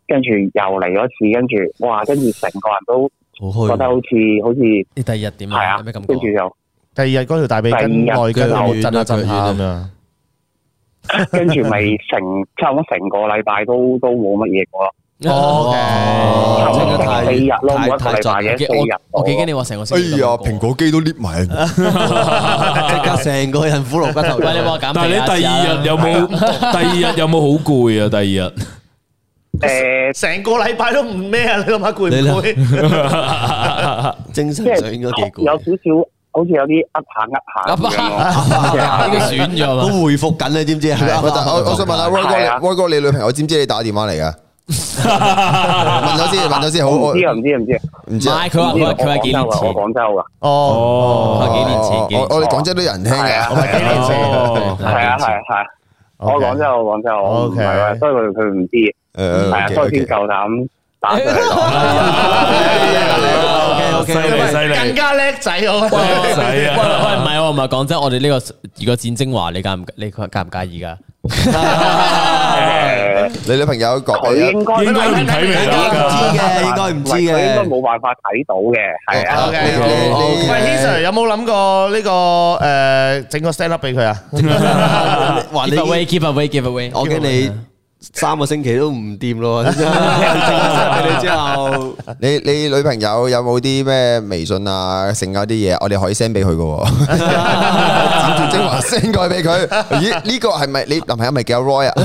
[SPEAKER 11] 跟住又嚟咗一次，跟住哇，跟住成個人都
[SPEAKER 4] 好
[SPEAKER 11] 覺得
[SPEAKER 4] 虛，
[SPEAKER 11] 好似好似
[SPEAKER 3] 你第二日點
[SPEAKER 11] 係
[SPEAKER 3] 啊？
[SPEAKER 11] 啊
[SPEAKER 3] 有咩感覺
[SPEAKER 11] 跟？住又
[SPEAKER 1] 第二日嗰條大髀筋內筋又震下震下咁
[SPEAKER 4] 第
[SPEAKER 1] 樣。
[SPEAKER 11] 跟住咪成差唔多成個禮拜都都冇乜嘢過咯，
[SPEAKER 1] 哦
[SPEAKER 3] 啊
[SPEAKER 11] 差唔
[SPEAKER 4] 真
[SPEAKER 11] 多
[SPEAKER 4] 係太
[SPEAKER 11] 四日
[SPEAKER 4] 太
[SPEAKER 11] 咯，冇一個
[SPEAKER 4] 太
[SPEAKER 11] 禮拜
[SPEAKER 3] 我
[SPEAKER 11] 嘅
[SPEAKER 3] 記
[SPEAKER 11] 四日
[SPEAKER 3] 我我幾驚
[SPEAKER 11] 到咯。
[SPEAKER 3] 你話成個星
[SPEAKER 2] 哎
[SPEAKER 3] 期都
[SPEAKER 2] 呀，
[SPEAKER 3] 冇過
[SPEAKER 2] 蘋果機都 lift 埋，
[SPEAKER 4] 即刻成個人苦勞骨頭。
[SPEAKER 3] 喂，你話減
[SPEAKER 5] 但係
[SPEAKER 3] 肥啊
[SPEAKER 5] 你第二日有 冇？第二日有冇好攰啊？第二日
[SPEAKER 11] 誒，
[SPEAKER 1] 成個禮拜都唔咩啊！你諗下攰
[SPEAKER 4] 你
[SPEAKER 1] 唔
[SPEAKER 4] 諗
[SPEAKER 1] 攰？
[SPEAKER 4] 精
[SPEAKER 11] 即
[SPEAKER 4] 神上應該幾
[SPEAKER 11] 係有
[SPEAKER 4] 攰
[SPEAKER 11] 少。少好似有啲呃下呃下咁樣咯。Dạ.
[SPEAKER 3] 應該選咗
[SPEAKER 4] 好
[SPEAKER 3] 嘛？
[SPEAKER 4] 回復緊你知唔知啊？
[SPEAKER 2] 喂但我我想問下威
[SPEAKER 11] 係啊
[SPEAKER 2] 哥，威哥你女朋友知唔知你打電話嚟噶？問咗先，問咗先，好，
[SPEAKER 11] 我
[SPEAKER 2] 我
[SPEAKER 11] 唔知啊，唔知啊，唔知啊。
[SPEAKER 2] 唔
[SPEAKER 3] 唔
[SPEAKER 2] 知啊。
[SPEAKER 3] 係佢話佢話佢係幾年
[SPEAKER 11] 我
[SPEAKER 3] 前，
[SPEAKER 11] 廣州啊噶，
[SPEAKER 1] 哦，
[SPEAKER 5] 哦，
[SPEAKER 3] 佢話幾年前，幾
[SPEAKER 2] 我
[SPEAKER 3] 年前
[SPEAKER 2] 我哋廣州都有人聽
[SPEAKER 11] 係
[SPEAKER 2] 嘅
[SPEAKER 11] 啊，
[SPEAKER 1] 我咪幾年前。
[SPEAKER 11] 係啊係啊係啊，我廣州我廣州我唔係啊，所以佢佢唔知，
[SPEAKER 2] 誒
[SPEAKER 11] 係啊，所以先夠膽打上嚟講。
[SPEAKER 4] OK OK，
[SPEAKER 5] 犀利犀利，
[SPEAKER 1] 更加叻仔我覺得。
[SPEAKER 5] 仔
[SPEAKER 3] 喂喂，
[SPEAKER 5] 啊！
[SPEAKER 3] 唔係我唔係講 真，我哋呢個如果剪精華，你介唔你介唔介意噶？
[SPEAKER 11] 誒
[SPEAKER 10] 嘅，
[SPEAKER 2] 你女朋友覺
[SPEAKER 10] 佢應該
[SPEAKER 5] 應該唔睇
[SPEAKER 4] 應
[SPEAKER 3] 啊
[SPEAKER 5] 未
[SPEAKER 4] 該唔
[SPEAKER 5] 啦。
[SPEAKER 4] 知嘅，應該唔知
[SPEAKER 10] 佢應該
[SPEAKER 4] 嘅。
[SPEAKER 10] 冇辦法睇到嘅，係啊。
[SPEAKER 1] OK，
[SPEAKER 2] 你你你
[SPEAKER 1] 喂，Heath Sir，有冇諗過呢個誒整個 stand up 俾 佢啊？
[SPEAKER 4] 話
[SPEAKER 3] Give
[SPEAKER 4] 你，
[SPEAKER 3] away，give away，give away。
[SPEAKER 4] 我驚你三個星期都唔掂咯，整咗你之後，
[SPEAKER 2] 你你女朋友有冇啲咩微信啊、剩嗰啲嘢，我哋可以 send 俾佢嘅喎，剪住精華 send 過去俾佢。咦？呢個係咪你男朋友咪叫 Roy 啊？係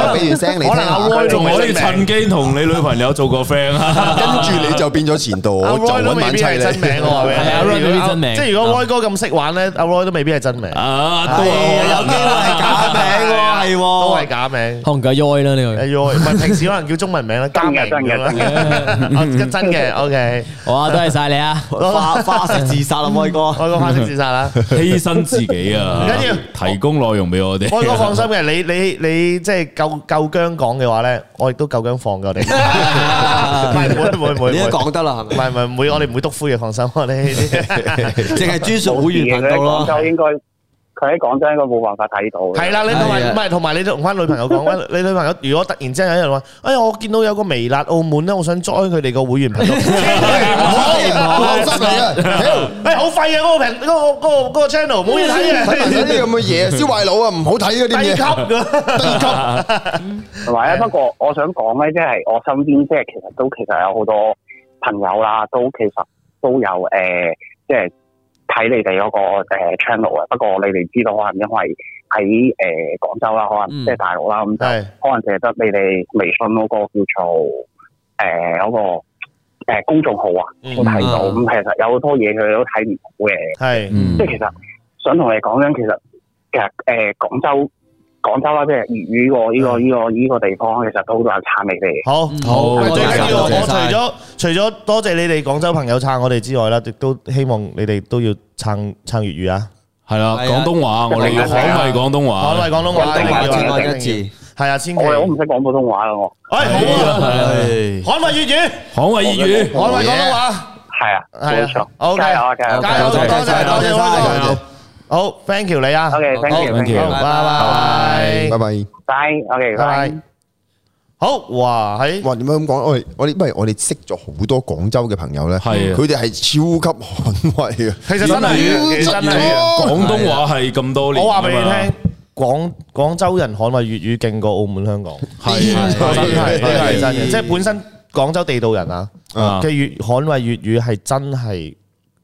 [SPEAKER 2] 我俾完聲你聽
[SPEAKER 1] 可能阿
[SPEAKER 2] 下
[SPEAKER 1] Roy
[SPEAKER 5] 仲可以趁機同你女朋友做個 friend 啊！
[SPEAKER 2] 跟住你就變咗前度，
[SPEAKER 1] 阿
[SPEAKER 2] 我就
[SPEAKER 1] Roy 都
[SPEAKER 2] 揾
[SPEAKER 1] 未
[SPEAKER 2] 晚
[SPEAKER 1] 必
[SPEAKER 2] 砌
[SPEAKER 1] 係真
[SPEAKER 2] 你。
[SPEAKER 1] 名，我話俾你聽
[SPEAKER 3] 係啊，Roy 未必真名
[SPEAKER 1] 即係如果 Roy 哥咁識玩咧，阿 Roy 都未必係真名，
[SPEAKER 5] 啊，都
[SPEAKER 4] 有機會係假名 喎，係
[SPEAKER 1] 都係
[SPEAKER 4] 喎。
[SPEAKER 1] 假名。
[SPEAKER 3] 可能夠 Roy 啦呢個。
[SPEAKER 1] 哎呦，唔係平時可能叫中文名啦，加名
[SPEAKER 10] 真嘅真嘅
[SPEAKER 1] 嘅，真嘅，OK。
[SPEAKER 3] 哇，多謝晒你啊！
[SPEAKER 4] 花花式自殺啊，威哥！
[SPEAKER 1] 外國花式自殺啦，
[SPEAKER 5] 犧牲自己啊！
[SPEAKER 1] 唔緊要
[SPEAKER 5] 提供內容俾我哋。
[SPEAKER 1] 外國放心嘅，你你你即係夠夠姜講嘅話咧，我亦都夠姜放嘅我哋。唔係唔會唔會唔會，
[SPEAKER 4] 你都
[SPEAKER 1] 唔會
[SPEAKER 4] 講得啦，
[SPEAKER 1] 唔
[SPEAKER 4] 係咪？
[SPEAKER 1] 係唔係唔會，我哋唔會篤灰嘅，放心，我哋
[SPEAKER 4] 淨係專屬
[SPEAKER 10] 冇
[SPEAKER 4] 會
[SPEAKER 10] 事
[SPEAKER 4] 員
[SPEAKER 10] 嘅
[SPEAKER 4] 頻道
[SPEAKER 10] 佢喺廣
[SPEAKER 4] 咯。
[SPEAKER 10] 州應該，佢喺廣州應該冇辦法睇到嘅。
[SPEAKER 1] 係啦，你同
[SPEAKER 4] 係
[SPEAKER 1] 埋
[SPEAKER 4] 啊
[SPEAKER 1] 唔係同埋你同翻女朋 友講，喂，你女朋友如果突然之間有人話，哎呀，我見到有個微辣澳門咧，我想 join 佢哋個會員 頻道，
[SPEAKER 2] 好流失嚟啊！屌
[SPEAKER 1] 喂，好廢啊！嗰個頻嗰個嗰個嗰個 channel 冇 嘢睇
[SPEAKER 2] 睇埋
[SPEAKER 1] 啊，
[SPEAKER 2] 呢啲咁嘅嘢，燒壞腦啊！唔好睇嗰啲
[SPEAKER 1] 低級
[SPEAKER 2] 嘢。
[SPEAKER 1] 㗎，低級。
[SPEAKER 10] 同埋咧，啊不過我想講咧，即係我身邊即係其實都其實有好多朋友啦，都其實都有誒、呃即係睇你哋嗰、個、呃、channel 啊。不過你哋知道，可能因為喺誒、呃、廣州啦，可
[SPEAKER 3] 嗯
[SPEAKER 10] 能即係大陸啦，咁就
[SPEAKER 1] 係
[SPEAKER 10] 可能淨係得你哋微信嗰個叫做誒嗰、個、呃、公眾號啊，
[SPEAKER 1] 嗯
[SPEAKER 10] 先睇到。
[SPEAKER 4] 嗯
[SPEAKER 10] 咁、其實有好多嘢佢哋都睇唔到嘅。
[SPEAKER 1] 係
[SPEAKER 5] 嗯
[SPEAKER 10] 即係其實想同你講緊，其實其實誒廣州廣州啊啦，即係粵語個呢
[SPEAKER 4] 嗯
[SPEAKER 10] 個呢個呢個地方，其實都好多人撐你哋嘅。
[SPEAKER 1] 好
[SPEAKER 3] 好
[SPEAKER 1] 喂
[SPEAKER 3] 多
[SPEAKER 1] 最
[SPEAKER 3] 謝
[SPEAKER 1] 緊要
[SPEAKER 4] 啊多謝
[SPEAKER 1] 我除
[SPEAKER 4] 晒
[SPEAKER 1] 咗除咗多謝你哋廣州朋友撐我哋之外啦，亦都希望你哋都要撐撐粵語啊，
[SPEAKER 5] 係啦，
[SPEAKER 4] 係啊
[SPEAKER 5] 廣東話我哋要
[SPEAKER 10] 係
[SPEAKER 5] 捍
[SPEAKER 10] 啊
[SPEAKER 5] 衞廣東話
[SPEAKER 1] 捍。衞廣東話，
[SPEAKER 10] 廣東話
[SPEAKER 1] 一定要啊
[SPEAKER 10] 之
[SPEAKER 4] 外一
[SPEAKER 1] 定要
[SPEAKER 4] 字
[SPEAKER 1] 係啊，千祈
[SPEAKER 10] 我哋好唔識講普通話啦，我
[SPEAKER 1] 哎好啊，
[SPEAKER 4] 係
[SPEAKER 1] 捍衞粵語，
[SPEAKER 5] 捍衛粵語，
[SPEAKER 1] 捍衞廣東話。
[SPEAKER 10] 係啊，冇
[SPEAKER 1] 係
[SPEAKER 10] 錯
[SPEAKER 1] 啊，，OK，
[SPEAKER 10] 加油啊，加油！
[SPEAKER 1] 加油，多謝，多謝，多謝，多謝，好，thank you 你啊
[SPEAKER 10] OK，thank you，thank
[SPEAKER 5] you
[SPEAKER 1] 好
[SPEAKER 2] 拜
[SPEAKER 1] 拜拜，
[SPEAKER 2] 拜。
[SPEAKER 10] ，bye，OK，
[SPEAKER 1] 拜
[SPEAKER 10] bye
[SPEAKER 1] 拜。好，哇，喺
[SPEAKER 2] 哇！點解咁講？我哋我哋因為我哋識咗好多廣州嘅朋友咧，
[SPEAKER 5] 係啊
[SPEAKER 2] 佢哋係超級捍衞嘅。
[SPEAKER 1] 其實真係嘅，其實真係嘅。
[SPEAKER 5] 廣東話係咁多年。
[SPEAKER 1] 我話俾你聽，廣廣州人捍衞粵語勁過澳門香港，
[SPEAKER 5] 係啊，
[SPEAKER 1] 真係呢個係真嘅，
[SPEAKER 4] 係
[SPEAKER 1] 即係本身廣州地道人啊
[SPEAKER 5] 啊
[SPEAKER 1] 嘅粵捍衞粵語係真係，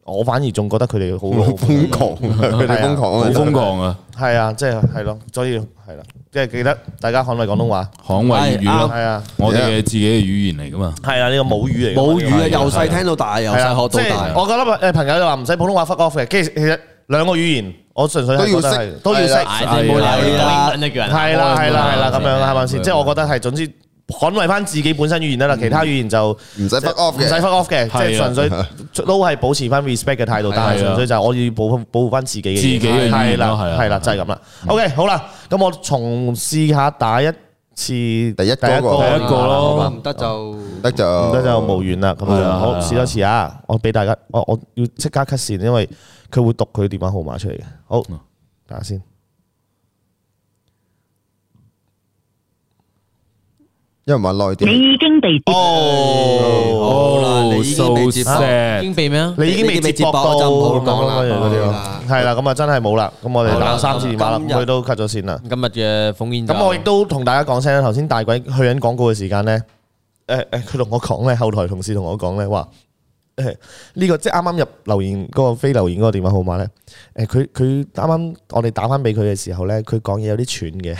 [SPEAKER 1] 我反而仲覺得佢哋好過澳
[SPEAKER 2] 瘋
[SPEAKER 1] 門
[SPEAKER 2] 狂，佢哋瘋狂
[SPEAKER 5] 好
[SPEAKER 2] 啊！
[SPEAKER 5] 瘋狂啊！
[SPEAKER 1] 係啊，即係係咯，所以係啦，即係記得大家捍衞廣東話，
[SPEAKER 5] 捍衛粵語咯，
[SPEAKER 1] 係啊。
[SPEAKER 5] 我哋嘅自己嘅語言嚟噶嘛。
[SPEAKER 1] 係啊，呢個母語嚟㗎。
[SPEAKER 4] 母語啊，由細聽到大，由
[SPEAKER 1] 係啊，
[SPEAKER 4] 細
[SPEAKER 1] 即
[SPEAKER 4] 學到
[SPEAKER 1] 係
[SPEAKER 4] 大。
[SPEAKER 1] 我覺得誒朋友就話唔使普通話 fuck off 嘅，其實其實兩個語言，我純粹係
[SPEAKER 2] 都要
[SPEAKER 1] 覺得
[SPEAKER 2] 識
[SPEAKER 1] 係都要識，
[SPEAKER 2] 係
[SPEAKER 3] 唉
[SPEAKER 2] 啦
[SPEAKER 3] 真係冇理由
[SPEAKER 4] 係啊
[SPEAKER 3] 講英文啊，叫人
[SPEAKER 1] 係啦係啦係啦咁樣係咪先？即係我
[SPEAKER 3] 覺
[SPEAKER 1] 覺得係總之捍衞翻自己本身語言得啦，其他語言就
[SPEAKER 2] 唔使 fuck off
[SPEAKER 1] 唔使
[SPEAKER 2] 嘅
[SPEAKER 1] fuck。off 嘅，即係
[SPEAKER 5] 係啊
[SPEAKER 1] 純粹都係保持翻 respect 嘅態度，但係
[SPEAKER 5] 係啊
[SPEAKER 1] 純粹就係我要保護保護翻自己嘅嘢
[SPEAKER 5] 自己嘅語言咯
[SPEAKER 1] 係啦
[SPEAKER 5] 係啊
[SPEAKER 1] 係啦，就係咁啦。OK，好啦，咁我重試下打一次第
[SPEAKER 2] 一個
[SPEAKER 5] 第一個咯
[SPEAKER 4] 咁啊唔得就
[SPEAKER 2] 得就
[SPEAKER 1] 唔得就無緣啦。咁
[SPEAKER 5] 係
[SPEAKER 1] 樣
[SPEAKER 5] 啊
[SPEAKER 1] 我
[SPEAKER 5] 係啊
[SPEAKER 1] 試多次啊！我俾大家，我我要即刻 cut 線，因為佢會讀佢電話號碼出嚟嘅。好，等下先。
[SPEAKER 2] 因為話內地
[SPEAKER 11] 你已經被接
[SPEAKER 1] 哦，
[SPEAKER 5] 哦，so sad
[SPEAKER 3] 得。經被咩啊？
[SPEAKER 1] 你已經被
[SPEAKER 4] 你已經被
[SPEAKER 1] 接駁到，
[SPEAKER 4] 接駁就唔好講啦
[SPEAKER 1] 咁樣啊嗰啲咯
[SPEAKER 4] 好啦
[SPEAKER 1] 係啦，咁啊真係冇啦。咁我哋打三次電話啦，
[SPEAKER 4] 今日
[SPEAKER 1] 咁佢都 cut 咗線啦。
[SPEAKER 3] 今日嘅烽煙就
[SPEAKER 1] 咁我亦都同大家講聲啦，頭先大鬼去緊廣告嘅時間咧，誒誒，佢同我講咧，後台同事同我講咧話，誒呢個即係啱啱入留言嗰個非留言嗰個電話號碼咧，誒佢佢啱啱我哋打翻俾佢嘅時候咧，佢講嘢有啲串嘅，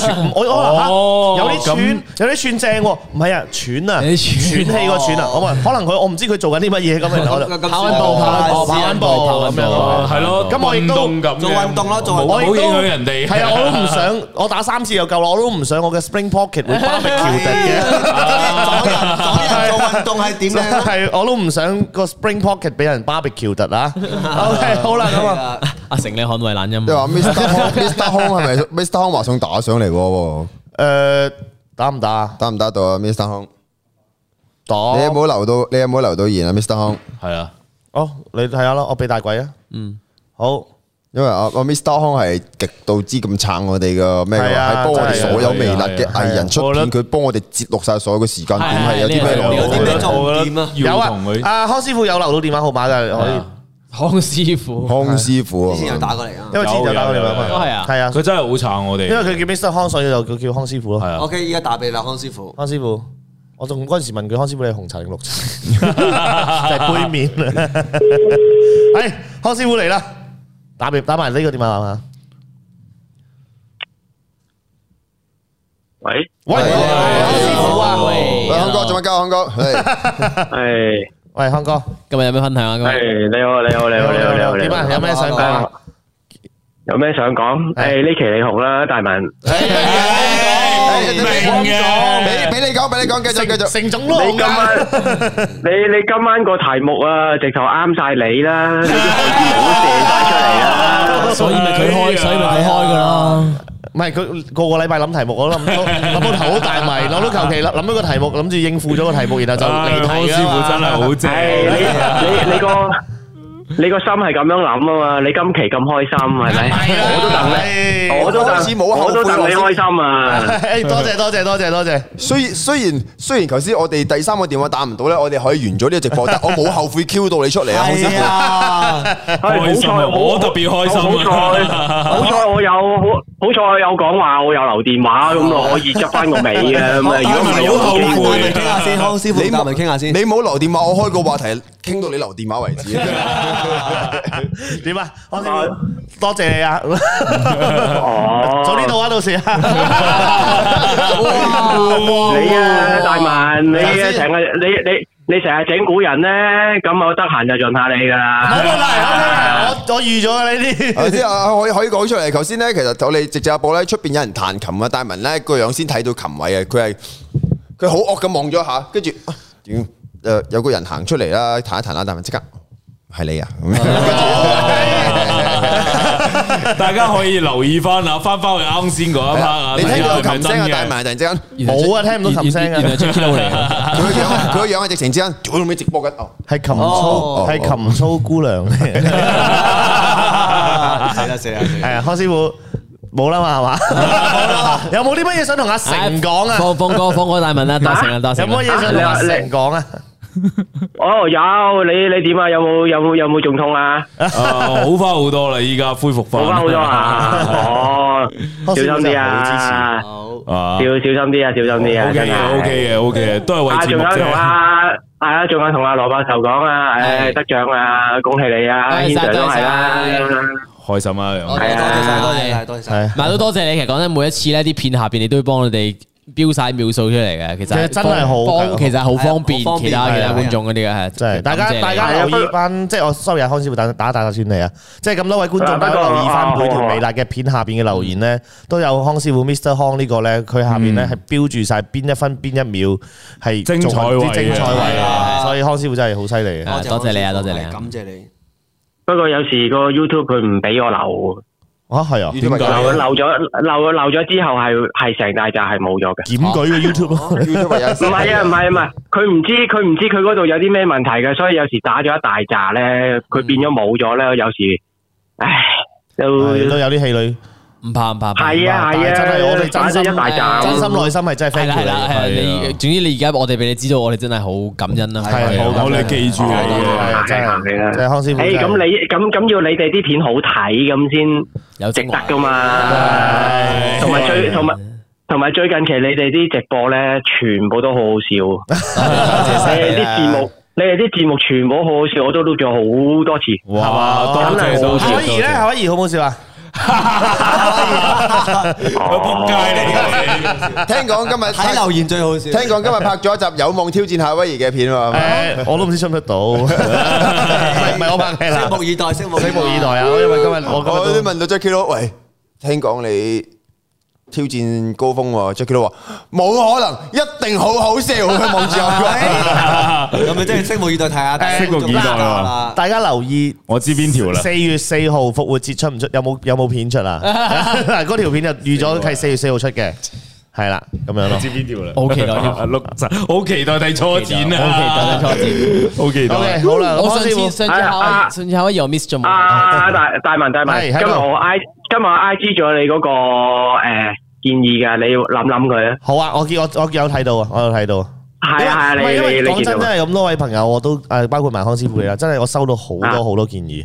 [SPEAKER 1] 串我我話
[SPEAKER 5] 哦
[SPEAKER 1] 嚇有啲串，有啲串正喎，唔係啊，串啊，喘
[SPEAKER 3] 有啲
[SPEAKER 1] 氣
[SPEAKER 3] 串
[SPEAKER 1] 個串啊，
[SPEAKER 5] 哦
[SPEAKER 1] 我話可能佢我唔知佢做緊啲乜嘢咁， 然後我就
[SPEAKER 4] 跑緊步跑緊步
[SPEAKER 1] 跑緊步咁樣咯，
[SPEAKER 5] 哦係咯，
[SPEAKER 1] 咁我亦都
[SPEAKER 5] 運動咁嘅
[SPEAKER 4] 做運動咯做運動
[SPEAKER 5] 冇冇
[SPEAKER 1] 我亦都
[SPEAKER 5] 影響人哋。
[SPEAKER 1] 係啊，我 都唔想，我打三次就夠啦，我都唔想我嘅 spring pocket 會 barbecue 突嘅。
[SPEAKER 4] 講人講人做運動係哎點咧？
[SPEAKER 1] 係，我都唔想個 spring pocket 俾人 barbecue 突啊。OK，好 啦，咁啊，
[SPEAKER 3] 阿成你捍衞懶音
[SPEAKER 2] 你 話 Mr. Hong Mr. Hong 係咪 Mr. Hong 話送打上嚟喎？
[SPEAKER 1] 誒，打唔打啊？
[SPEAKER 2] 打唔打到啊，Mr. Hong？
[SPEAKER 1] 打。
[SPEAKER 2] 你有冇留到？你有冇留到言啊，Mr. Hong？
[SPEAKER 5] 係啊，
[SPEAKER 1] 哦，你睇下啦，我俾大鬼啊。嗯。好，
[SPEAKER 2] 因為阿阿 Mr. 康係極度之咁撐我哋嘅咩㗎，
[SPEAKER 1] 係啊
[SPEAKER 2] 係幫我哋所有微辣
[SPEAKER 5] 真
[SPEAKER 2] 嘅
[SPEAKER 5] 係
[SPEAKER 2] 藝人出片，佢幫我哋節錄晒所有嘅
[SPEAKER 1] 啊
[SPEAKER 2] 時間點
[SPEAKER 5] 係
[SPEAKER 2] 係有啲咩
[SPEAKER 5] 呢個係
[SPEAKER 2] 內容
[SPEAKER 5] 我覺
[SPEAKER 4] 有啲咩
[SPEAKER 5] 得
[SPEAKER 4] 重
[SPEAKER 5] 我覺得
[SPEAKER 4] 點啊
[SPEAKER 5] 要同佢
[SPEAKER 1] 有啊，阿康師傅有留到電話號碼㗎，可以，
[SPEAKER 3] 康師傅，
[SPEAKER 2] 康師傅啊
[SPEAKER 4] 之前有
[SPEAKER 2] 嘛，
[SPEAKER 4] 打過嚟啊。
[SPEAKER 1] 因為之前就打過電
[SPEAKER 5] 有有有有
[SPEAKER 1] 話，
[SPEAKER 3] 係啊
[SPEAKER 1] 係啊，
[SPEAKER 5] 佢真係好撐我哋，
[SPEAKER 1] 因為佢叫 Mr. 康，所以就叫叫康師傅
[SPEAKER 5] 係
[SPEAKER 1] 咯。
[SPEAKER 5] 啊，
[SPEAKER 4] OK，依家打俾啦，康師傅。
[SPEAKER 1] 康師傅，我仲嗰陣時問佢康師傅你係紅茶定綠 茶，就係杯面 啦。係康師傅嚟啦，打俾打埋呢個電話係嘛？
[SPEAKER 7] 喂，
[SPEAKER 1] 喂，康師傅啊，
[SPEAKER 2] 喂，康哥做乜鳩？啊康哥，係
[SPEAKER 7] 係
[SPEAKER 1] 喂，康哥，
[SPEAKER 3] 今日有咩分享啊？今日
[SPEAKER 7] 係你好，你好，你好，你好，你好，你
[SPEAKER 1] 點啊？
[SPEAKER 7] 好，
[SPEAKER 1] 有咩想講啊？
[SPEAKER 7] 有咩想講？誒，呢期你紅啦，大文。
[SPEAKER 5] 明嘅，
[SPEAKER 2] 俾俾你講，俾你講，繼續繼續，
[SPEAKER 1] 成總
[SPEAKER 7] 你今晚
[SPEAKER 1] 都紅㗎，
[SPEAKER 7] 你你今晚個題目啊，直頭啱晒你啦，你啲海鮮唔好射晒出嚟啦。
[SPEAKER 3] 所以咪佢開，所以咪佢開噶咯。
[SPEAKER 1] 唔係佢個個禮拜諗題目， 我諗到諗到頭好大迷，諗到求其諗諗到個題目，諗住應付咗個題目，然後就
[SPEAKER 5] 唉
[SPEAKER 1] 離
[SPEAKER 5] 康
[SPEAKER 1] 題
[SPEAKER 5] 師傅真係好正，
[SPEAKER 7] 唉，你你你個你個心係咁樣諗啊嘛，你今期咁開心係咪？我都等
[SPEAKER 1] 係
[SPEAKER 7] 你，我都
[SPEAKER 2] 開始冇
[SPEAKER 7] 等，
[SPEAKER 2] 後悔
[SPEAKER 7] 我都等你開心啊！
[SPEAKER 1] 多謝多謝多謝多謝，
[SPEAKER 2] 雖然雖然雖然頭先我哋第三個電話打唔到咧，我哋可以完咗呢個直播，但我冇後悔 Q 到你出嚟啊，康師傅。
[SPEAKER 4] 啊，
[SPEAKER 7] 唉好
[SPEAKER 5] 開心
[SPEAKER 7] 彩
[SPEAKER 5] 啊我特別開心啊
[SPEAKER 7] 好彩好彩我有好好彩我有講話，我有留電話咁我可以執翻個尾啊 咁啊！如果唔係有
[SPEAKER 5] 好後
[SPEAKER 7] 機
[SPEAKER 5] 悔
[SPEAKER 7] 會。
[SPEAKER 4] 咪傾下先，康師傅，
[SPEAKER 2] 你
[SPEAKER 4] 打咪傾下先。
[SPEAKER 2] 你冇留電話，我開個話題傾到你留電話為止。
[SPEAKER 1] 點啊？康師傅，多謝你啊！
[SPEAKER 7] 哦，
[SPEAKER 1] 早啲到啊，到時啊。
[SPEAKER 7] 你啊，大文，你
[SPEAKER 2] 頭
[SPEAKER 7] 啊
[SPEAKER 2] 先
[SPEAKER 7] 成日你你你成日整蠱人咧，咁我得閒就盡下你噶
[SPEAKER 1] 冇問題，
[SPEAKER 7] 啦。
[SPEAKER 1] 我我預咗啊呢啲。
[SPEAKER 2] 頭先啊，可以可以講出嚟。頭先咧，其實我哋直播播咧，出邊有人彈琴啊，戴文咧個樣先睇到琴位啊，佢係佢好惡咁望咗一下，跟住啊點誒有個人行出嚟啦，彈一彈啦，戴文即刻係你啊，咁樣
[SPEAKER 5] 大家可以留意翻啊，翻翻去啱先嗰一 part 啊，
[SPEAKER 2] 你聽到
[SPEAKER 5] 睇下係咪
[SPEAKER 2] 琴聲
[SPEAKER 5] 真
[SPEAKER 2] 啊，
[SPEAKER 5] 嘅
[SPEAKER 2] 戴文係突然之間。
[SPEAKER 1] 冇啊，聽唔到琴聲
[SPEAKER 3] 原來
[SPEAKER 1] 啊，
[SPEAKER 3] 出 Q 嚟，
[SPEAKER 2] 佢個樣，佢個樣係直情之間，屌你咪直播緊哦！
[SPEAKER 1] 係琴
[SPEAKER 3] 哦
[SPEAKER 1] 操，係琴操姑娘。
[SPEAKER 4] 死啦死啦死啦！
[SPEAKER 1] 係啊，康師傅冇啦 嘛，係嘛？有冇啲乜嘢想同阿成講啊？
[SPEAKER 3] 放放歌，放歌大文啦，多成啦，多
[SPEAKER 1] 有
[SPEAKER 3] 成。
[SPEAKER 1] 冇乜嘢想同阿成講啊？
[SPEAKER 7] 哦，有你你點啊？有冇有冇有冇仲痛啊？
[SPEAKER 5] 啊好翻好多啦，依家恢復翻，
[SPEAKER 7] 好翻好多啊！哦，小心啲啊！
[SPEAKER 4] 好，
[SPEAKER 5] 啊
[SPEAKER 7] 小小心啲啊！小心啲啊！
[SPEAKER 5] ，OK
[SPEAKER 7] 真係
[SPEAKER 5] 嘅，OK 嘅，OK 嘅，都係為
[SPEAKER 7] 啊，
[SPEAKER 5] 節
[SPEAKER 7] 仲
[SPEAKER 5] 目
[SPEAKER 7] 有同
[SPEAKER 5] 啫。
[SPEAKER 7] 阿係啊，仲有同阿羅伯頭講啊，誒得獎啊，恭喜你啊，
[SPEAKER 3] 多謝
[SPEAKER 7] 軒 Sir
[SPEAKER 3] 晒
[SPEAKER 7] 都係
[SPEAKER 3] 多
[SPEAKER 7] 啦。
[SPEAKER 3] 謝
[SPEAKER 5] 开心啊，兩
[SPEAKER 3] 多
[SPEAKER 5] 位
[SPEAKER 7] 係
[SPEAKER 3] 謝
[SPEAKER 7] 啊
[SPEAKER 3] 多
[SPEAKER 4] 多
[SPEAKER 3] 謝
[SPEAKER 4] 謝
[SPEAKER 3] 晒
[SPEAKER 4] 多謝晒。
[SPEAKER 1] 係。
[SPEAKER 3] 嗱都多謝你，其實講真，每一次呢啲片下邊你都會幫我哋標晒秒數出嚟嘅，其實
[SPEAKER 1] 其實真係好
[SPEAKER 3] 幫，其實好方便
[SPEAKER 4] 係啊好方
[SPEAKER 3] 其
[SPEAKER 4] 便
[SPEAKER 1] 係
[SPEAKER 3] 他
[SPEAKER 1] 啊
[SPEAKER 3] 其他
[SPEAKER 4] 係啊
[SPEAKER 3] 觀眾嗰啲嘅，係
[SPEAKER 1] 真係，大家大
[SPEAKER 7] 係
[SPEAKER 1] 家
[SPEAKER 7] 啊
[SPEAKER 1] 留意翻，即係我 sorry 啊，康師傅打打打打斷你啊！即係咁多位觀眾，
[SPEAKER 7] 啊不
[SPEAKER 1] 大
[SPEAKER 7] 過
[SPEAKER 1] 家留意翻每
[SPEAKER 7] 啊
[SPEAKER 1] 條
[SPEAKER 7] 好啊
[SPEAKER 1] 微辣嘅片下邊嘅留言咧，都有康師傅 Mr. 康呢個咧，佢下邊
[SPEAKER 7] 嗯
[SPEAKER 1] 咧係標住晒邊一分邊一秒係
[SPEAKER 5] 精彩位
[SPEAKER 1] 做啲精彩位啊！
[SPEAKER 4] 啊
[SPEAKER 1] 所以康師傅真係好犀利嘅。
[SPEAKER 3] 啊多謝你啊多謝你啊
[SPEAKER 4] 感謝你。
[SPEAKER 7] 不過有時個 YouTube 佢唔俾我留。
[SPEAKER 1] 啊，係啊，
[SPEAKER 2] 點解
[SPEAKER 7] 漏漏咗漏漏咗之後係係成大扎係冇咗嘅。
[SPEAKER 1] 檢舉嘅 YouTube 啊
[SPEAKER 7] 唔係啊，唔係唔係，佢唔知佢唔知佢嗰度有啲咩問題嘅，所以有時打咗一大扎咧，佢變咗冇咗咧，有時唉都
[SPEAKER 1] 係都有啲氣餒。
[SPEAKER 3] 唔怕唔怕，唔怕
[SPEAKER 7] 係啊
[SPEAKER 1] 但係
[SPEAKER 7] 係啊，
[SPEAKER 1] 真係我哋
[SPEAKER 7] 打
[SPEAKER 1] 真
[SPEAKER 7] 咗
[SPEAKER 1] 心
[SPEAKER 7] 一大扎，
[SPEAKER 1] 真心內心係真係
[SPEAKER 3] 係
[SPEAKER 1] thank
[SPEAKER 3] 啦
[SPEAKER 1] you
[SPEAKER 3] 係啦係
[SPEAKER 1] 你
[SPEAKER 3] 啦，你總之你而家我哋俾你知道，我哋真係好感恩啦，
[SPEAKER 1] 係
[SPEAKER 5] 係
[SPEAKER 1] 好
[SPEAKER 5] 啊
[SPEAKER 1] 感
[SPEAKER 5] 我哋
[SPEAKER 1] 恩
[SPEAKER 5] 記住你嘅，
[SPEAKER 1] 係真係
[SPEAKER 7] Dạ.
[SPEAKER 3] Dạ,
[SPEAKER 1] 真係康師傅
[SPEAKER 7] 誒
[SPEAKER 1] 真係
[SPEAKER 7] 咁你咁咁要你哋啲片好睇咁先
[SPEAKER 3] 有
[SPEAKER 7] 值
[SPEAKER 3] 精
[SPEAKER 7] 得
[SPEAKER 3] 華
[SPEAKER 7] 噶嘛，
[SPEAKER 1] 係
[SPEAKER 7] 同埋最同埋。同埋最近期你哋啲直播咧，全部都好好笑。你哋啲字幕，你哋啲字幕全部好好笑，我都錄咗好多次。
[SPEAKER 5] 哇，多謝
[SPEAKER 7] 真係
[SPEAKER 5] 多
[SPEAKER 7] 好
[SPEAKER 5] 謝，
[SPEAKER 1] 可以咧，可以好唔好 笑啊？
[SPEAKER 5] 佢仆街嚟嘅，
[SPEAKER 2] 聽講今日
[SPEAKER 4] 睇留言最好笑。
[SPEAKER 2] 聽講今日拍咗一集《有望挑戰夏威夷》嘅片喎，
[SPEAKER 1] 誒，我都唔知出唔出 到，唔係唔係我拍戲啦
[SPEAKER 4] 拭。目以待，拭目
[SPEAKER 1] 拭目以待。啊！因為今日我
[SPEAKER 2] 我
[SPEAKER 1] 今
[SPEAKER 2] 都
[SPEAKER 1] 日都
[SPEAKER 2] 問到 Jackie 佬，喂，聽講你挑戰高峰喎，Jackie 佬話冇可能，一定好好笑，佢望住我。
[SPEAKER 4] 咁咪即係拭目以待睇下。
[SPEAKER 5] 拭目以待啊。
[SPEAKER 1] 大家留意，
[SPEAKER 5] 我知邊條啦
[SPEAKER 1] 四月四號復活節出唔出？有冇有冇片出啊？嗱，嗰條片就預咗係四月四號出嘅，係啦，咁樣咯。
[SPEAKER 12] 知邊條啦？
[SPEAKER 3] 好期待添
[SPEAKER 5] 啊碌柒好期待睇初展啊！
[SPEAKER 3] 好期待睇初展，
[SPEAKER 5] 好期
[SPEAKER 1] O
[SPEAKER 5] 待。
[SPEAKER 1] K，好啦，咁
[SPEAKER 3] 我上
[SPEAKER 1] 開始
[SPEAKER 3] 次上次考
[SPEAKER 7] 啊啊
[SPEAKER 3] 上次考我 miss 咗冇？
[SPEAKER 7] 啊，大大文大文，
[SPEAKER 1] 係
[SPEAKER 7] 今
[SPEAKER 1] 喺
[SPEAKER 7] 日
[SPEAKER 1] 度
[SPEAKER 7] 我 I 今日我 I G 咗你嗰個誒建議㗎，你諗諗佢啊。
[SPEAKER 1] 好啊，我見我我有睇到啊，我有睇到啊。
[SPEAKER 7] 係啊係啊，
[SPEAKER 1] 因為唔係
[SPEAKER 7] 你
[SPEAKER 1] 因為
[SPEAKER 7] 你
[SPEAKER 1] 講
[SPEAKER 7] 你見
[SPEAKER 1] 真，
[SPEAKER 7] 到
[SPEAKER 1] 真係咁多位朋友，我都誒包括埋康師傅啦，真係我收到好
[SPEAKER 7] 啊
[SPEAKER 1] 多好多建議。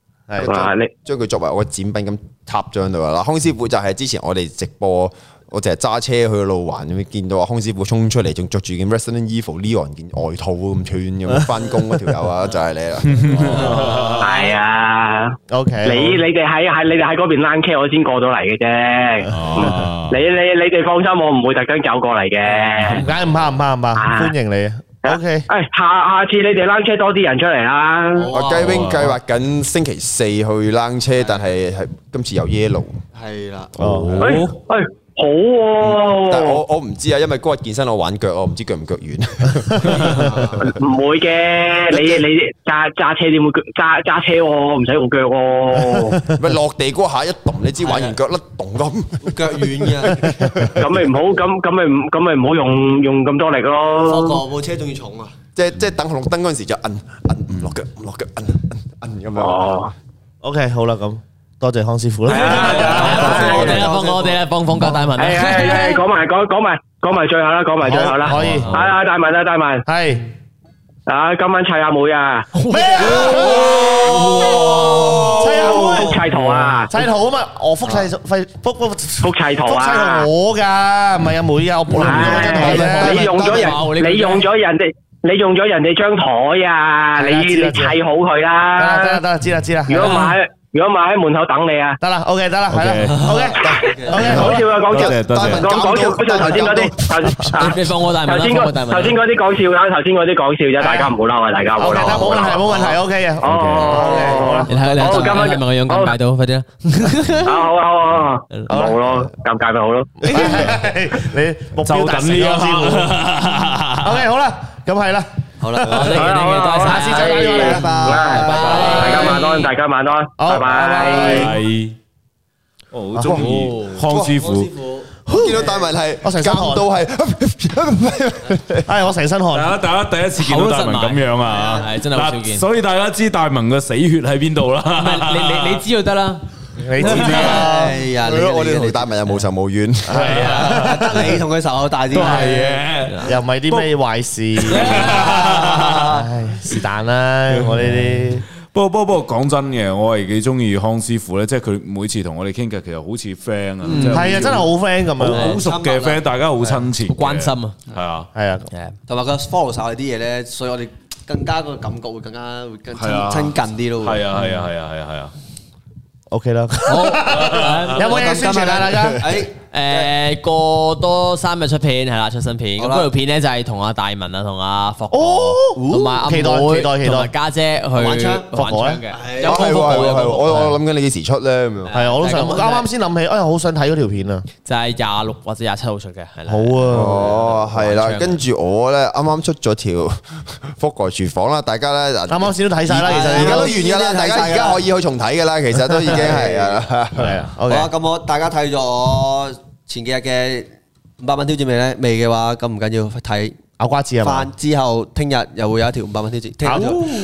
[SPEAKER 1] 係
[SPEAKER 7] 哇你
[SPEAKER 2] 將佢作為我嘅展品咁插咗喺度啊！嗱，康師傅就係之前我哋直播，我淨係揸車去路環咁，見到啊康師傅衝出嚟，仲着住件 Resident Evil Leon 件外套咁穿咁翻工嗰條友啊，就係你 啦！
[SPEAKER 7] 係啊，
[SPEAKER 1] O
[SPEAKER 7] 你
[SPEAKER 1] K，
[SPEAKER 7] 你哋喺喺你哋喺嗰邊躝 K，我先過到嚟嘅啫。
[SPEAKER 5] 啊
[SPEAKER 7] 你你你哋放心，我唔會特登走過嚟嘅
[SPEAKER 1] 唔。解唔怕唔怕唔怕，
[SPEAKER 7] 啊
[SPEAKER 1] 歡迎你。O K，
[SPEAKER 7] 誒，下下次你哋躝 K 多啲人出嚟啦。
[SPEAKER 2] 我雞 wing 計劃緊星期四去躝車，但係係今次有 yellow，
[SPEAKER 4] 係啦，
[SPEAKER 6] 어.
[SPEAKER 7] 喂喂，好
[SPEAKER 2] 但係
[SPEAKER 7] 喎，
[SPEAKER 2] 我我唔知啊，因為嗰日健身我玩腳，我唔知腳唔腳軟。
[SPEAKER 7] 唔會嘅，你你揸揸車點會揸揸車喎？唔使用腳喎。
[SPEAKER 2] 咪落地嗰下一動，你知玩完腳甩動咁。
[SPEAKER 4] 腳軟嘅，
[SPEAKER 7] 咁咪唔好，咁咁咪唔咁咪唔好用用咁多力
[SPEAKER 4] 科
[SPEAKER 7] 咯。
[SPEAKER 4] 哥部車仲要重啊！
[SPEAKER 2] 即係即係等紅綠燈嗰陣時就摁摁唔落腳，唔落腳摁摁摁咁樣。
[SPEAKER 7] 哦，
[SPEAKER 1] O K，好啦，咁多謝康師傅啦。
[SPEAKER 3] 放我哋啦，放我哋啦，放放假大文
[SPEAKER 7] 係係係 係，
[SPEAKER 3] 啦。
[SPEAKER 7] 講埋講講埋講埋最後啦，講埋最後啦。
[SPEAKER 1] 好可以
[SPEAKER 7] 係啊，大文啊，大文
[SPEAKER 1] 係
[SPEAKER 7] 啊，今晚砌阿妹啊，
[SPEAKER 1] 咩啊？砌阿妹
[SPEAKER 7] 砌圖啊，
[SPEAKER 1] 砌圖啊嘛，我複砌費複複
[SPEAKER 7] 幅砌圖
[SPEAKER 1] 複砌
[SPEAKER 7] 啊
[SPEAKER 4] à.
[SPEAKER 1] 圖。我㗎，唔係阿妹啊，我本來真係
[SPEAKER 7] 唉你用咗人，你用咗人哋，你用咗人哋張台啊，
[SPEAKER 1] 係
[SPEAKER 7] 你
[SPEAKER 1] 啦知啦
[SPEAKER 7] 你砌
[SPEAKER 1] 知啦
[SPEAKER 7] 好佢
[SPEAKER 1] 得啦得啦
[SPEAKER 7] 啦。
[SPEAKER 1] 得啦，知啦知啦，
[SPEAKER 7] 如果唔係，如果唔係喺門口等你啊。
[SPEAKER 1] 得啦，OK 得啦，係啦，OK OK 好
[SPEAKER 7] 講
[SPEAKER 1] 啦，
[SPEAKER 7] 笑啊，講笑
[SPEAKER 5] 多，謝多謝
[SPEAKER 7] 講講笑，講笑頭先嗰啲，頭啊
[SPEAKER 3] 你你放我大文
[SPEAKER 7] 頭
[SPEAKER 3] 啦，
[SPEAKER 7] 先
[SPEAKER 3] 放
[SPEAKER 7] 嗰
[SPEAKER 3] 我大文
[SPEAKER 7] 頭
[SPEAKER 3] 啦
[SPEAKER 7] 先。嗰啲講笑啦，頭先嗰啲講笑
[SPEAKER 1] 係啊
[SPEAKER 7] 啫，大家唔好嬲啊，大家唔好
[SPEAKER 1] OK
[SPEAKER 7] 嬲
[SPEAKER 1] 得
[SPEAKER 7] 啊，
[SPEAKER 1] 冇問題冇問題，OK dạ. 嘅，
[SPEAKER 7] 好好好
[SPEAKER 3] 你睇佢兩
[SPEAKER 7] 好
[SPEAKER 3] 大
[SPEAKER 7] 今晚
[SPEAKER 3] 文個樣咁大到，快啲啦！
[SPEAKER 7] 啊好啊好啊，好啊冇咯，尷尬咪好咯，
[SPEAKER 1] 你目
[SPEAKER 5] 就
[SPEAKER 1] 標達
[SPEAKER 5] 等
[SPEAKER 1] 成
[SPEAKER 5] 呢一
[SPEAKER 1] 啦，師傅。
[SPEAKER 5] 刻。
[SPEAKER 1] OK 好啦，咁係啦，
[SPEAKER 3] 好啦，我哋
[SPEAKER 7] 好啦好啦
[SPEAKER 3] 多謝
[SPEAKER 7] 好啦
[SPEAKER 3] 晒，
[SPEAKER 1] 下次再打電話嚟啦，
[SPEAKER 7] 拜大家晚安，大家晚安，拜
[SPEAKER 1] 好拜拜
[SPEAKER 7] 拜。
[SPEAKER 5] 係，我好中意康師傅。
[SPEAKER 2] 見到大文係
[SPEAKER 1] 我成身汗
[SPEAKER 2] 夾 到係，
[SPEAKER 1] 唉，我成身汗。
[SPEAKER 5] 大家大家第一次見到大文咁樣啊，
[SPEAKER 3] 係真係好少見
[SPEAKER 5] 嗱所以大家知大文嘅死血喺邊度啦。
[SPEAKER 3] 唔係你你你知道得啦，
[SPEAKER 1] 你知啦，
[SPEAKER 4] 哎呀，你
[SPEAKER 2] 我哋同大文又冇仇冇怨。
[SPEAKER 5] 係啊，
[SPEAKER 4] 得你同佢仇口大啲，
[SPEAKER 5] 都係
[SPEAKER 4] Dạ,
[SPEAKER 5] 嘅。
[SPEAKER 1] 又唔係 啲咩壞事，唉，是 但啦，我呢啲
[SPEAKER 5] 不過不過不過講真嘅，我係幾中意康師傅咧，即係佢每次同我哋傾偈，其實好似 friend 啊，即係好似
[SPEAKER 1] 係啊，真係好 friend 咁
[SPEAKER 5] 好
[SPEAKER 1] 樣，
[SPEAKER 5] 熟嘅 friend，大家好親切，
[SPEAKER 3] 好關心啊。
[SPEAKER 5] 係啊。
[SPEAKER 1] 係啊，
[SPEAKER 4] 同埋佢 follow 晒我哋啲嘢咧，所以我哋更加個感覺會更加會更
[SPEAKER 5] 係啊
[SPEAKER 4] 親親近啲咯。
[SPEAKER 1] à,
[SPEAKER 5] 係啊係啊係啊係啊係啊！
[SPEAKER 1] OK 啦，
[SPEAKER 3] 好，
[SPEAKER 4] Dạ,
[SPEAKER 1] 有冇嘢宣傳啊？大家
[SPEAKER 4] 誒，
[SPEAKER 3] 誒過多三日出片係啦，出新片。咁嗰條片咧就係同阿大文啊，同阿霍哥，
[SPEAKER 1] 哦
[SPEAKER 3] 同埋阿妹，
[SPEAKER 1] 期待期待期待
[SPEAKER 3] 同埋家姐去玩槍
[SPEAKER 1] 霍哥呢
[SPEAKER 2] 係
[SPEAKER 3] 嘅。有
[SPEAKER 2] 喎係
[SPEAKER 3] 冇霍哥
[SPEAKER 2] 喎係喎，
[SPEAKER 3] 有
[SPEAKER 2] 我我諗緊你幾時出咧咁樣。
[SPEAKER 1] 係啊，我都想，
[SPEAKER 3] 係咁
[SPEAKER 1] 啱啱先諗起，哎呀，好想睇嗰條片啊，
[SPEAKER 3] 就係廿六或者廿七號出嘅，係啦。
[SPEAKER 1] 好啊，
[SPEAKER 2] 哦，係
[SPEAKER 3] 玩槍
[SPEAKER 2] 啦
[SPEAKER 3] 嘅，
[SPEAKER 2] 跟住我咧，啱啱出咗條 福蓋廚房啦，大家咧，
[SPEAKER 1] 啱
[SPEAKER 2] 啱
[SPEAKER 1] 啱先都睇晒啦，其實
[SPEAKER 2] 而家都完
[SPEAKER 1] 已經
[SPEAKER 2] 㗎啦，大家而家可以去重睇㗎啦，其實都已經 係啊。
[SPEAKER 1] 係啊
[SPEAKER 4] 好
[SPEAKER 1] ，OK，
[SPEAKER 4] 啦，咁我大家睇咗我前幾日嘅五百蚊挑戰未咧？未嘅話，咁唔緊要睇。
[SPEAKER 1] 咬瓜子係嘛
[SPEAKER 4] 翻？之後，聽日又會有一條五百蚊挑戰，聽日條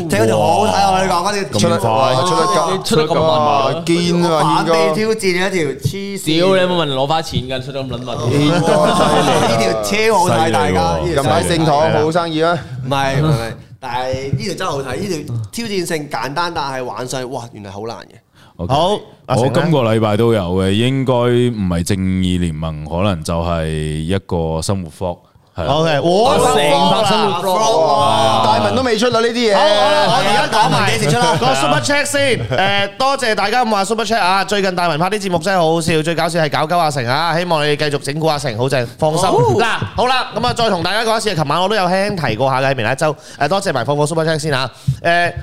[SPEAKER 4] 聽日條好睇啊！我哋講嗰條
[SPEAKER 2] 出得哇出得
[SPEAKER 3] 你
[SPEAKER 2] 咁
[SPEAKER 3] 出得咁密
[SPEAKER 2] 哇堅啊，
[SPEAKER 4] 反
[SPEAKER 2] 軒哥
[SPEAKER 4] 被挑戰一條黐
[SPEAKER 3] 屌你
[SPEAKER 4] 線，
[SPEAKER 3] 有冇問攞翻錢㗎？出咗咁撚密，
[SPEAKER 2] 軒哥犀利啊
[SPEAKER 4] 呢條超好睇，大家
[SPEAKER 2] 近排聖堂好生意啊！
[SPEAKER 4] 唔係唔係，但係呢條真係好睇，呢條挑戰性簡單，但係玩上去哇，原來好難嘅。
[SPEAKER 5] OK
[SPEAKER 1] 好阿成
[SPEAKER 5] 我
[SPEAKER 1] 咧
[SPEAKER 5] 今個禮拜都有嘅，應該唔係正義聯盟，可能就係一個生活科。係啊
[SPEAKER 1] OK，哇，成百生活。
[SPEAKER 2] 啊大文都未出到呢啲嘢。啊
[SPEAKER 1] 我而家講埋
[SPEAKER 4] 大文幾時出啦
[SPEAKER 1] 個 Super Chat 先，誒多謝大家咁話 Super Chat 啊！最近大文拍啲節目真係好好笑，最搞笑係搞鳩阿成啊！希望你哋繼續整蠱阿成，好正，放心。嗱，好啦，咁啊再同大家講一次，琴晚我都有輕輕提過下嘅喺微辣一周，誒多謝埋放火 Super Chat 先啊！誒，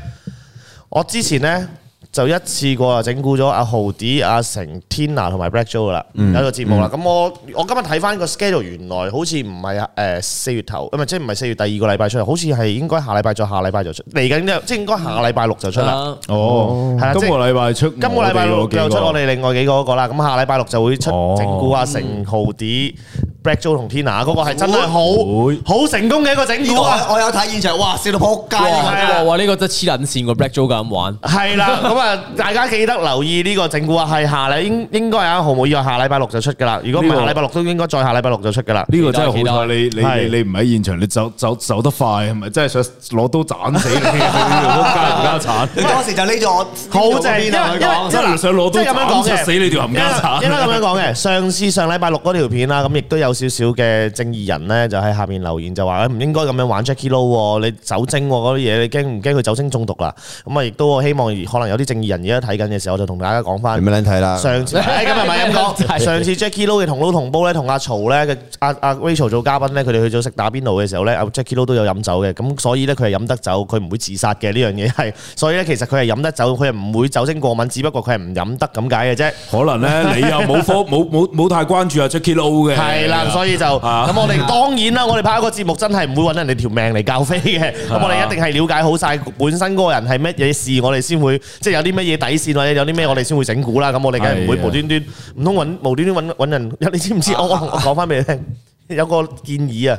[SPEAKER 1] 我之前呢。就一次過就整蠱咗阿豪啲、阿成、Tina 同埋 Black Joe 啦，有一個節目啦。咁我我今日睇翻個 schedule，原來好似唔係誒四月頭，唔係即係唔係四月第二個禮拜出嚟，好似係應該下禮拜再下禮拜就出，嚟緊就即係應該下禮拜六就出啦。
[SPEAKER 4] 嗯
[SPEAKER 3] 啊
[SPEAKER 5] 哦，
[SPEAKER 1] 係啦，
[SPEAKER 5] 今個
[SPEAKER 1] 即係
[SPEAKER 5] 禮拜出
[SPEAKER 1] 今個禮拜六
[SPEAKER 5] 我哋嗰幾個。
[SPEAKER 1] 又出我哋另外幾個嗰個啦，咁下禮拜六就會出
[SPEAKER 5] 哦
[SPEAKER 1] 整蠱阿成、豪啲、Black Joe 同 Tina 嗰個係真係好好成功嘅一個整蠱啊！
[SPEAKER 4] 我有睇現場，哇，笑到仆街
[SPEAKER 1] 哇
[SPEAKER 4] 啊！
[SPEAKER 1] 係啊
[SPEAKER 3] 哇哇！呢個真係黐撚線個 Black Joe 咁玩，
[SPEAKER 1] 係啦， 咁啊，大家記得留意呢個整蠱啊，係下禮應應該係啊，毫無意外下禮拜六就出噶啦。如果唔
[SPEAKER 5] 呢
[SPEAKER 1] 係
[SPEAKER 5] 個
[SPEAKER 1] 下禮拜六都應該再下禮拜六就出噶啦。
[SPEAKER 5] 呢個真係好彩，
[SPEAKER 3] 期
[SPEAKER 5] 你你
[SPEAKER 1] 係
[SPEAKER 5] 你你唔喺現場，你走走走得快，係咪真係想攞刀斬 死你？你條家產，
[SPEAKER 4] 你當時就匿咗我
[SPEAKER 1] 好正，因
[SPEAKER 4] 邊
[SPEAKER 1] 為
[SPEAKER 4] 啊！
[SPEAKER 1] 因為
[SPEAKER 4] 佢講
[SPEAKER 1] 因為
[SPEAKER 5] 真係想攞刀
[SPEAKER 1] 即係咁樣
[SPEAKER 5] 斬
[SPEAKER 1] 講嘅
[SPEAKER 5] 出死你條冚家鏟
[SPEAKER 1] 因為因為咁樣講嘅，上次上禮拜六嗰條片啦，咁亦都有少少嘅正義人咧，就喺下面留言就話：唔應該咁樣玩 Jackie Lou 喎，你酒精喎嗰啲嘢，你驚唔驚佢酒精中毒啦？咁啊，亦都希望可能有啲正義人而家睇緊嘅時候，就同大家講翻
[SPEAKER 2] 你。咪撚睇啦。
[SPEAKER 1] 上次，哎，今日咪咁講。上次 Jackie Lou 嘅同撈同煲咧，同阿曹咧嘅阿阿 Rachel 做嘉賓咧，佢哋去咗食打邊爐嘅時候咧，阿 Jackie Lou 都有飲酒嘅，咁所以咧佢係飲得酒，佢唔會自殺嘅呢樣嘢係，所以咧其實佢係飲得酒，佢係唔會酒精過敏，只不過佢係唔飲得咁解嘅啫。
[SPEAKER 5] 可能咧你又 冇科冇冇冇太關注阿 Jackie Lou 嘅，
[SPEAKER 1] 係啦，所以就咁
[SPEAKER 5] 啊
[SPEAKER 1] 我哋當然啦，我哋拍一個節目真係唔會揾人哋條命嚟教飛嘅，咁我哋一定係了解好晒本身嗰個人係乜嘢事，我哋先會即係有啲乜嘢底線或者有啲咩我哋先會整蠱啦。咁我哋梗係唔會
[SPEAKER 5] 係啊
[SPEAKER 1] 無端端唔通揾無端端揾揾人，你知唔知？我我我講翻俾你聽，有個建議啊。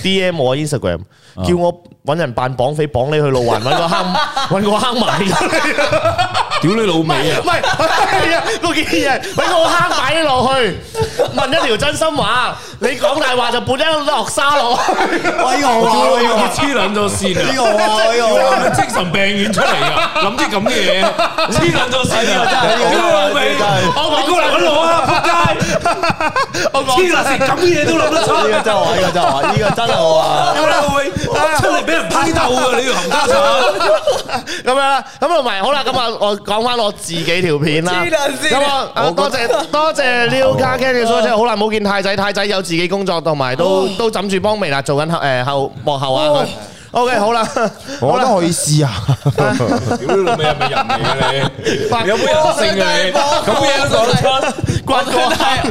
[SPEAKER 1] D M 我 Instagram 叫我揾人扮綁匪綁你去路環揾個坑揾個坑埋咗你，
[SPEAKER 5] 屌你老味啊
[SPEAKER 1] 唔！係係啊個建議係揾個坑擺你落去，問一條真心話，你講大話就撥一粒落沙落去。
[SPEAKER 4] 喂，呢個我話，呢個
[SPEAKER 5] 我
[SPEAKER 4] 我
[SPEAKER 5] 黐撚咗線
[SPEAKER 4] 呢
[SPEAKER 5] 啊！
[SPEAKER 4] 個我話，呢個我話
[SPEAKER 5] 我精神病院出嚟噶，諗啲咁嘅嘢，黐撚咗線啊！屌你老味，我過嚟 揾我啊！仆街，黐撚線咁嘅嘢都諗得出，
[SPEAKER 4] 呢個真係我話，呢個真係我話，呢個真係我話。
[SPEAKER 5] 屌你老味，
[SPEAKER 4] 啊
[SPEAKER 5] 出嚟俾人批鬥啊！你條冚家產，
[SPEAKER 1] 咁樣啦，咁同埋好啦，咁啊，我講翻我自己條片啦。咁我啊多謝多謝 New Car Ken 嘅 show，真係好耐冇見太仔，太仔有自己工作，同埋都都枕住幫微辣做緊誒後幕後啊。佢 OK，好啦，
[SPEAKER 2] 我覺得可以試下。
[SPEAKER 5] 屌你老味係咪人嚟嘅你？有冇人性啊你？咁嘅嘢都講得出。
[SPEAKER 1] 關哥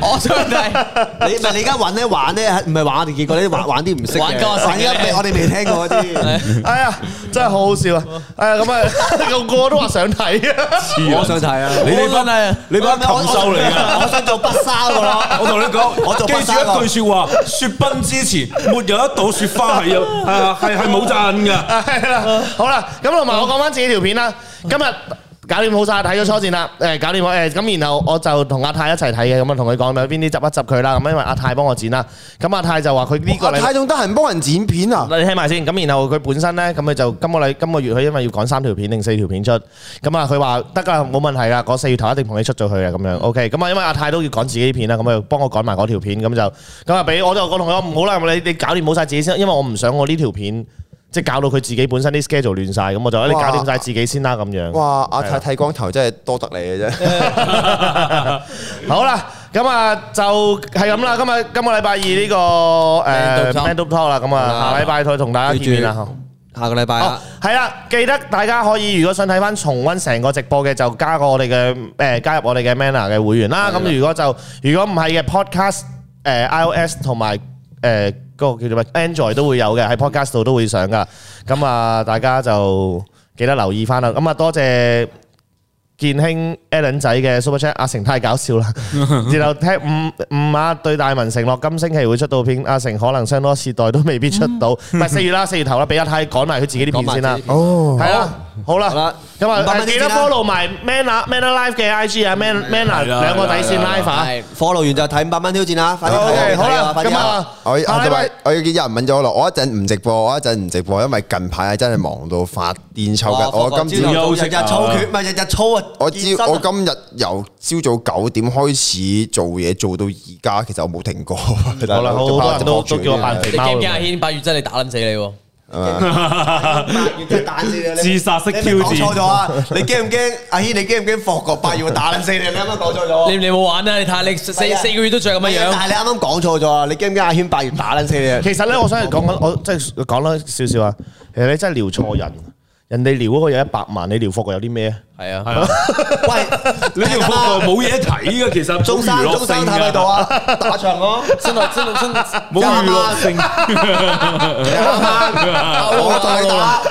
[SPEAKER 3] 我想 睇
[SPEAKER 4] 你唔係你而家玩咧玩咧，唔係玩我哋結果咧玩玩啲唔識嘅，
[SPEAKER 3] 玩鳩我食嘅
[SPEAKER 4] 玩啲未我哋未聽過嗰啲，
[SPEAKER 1] 哎呀，真係好好笑啊！哎呀，咁啊， 個個都話想睇啊。
[SPEAKER 4] 我想睇啊！
[SPEAKER 5] 你哋班
[SPEAKER 3] 係
[SPEAKER 5] 你班禽獸嚟噶！
[SPEAKER 4] 我想做不沙噶咯，
[SPEAKER 5] 我同你講，
[SPEAKER 4] 我做
[SPEAKER 5] 記
[SPEAKER 4] 北
[SPEAKER 5] 住
[SPEAKER 4] 沙個
[SPEAKER 5] 一句説話：雪崩之前，沒有一朵雪花係 有係係係冇讚噶。
[SPEAKER 1] 啊係啦，好啦，咁同埋我講翻自己條片啦，今日。搞掂好晒，睇咗初戰啦，誒搞掂好誒，咁然後我就同阿泰一齊睇嘅，咁啊同佢講有邊啲執一執佢啦，咁因為阿泰幫我剪啦，咁啊阿泰就話佢呢個
[SPEAKER 2] 阿
[SPEAKER 1] 禮
[SPEAKER 2] 泰仲得閒幫人剪片啊！
[SPEAKER 1] 你聽埋先，咁然後佢本身咧，咁佢就今個禮今個月佢因為要趕三條片定四條片出，咁啊佢話得噶冇問題啦，嗰四月頭一定同你出咗去啊咁樣，OK，咁啊因為阿泰都要趕自己啲片啦，咁啊幫我趕埋嗰條片，咁就咁啊俾我就我同佢講唔好啦，你你搞掂好晒自己先，因為我唔想我呢條片即係搞到佢自己本身啲 schedule 亂晒，咁我就你搞掂晒自己先啦咁樣。
[SPEAKER 2] 哇！阿
[SPEAKER 1] 啊
[SPEAKER 2] 泰剃光頭真係多得你嘅啫。
[SPEAKER 1] 好啦，咁啊就係咁啦，今日今個禮拜二呢個誒
[SPEAKER 3] Man Up
[SPEAKER 1] Man Up Talk 啦，咁啊下禮拜再同大家見面啦。
[SPEAKER 4] 下個禮拜
[SPEAKER 1] 哦，係啦，記得大家可以如果想睇翻重温成個直播嘅，就加個我哋嘅誒加入我哋嘅 Manner 嘅會員啦。咁如果就如果唔係嘅 Podcast 誒、iOS 同埋誒嗰個叫做咩 Android 都會有嘅，喺 Podcast 度都會上噶。咁啊，大家就記得留意翻啦。咁啊，多謝。健興 Alan 仔嘅 Super Chat，阿成太搞笑啦。然後聽五五啊對大文承諾，今星期會出到片，阿成可能相多時代都未必出到。唔係四月啦，四月頭啦，俾阿太講埋佢自己啲片先啦。
[SPEAKER 2] 哦，
[SPEAKER 1] 係啦，好啦
[SPEAKER 4] 啦，
[SPEAKER 1] 咁
[SPEAKER 4] 五百
[SPEAKER 1] 啊
[SPEAKER 4] 蚊
[SPEAKER 1] 記
[SPEAKER 4] 先
[SPEAKER 1] 得
[SPEAKER 4] 啦
[SPEAKER 1] follow 埋 Manner Manner Live 嘅 IG 啊，Man Manner
[SPEAKER 5] 係啦
[SPEAKER 1] 兩個底線
[SPEAKER 5] 係啦
[SPEAKER 1] live 啊。
[SPEAKER 4] follow 完就睇五百蚊挑戰啦，快啲睇啊
[SPEAKER 1] OK，好
[SPEAKER 4] 快啲啊
[SPEAKER 1] 啦，
[SPEAKER 4] 快啲
[SPEAKER 1] 咁
[SPEAKER 4] 啊
[SPEAKER 1] 啊，
[SPEAKER 2] 我
[SPEAKER 1] 下
[SPEAKER 2] 我
[SPEAKER 1] 禮
[SPEAKER 2] 就
[SPEAKER 1] 拜
[SPEAKER 2] 話我有人問咗我咯，我一陣唔直播，我一陣唔直播，因為近排真係忙到發癲抽筋，
[SPEAKER 4] 哇
[SPEAKER 2] 我今
[SPEAKER 4] 朝
[SPEAKER 2] 朝
[SPEAKER 4] 頭早
[SPEAKER 5] 休息
[SPEAKER 4] 日日操
[SPEAKER 5] 啊
[SPEAKER 4] 拳，唔係日日操啊，
[SPEAKER 2] 我
[SPEAKER 4] 健身
[SPEAKER 2] 朝
[SPEAKER 4] 啊
[SPEAKER 2] 我今日由朝早九點開始做嘢，做到而家，其實我冇停過。
[SPEAKER 1] 好啦好多人都都叫我扮肥
[SPEAKER 3] 你
[SPEAKER 1] 貓
[SPEAKER 3] 驚唔
[SPEAKER 1] 咁
[SPEAKER 3] 驚阿
[SPEAKER 1] 樣。
[SPEAKER 3] 軒八月真係打撚死你喎？
[SPEAKER 4] 八月真係打死你，你咪-
[SPEAKER 5] 自殺式挑
[SPEAKER 4] à,
[SPEAKER 5] 戰。
[SPEAKER 4] 你咪講錯咗啊，你驚唔驚？阿軒，你驚唔驚霍國八月會打撚死你？你啱啱講錯咗。
[SPEAKER 3] 你你冇玩啊？你睇下你四四
[SPEAKER 4] 係啊
[SPEAKER 3] 四個月都着咁
[SPEAKER 4] à,
[SPEAKER 3] 嘅樣。
[SPEAKER 4] 但係你啱啱講錯咗啊，你驚唔驚阿軒八月打撚死你啊？
[SPEAKER 1] 其實咧，我想講緊，我即係講多少少啊。其實你真係撩錯人，人哋撩嗰個有一百萬，你撩霍國有啲咩啊？
[SPEAKER 3] 係啊，
[SPEAKER 4] 喂，
[SPEAKER 5] 你條幅度冇嘢睇嘅，其實
[SPEAKER 4] 中山-
[SPEAKER 5] 冇娛樂性㗎，
[SPEAKER 4] 中山睇唔睇到啊？打場咯。
[SPEAKER 3] 真係真係真係。
[SPEAKER 5] 冇娛樂性。
[SPEAKER 4] 我同你打。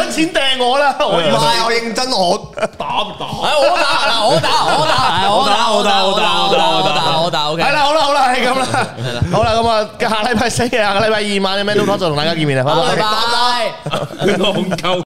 [SPEAKER 1] 揾錢掟我啦！我要
[SPEAKER 5] 打唔打？
[SPEAKER 3] 哎，我打嗱，我打，我打，我打，我打，我打，我打，我打，我打，OK。
[SPEAKER 1] 係啦，好啦，好啦，係咁啦，好啦，咁啊，下禮拜四啊，下禮拜二晚嘅 Man Talk 就同大家見面啦，拜拜。
[SPEAKER 3] 拜拜。
[SPEAKER 5] 戇鳩。